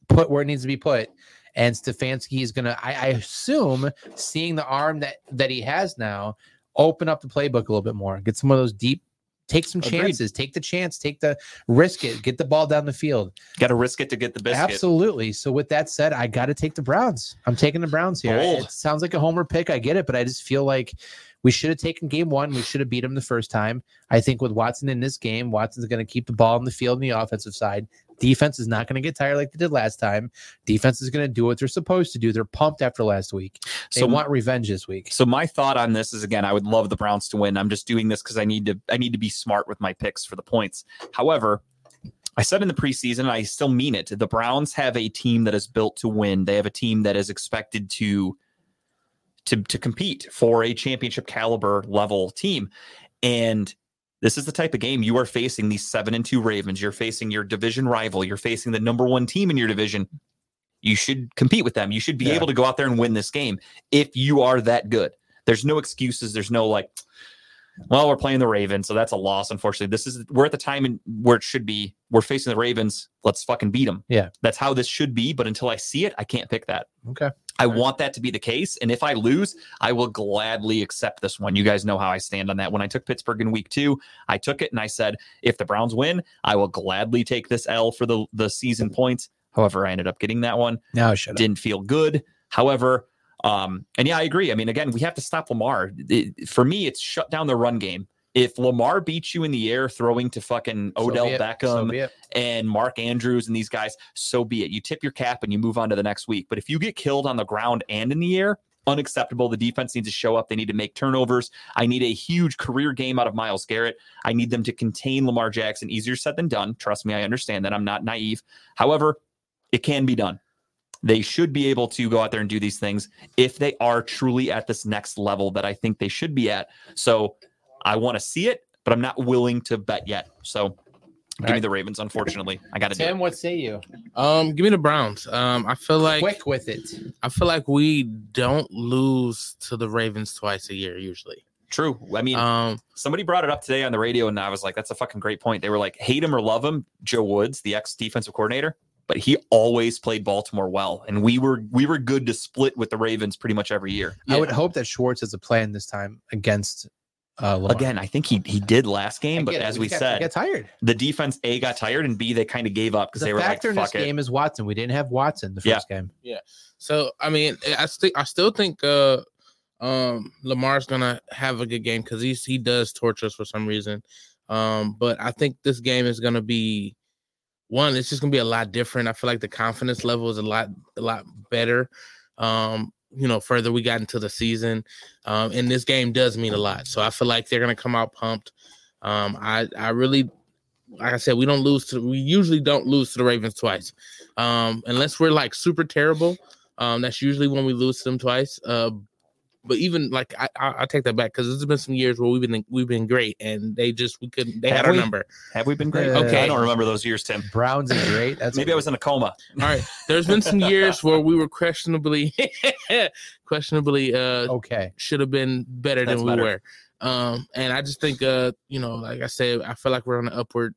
S2: put where it needs to be put. And Stefanski is going to, I I assume, seeing the arm that that he has now, open up the playbook a little bit more, get some of those deep, take some
S1: Agreed.
S2: chances, take the chance, take the risk it, get the ball down the field.
S1: Got to risk it to get the biscuit.
S2: Absolutely. So with that said, I got to take the Browns. I'm taking the Browns here.
S1: Bold.
S2: It sounds like a homer pick. I get it, but I just feel like we should have taken game one. We should have beat them the first time. I think with Watson in this game, Watson's going to keep the ball in the field on the offensive side. Defense is not going to get tired like they did last time. Defense is going to do what they're supposed to do. They're pumped after last week. They
S1: So-
S2: want revenge this week.
S1: So my thought on this is again, I would love the Browns to win. I'm just doing this because I need to I need to be smart with my picks for the points. However, I said in the preseason, and I still mean it, the Browns have a team that is built to win. They have a team that is expected to to to compete for a championship caliber level team. And this is the type of game you are facing these seven and two Ravens. You're facing your division rival. You're facing the number one team in your division. You should compete with them. You should be
S2: Yeah.
S1: able to go out there and win this game if you are that good. There's no excuses. There's no like, well, we're playing the Ravens, so that's a loss. Unfortunately, this is we're at the time in, where it should be. We're facing the Ravens. Let's fucking beat them.
S2: Yeah.
S1: that's how this should be. But until I see it, I can't pick that.
S2: Okay.
S1: I want that to be the case. And if I lose, I will gladly accept this one. You guys know how I stand on that. When I took Pittsburgh in week two, I took it and I said, if the Browns win, I will gladly take this L for the, the season points. However, I ended up getting that one.
S2: Now shut up.
S1: Didn't feel good. However, um, and yeah, I agree. I mean, again, we have to stop Lamar. It- for me, it's shut down the run game. If Lamar beats you in the air, throwing to fucking Odell
S2: So be it.
S1: Beckham,
S2: So be it.
S1: and Mark Andrews and these guys, so be it. You tip your cap and you move on to the next week. But if you get killed on the ground and in the air, unacceptable. The defense needs to show up. They need to make turnovers. I need a huge career game out of Miles Garrett. I need them to contain Lamar Jackson. Easier said than done. Trust me, I understand that. I'm not naive. However, it can be done. They should be able to go out there and do these things if they are truly at this next level that I think they should be at. So I want to see it, but I'm not willing to bet yet. So Give me the Ravens, unfortunately. I got to do it.
S2: Tim, what say you?
S3: Um, give me the Browns. Um, I feel like
S2: Quick with it.
S3: I feel like we don't lose to the Ravens twice a year usually.
S1: True. I mean,
S3: Um,
S1: somebody brought it up today on the radio, and I was like, that's a fucking great point. They were like, hate him or love him, Joe Woods, the ex defensive coordinator, but he always played Baltimore well, and we were we were good to split with the Ravens pretty much every year.
S4: I would hope that Schwartz has a plan this time against uh, Lamar.
S1: Again, I think he he did last game, but
S4: Again,
S1: as
S4: just
S1: we
S4: got-
S1: said,
S4: got tired.
S1: the defense a got tired and b they kind of gave up because
S4: The
S1: they were like,
S4: factor in this
S1: fuck it.
S4: game is Watson. We didn't have Watson the
S1: Yeah.
S4: first game.
S3: so I mean, I still I still think uh, um, Lamar's gonna have a good game because he's he does torture us for some reason. Um, but I think this game is gonna be one. It's just gonna be a lot different. I feel like the confidence level is a lot a lot better. Um, you know, further we got into the season, um, and this game does mean a lot. So I feel like they're gonna come out pumped. Um, I I really. Like I said, we don't lose to we usually don't lose to the Ravens twice, um, unless we're like super terrible. Um, that's usually when we lose to them twice. Uh, but even like I, I, I take that back because there's been some years where we've been we've been great and they just we couldn't they
S1: Have
S3: had our
S1: we?
S3: number.
S1: Have we been great?
S4: Yeah.
S1: Okay, I don't remember those years, Tim.
S4: Browns is great. That's
S1: Maybe I was in a coma.
S3: All right, there's been some years where we were questionably questionably uh
S4: okay.
S3: should have been better
S1: That's
S3: than we
S1: better.
S3: were. Um, and I just think, uh, you know, like I said, I feel like we're on an upward,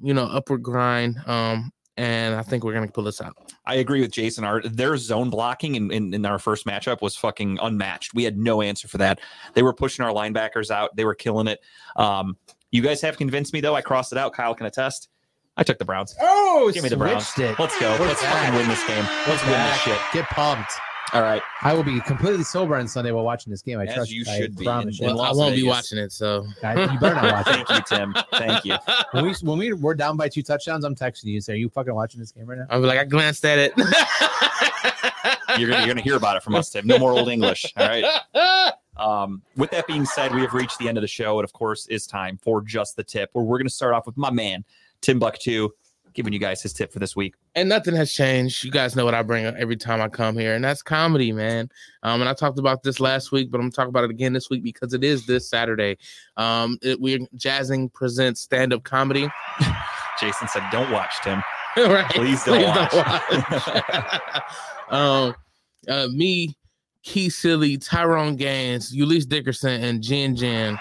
S3: you know, upward grind. Um, and I think we're gonna pull this out.
S1: I agree with Jason. Our their zone blocking in, in, in our first matchup was fucking unmatched. We had no answer for that. They were pushing our linebackers out. They were killing it. Um, you guys have convinced me though. I crossed it out. Kyle can attest. I took the Browns.
S4: Oh,
S1: Give me the Browns.
S4: switched it.
S1: Let's go.
S4: We're
S1: Let's
S4: back.
S1: fucking win this game. Let's win this
S4: back.
S1: shit.
S4: Get pumped.
S1: All right.
S4: I will be completely sober on Sunday while watching this game. I
S1: As
S4: trust
S1: you
S4: I
S1: should be.
S4: promise
S1: In
S3: Well,
S4: you.
S3: I
S1: Las
S3: won't be
S1: Vegas.
S3: watching it, so
S4: I- you better not watch it.
S1: Thank you, Tim. Thank you.
S4: When we when we were down by two touchdowns, I'm texting you. and Say, are you fucking watching this game right now?
S3: I'll be like, I glanced at it.
S1: You're gonna you're gonna hear about it from us, Tim. No more old English. All right. Um, with that being said, we have reached the end of the show, and of course, it's time for just the tip, where we're going to start off with my man Tim Buck2 giving you guys his tip for this week.
S3: and nothing has changed. You guys know what I bring up every time I come here, and that's comedy, man. Um, and I talked about this last week, but I'm talking about it again this week because it is this Saturday. Um, it, we're Jazzing presents stand up comedy.
S1: Jason said, "Don't watch Tim."
S3: right?
S1: Please don't
S3: watch. um, uh, me, Key Silly, Tyrone Gaines, Ulysses Dickerson, and Jin Jin.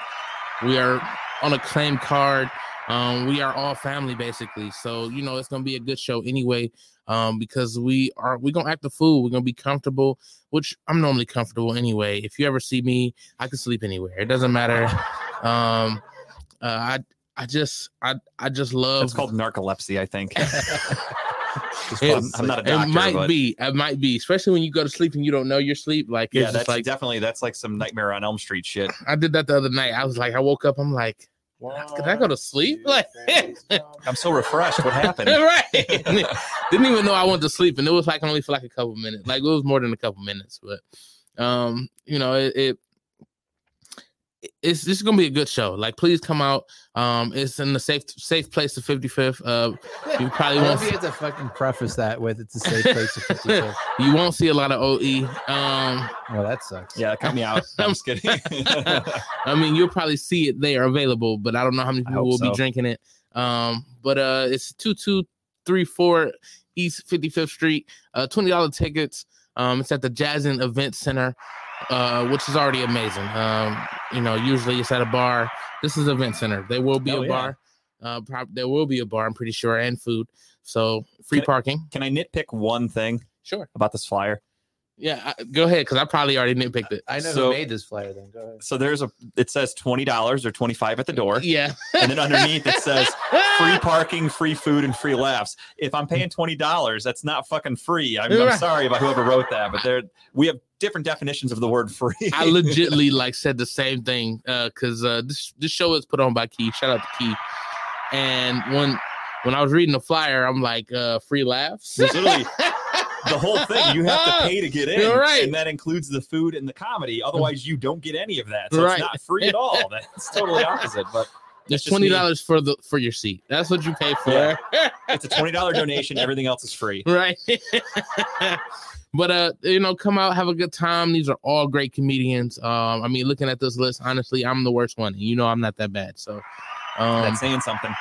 S3: We are on a claim card. Um, we are all family basically. So, you know, it's gonna be a good show anyway. Um, because we are we're gonna act the fool, we're gonna be comfortable, which I'm normally comfortable anyway. If you ever see me, I can sleep anywhere. It doesn't matter. Um uh, I I just I I just love
S1: It's called narcolepsy, I think.
S4: Just
S3: It-
S4: fun.
S1: I'm not a
S3: it
S1: doctor,
S3: might
S1: but
S3: be. It might be, especially when you go to sleep and you don't know your sleep. Like it's
S1: yeah, that's
S3: just like
S1: definitely that's like some Nightmare on Elm Street shit.
S3: I did that the other night. I was like, I woke up. I'm like, did I go to sleep?
S5: Oh,
S3: Like,
S1: I'm so refreshed. What happened?
S3: right? Didn't even know I went to sleep, and it was like only for like a couple minutes. Like it was more than a couple minutes, but um, you know, it. it it's this is gonna be a good show. Like, please come out. Um, it's in the safe safe place, the 55th. Uh, you probably
S4: I
S3: won't
S4: love
S3: see
S4: you had to fucking preface that with it's a safe place to 52.
S3: you won't see a lot of OE. Um,
S4: Well, Oh, that sucks.
S1: Yeah, cut me out. I'm just kidding.
S3: I mean, you'll probably see it there available, but I don't know how many
S1: I
S3: people
S1: hope
S3: will
S1: so.
S3: be drinking it. Um, but uh, it's two two three four East Fifty Fifth Street. Uh, twenty dollar tickets. Um, it's at the Jazzin Event Center, uh, which is already amazing. Um, you know, usually it's at a bar. This is event center. There will be
S1: Hell
S3: a
S1: Oh, yeah.
S3: bar. Uh, prob- there will be a bar. I'm pretty sure, and food. So free
S1: Can I-
S3: parking.
S1: Can I nitpick one thing
S3: Sure.
S1: about this flyer?
S3: Yeah. I, go ahead, because I probably already nitpicked it.
S4: I know
S1: So-
S4: who made this flyer then. Go ahead.
S1: So there's a it says twenty dollars or twenty five at the door,
S3: Yeah.
S1: and then underneath it says Uh, free parking, free food, and free laughs. If I'm paying twenty dollars, that's not fucking free. I'm, I'm
S3: Right.
S1: sorry about whoever wrote that, but there we have different definitions of the word free.
S3: I legitly like said the same thing because uh, this this show is put on by Key. Shout out to Key. And when when I was reading the flyer, I'm like, uh, free laughs.
S1: There's literally the whole thing. You have to pay to get in,
S3: You're right.
S1: and that includes the food and the comedy. Otherwise, you don't get any of that. So
S3: Right.
S1: it's not free at all. That's totally opposite. But
S3: It's
S1: just
S3: twenty dollars for the for your seat. That's what you pay for,
S1: Yeah. it's a twenty dollar donation. Everything else is free.
S3: right? but uh, you know, come out, have a good time. These are all great comedians. Um, I mean, looking at this list, honestly, I'm the worst one. You know, I'm not that bad. So, um,
S1: That's saying something.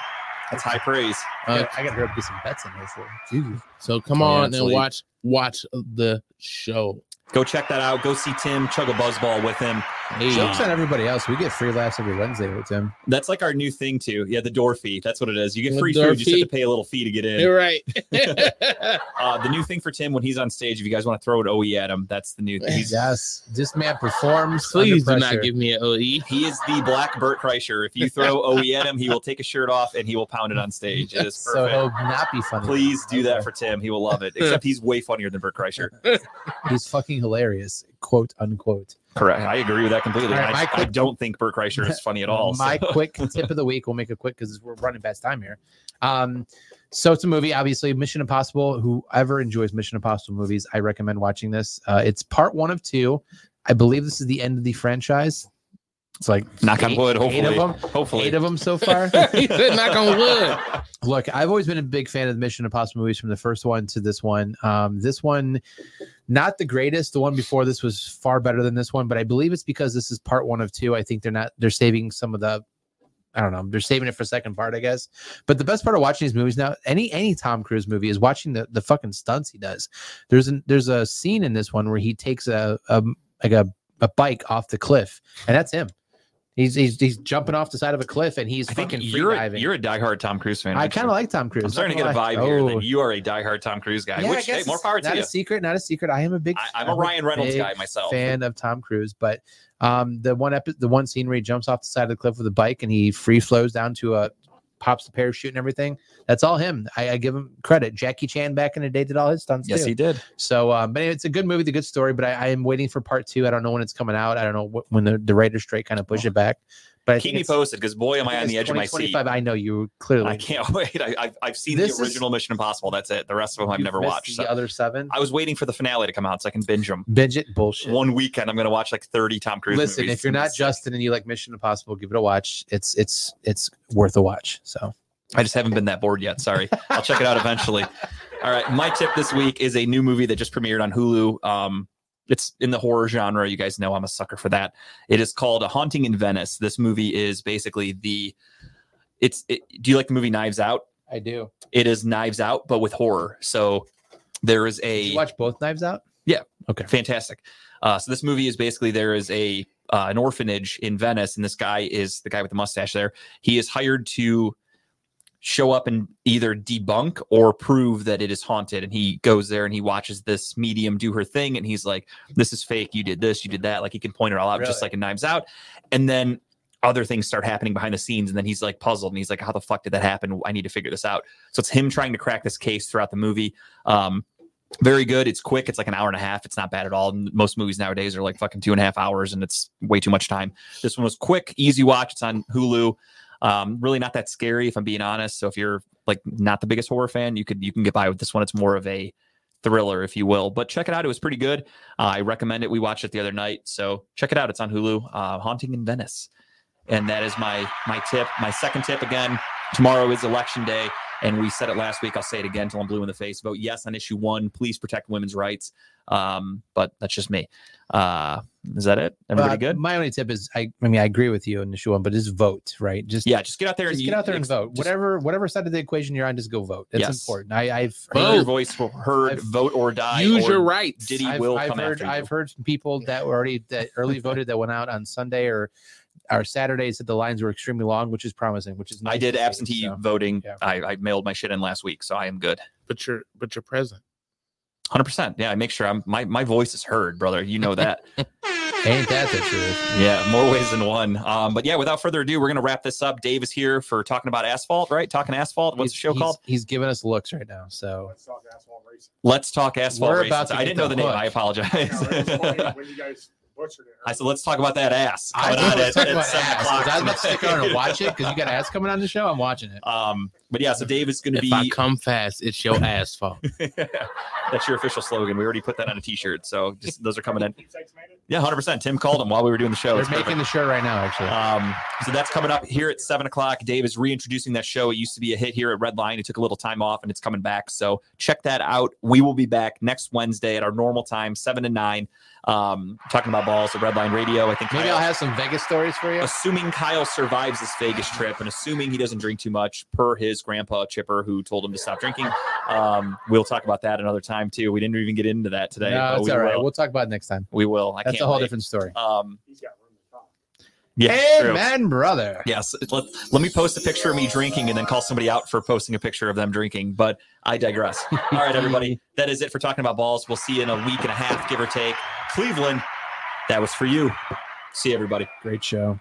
S1: That's high praise.
S3: Uh,
S2: I gotta hurry up and get some bets in here for
S7: Jesus.
S3: so come
S1: Yeah,
S3: on
S1: it's
S3: and
S1: late.
S3: watch watch the show.
S1: Go check that out. Go see Tim chug a buzz ball with him.
S3: Hey,
S2: Jokes on everybody else. We get free laughs every Wednesday with Tim.
S1: That's like our new thing too. Yeah, the door fee. That's what it is. You get
S3: The
S1: free
S3: door
S1: food. You just
S3: fee.
S1: have to pay a little fee to get in.
S3: you're right.
S1: Uh, the new thing for Tim when he's on stage, if you guys want to throw an OE at him, that's the new thing. He's,
S2: Yes, this man performs.
S3: Please do
S2: under
S3: not
S2: pressure.
S3: give me an E. OE.
S1: He is the black Burt Kreischer. If you throw OE at him, he will take a shirt off and he will pound it on stage. It is
S2: So
S1: perfect.
S2: he'll not be funny.
S1: Please do that for Tim. He will love it. Except he's way funnier than Burt Kreischer.
S2: He's fucking hilarious, quote unquote.
S1: Correct. I agree with that completely.
S2: All right,
S1: I,
S2: my
S1: I
S2: quick-
S1: don't think Burt Kreischer is funny at all.
S2: My
S1: so-
S2: quick tip of the week. We'll make it quick because we're running past time here. Um, so it's a movie, obviously Mission Impossible. Whoever enjoys Mission Impossible movies, I recommend watching this. Uh, it's part one of two. I believe this is the end of the franchise. It's like
S1: Knock on
S2: eight-
S1: wood.
S2: eight of
S1: Hopefully.
S2: them,
S1: Hopefully.
S2: eight of them so far.
S3: he said, knock on wood.
S2: Look, I've always been a big fan of the Mission Impossible movies from the first one to this one. Um, this one, not the greatest. The one before this was far better than this one, but I believe it's because this is part one of two. I think they're not they're saving some of the I don't know, they're saving it for second part, I guess. But the best part of watching these movies now, any any Tom Cruise movie is watching the the fucking stunts he does. There's an there's a scene in this one where he takes a, a like a, a bike off the cliff, and that's him. He's, he's, he's jumping off the side of a cliff and he's
S1: I think
S2: fucking free
S1: you're a,
S2: diving.
S1: you're a diehard Tom Cruise fan.
S2: I
S1: aren't
S2: kind
S1: you?
S2: of like Tom Cruise.
S1: I'm starting to get a
S2: Not
S1: vibe
S2: gonna lie.
S1: here that
S2: Oh.
S1: you are a diehard Tom Cruise guy.
S2: Yeah, I
S1: which hey,
S2: guess
S1: more
S2: it's
S1: power to
S2: Not
S1: you.
S2: a secret, not a secret. I am a big.
S1: I, I'm a Ryan Reynolds
S2: big
S1: guy myself.
S2: fan of Tom Cruise, but um, the one epi- the one scene where he jumps off the side of the cliff with a bike and he free flows down to a pops the parachute and everything. That's all him. I, I give him credit. Jackie Chan back in the day did all his stunts
S1: Yes,
S2: too.
S1: he did.
S2: So, um, but anyway, it's a good movie, the good story. But I, I am waiting for part two. I don't know when it's coming out. I don't know what, when the, the writer's straight kind of push it back. But I
S1: Keep
S2: think
S1: me
S2: it's-
S1: posted because boy, am
S2: think
S1: I on
S2: it's
S1: the edge of my seat.
S2: 2025. I know you clearly.
S1: I can't wait. I, I've, I've seen
S2: This is-
S1: the original Mission Impossible. That's it. The rest of them I've
S2: you
S1: never
S2: missed
S1: watched. so-
S2: the other seven.
S1: I was waiting for the finale to come out so I can binge them.
S2: Binge it bullshit.
S1: One weekend, I'm going to watch like 30 Tom Cruise
S2: Listen,
S1: movies.
S2: if you're not Justin and you like Mission Impossible, give it a watch. It's it's it's worth a watch. So
S1: I just haven't been that bored yet. Sorry. I'll check it out eventually. All right. My tip this week is a new movie that just premiered on Hulu. Um, it's in the horror genre. You guys know I'm a sucker for that. It is called A Haunting in Venice. This movie is basically the. It's. It, do you like the movie Knives Out?
S2: I do.
S1: It is Knives Out, but with horror. So there is a.
S2: Did you watch both Knives Out?
S1: fantastic. Uh, so this movie is basically there is a uh, an orphanage in Venice, and this guy is the guy with the mustache. There, he is hired to show up and either debunk or prove that it is haunted. And he goes there and he watches this medium do her thing, and he's like, "This is fake. You did this. You did that." Like he can point it all out, just
S2: Really?
S1: like in Knives Out. And then other things start happening behind the scenes, and then he's like puzzled, and he's like, "How the fuck did that happen? I need to figure this out." So it's him trying to crack this case throughout the movie. Um, very good. It's quick. It's like an hour and a half. It's not bad at all. And Most movies nowadays are like fucking two and a half hours, and it's way too much time. This one was quick, easy watch. It's on Hulu. Um, really not that scary, if I'm being honest. So if you're like not the biggest horror fan, you could you can get by with this one. It's more of a thriller, if you will. But check it out. It was pretty good. Uh, I recommend it. We watched it the other night, so check it out. It's on Hulu. Uh, Haunting in Venice, and that is my my tip. My second tip again. Tomorrow is election day. And we said it last week. I'll say it again till I'm blue in the face. Vote yes on issue one. Please protect women's rights. Um, but that's just me. Uh, is that it? Everybody
S2: Uh,
S1: good?
S2: My only tip is I, I mean I agree with you on issue one, but just vote right. Just
S1: Yeah, just get out there
S2: Just
S1: and
S2: get out there and
S1: ex-
S2: vote.
S1: just
S2: whatever whatever side of the equation you're on, just go vote. It's
S1: Yes.
S2: important. I, I've
S1: make
S3: Vote.
S1: your voice heard.
S2: I've-
S1: vote or die.
S3: Use
S1: or
S3: your rights.
S1: Diddy
S2: I've,
S1: will
S2: I've
S1: come
S2: heard
S1: after you.
S2: I've heard from people that were already that early voted that went out on Sunday or or Saturdays that the lines were extremely long, which is promising. Which is nice
S1: I did
S2: to see,
S1: absentee
S2: so.
S1: voting.
S2: yeah.
S1: I, I mailed my shit in last week, so I am good.
S3: But you're but you're present.
S1: Hundred percent. Yeah, I make sure I'm my, my voice is heard, brother. You know that.
S2: Ain't that the truth?
S1: yeah, more ways than one. Um, but yeah, without further ado, we're gonna wrap this up. Dave is here for talking about asphalt, right? Talking asphalt. What's
S2: He's-
S1: the show
S2: he's-
S1: called?
S2: He's giving us looks right now. So
S6: Let's talk asphalt racing.
S1: Let's talk asphalt.
S2: We're
S1: races.
S2: about to
S1: I
S2: get
S1: didn't know
S2: the
S1: the name.
S2: hook.
S1: I
S6: You know, it was funny
S1: apologize.
S6: when you guys butchered it.
S1: I said, let's talk about that ass.
S2: I
S1: Coming on
S2: was
S1: at-
S2: talking
S1: at
S2: about
S1: 7
S2: ass. 'cause
S1: o'clock
S2: I was about to
S1: tonight.
S2: stick around and watch it because you got ass coming on the show. I'm watching it.
S1: Um, but yeah, so Dave is going to
S3: If
S1: be
S3: I come fast, it's your ass fault.
S1: That's your official slogan. We already put that on a T-shirt, so just those are coming in.
S8: Keep sex made it.
S1: Yeah, hundred percent. Tim called him while we were doing the show.
S4: They're
S1: It's perfect.
S4: making the shirt right now, actually.
S1: Um, so that's coming up here at seven o'clock. Dave is reintroducing that show. It used to be a hit here at Red Line. It took a little time off and it's coming back. So check that out. We will be back next Wednesday at our normal time, seven to nine. Um, talking about balls at Red Line Radio. I think
S4: Maybe
S1: Kyle-
S4: I'll have some Vegas stories for you.
S1: assuming Kyle survives this Vegas trip and assuming he doesn't drink too much, per his grandpa Chipper, who told him to stop drinking. Um, we'll talk about that another time too. We didn't even get into that today.
S4: No,
S1: but
S4: it's
S1: we
S4: all right.
S1: will.
S4: We'll talk about it next time.
S1: we will. I
S4: That's
S1: can't
S4: a whole
S1: wait.
S4: different story.
S1: Um,
S8: He's got room to talk.
S1: yeah, true.
S4: Amen, brother.
S1: Yes. Let, let me post a picture of me drinking and then call somebody out for posting a picture of them drinking, but I digress. All right, everybody. That is it for talking about balls. We'll see you in a week and a half, give or take. Cleveland, that was for you. See you, everybody.
S4: Great show.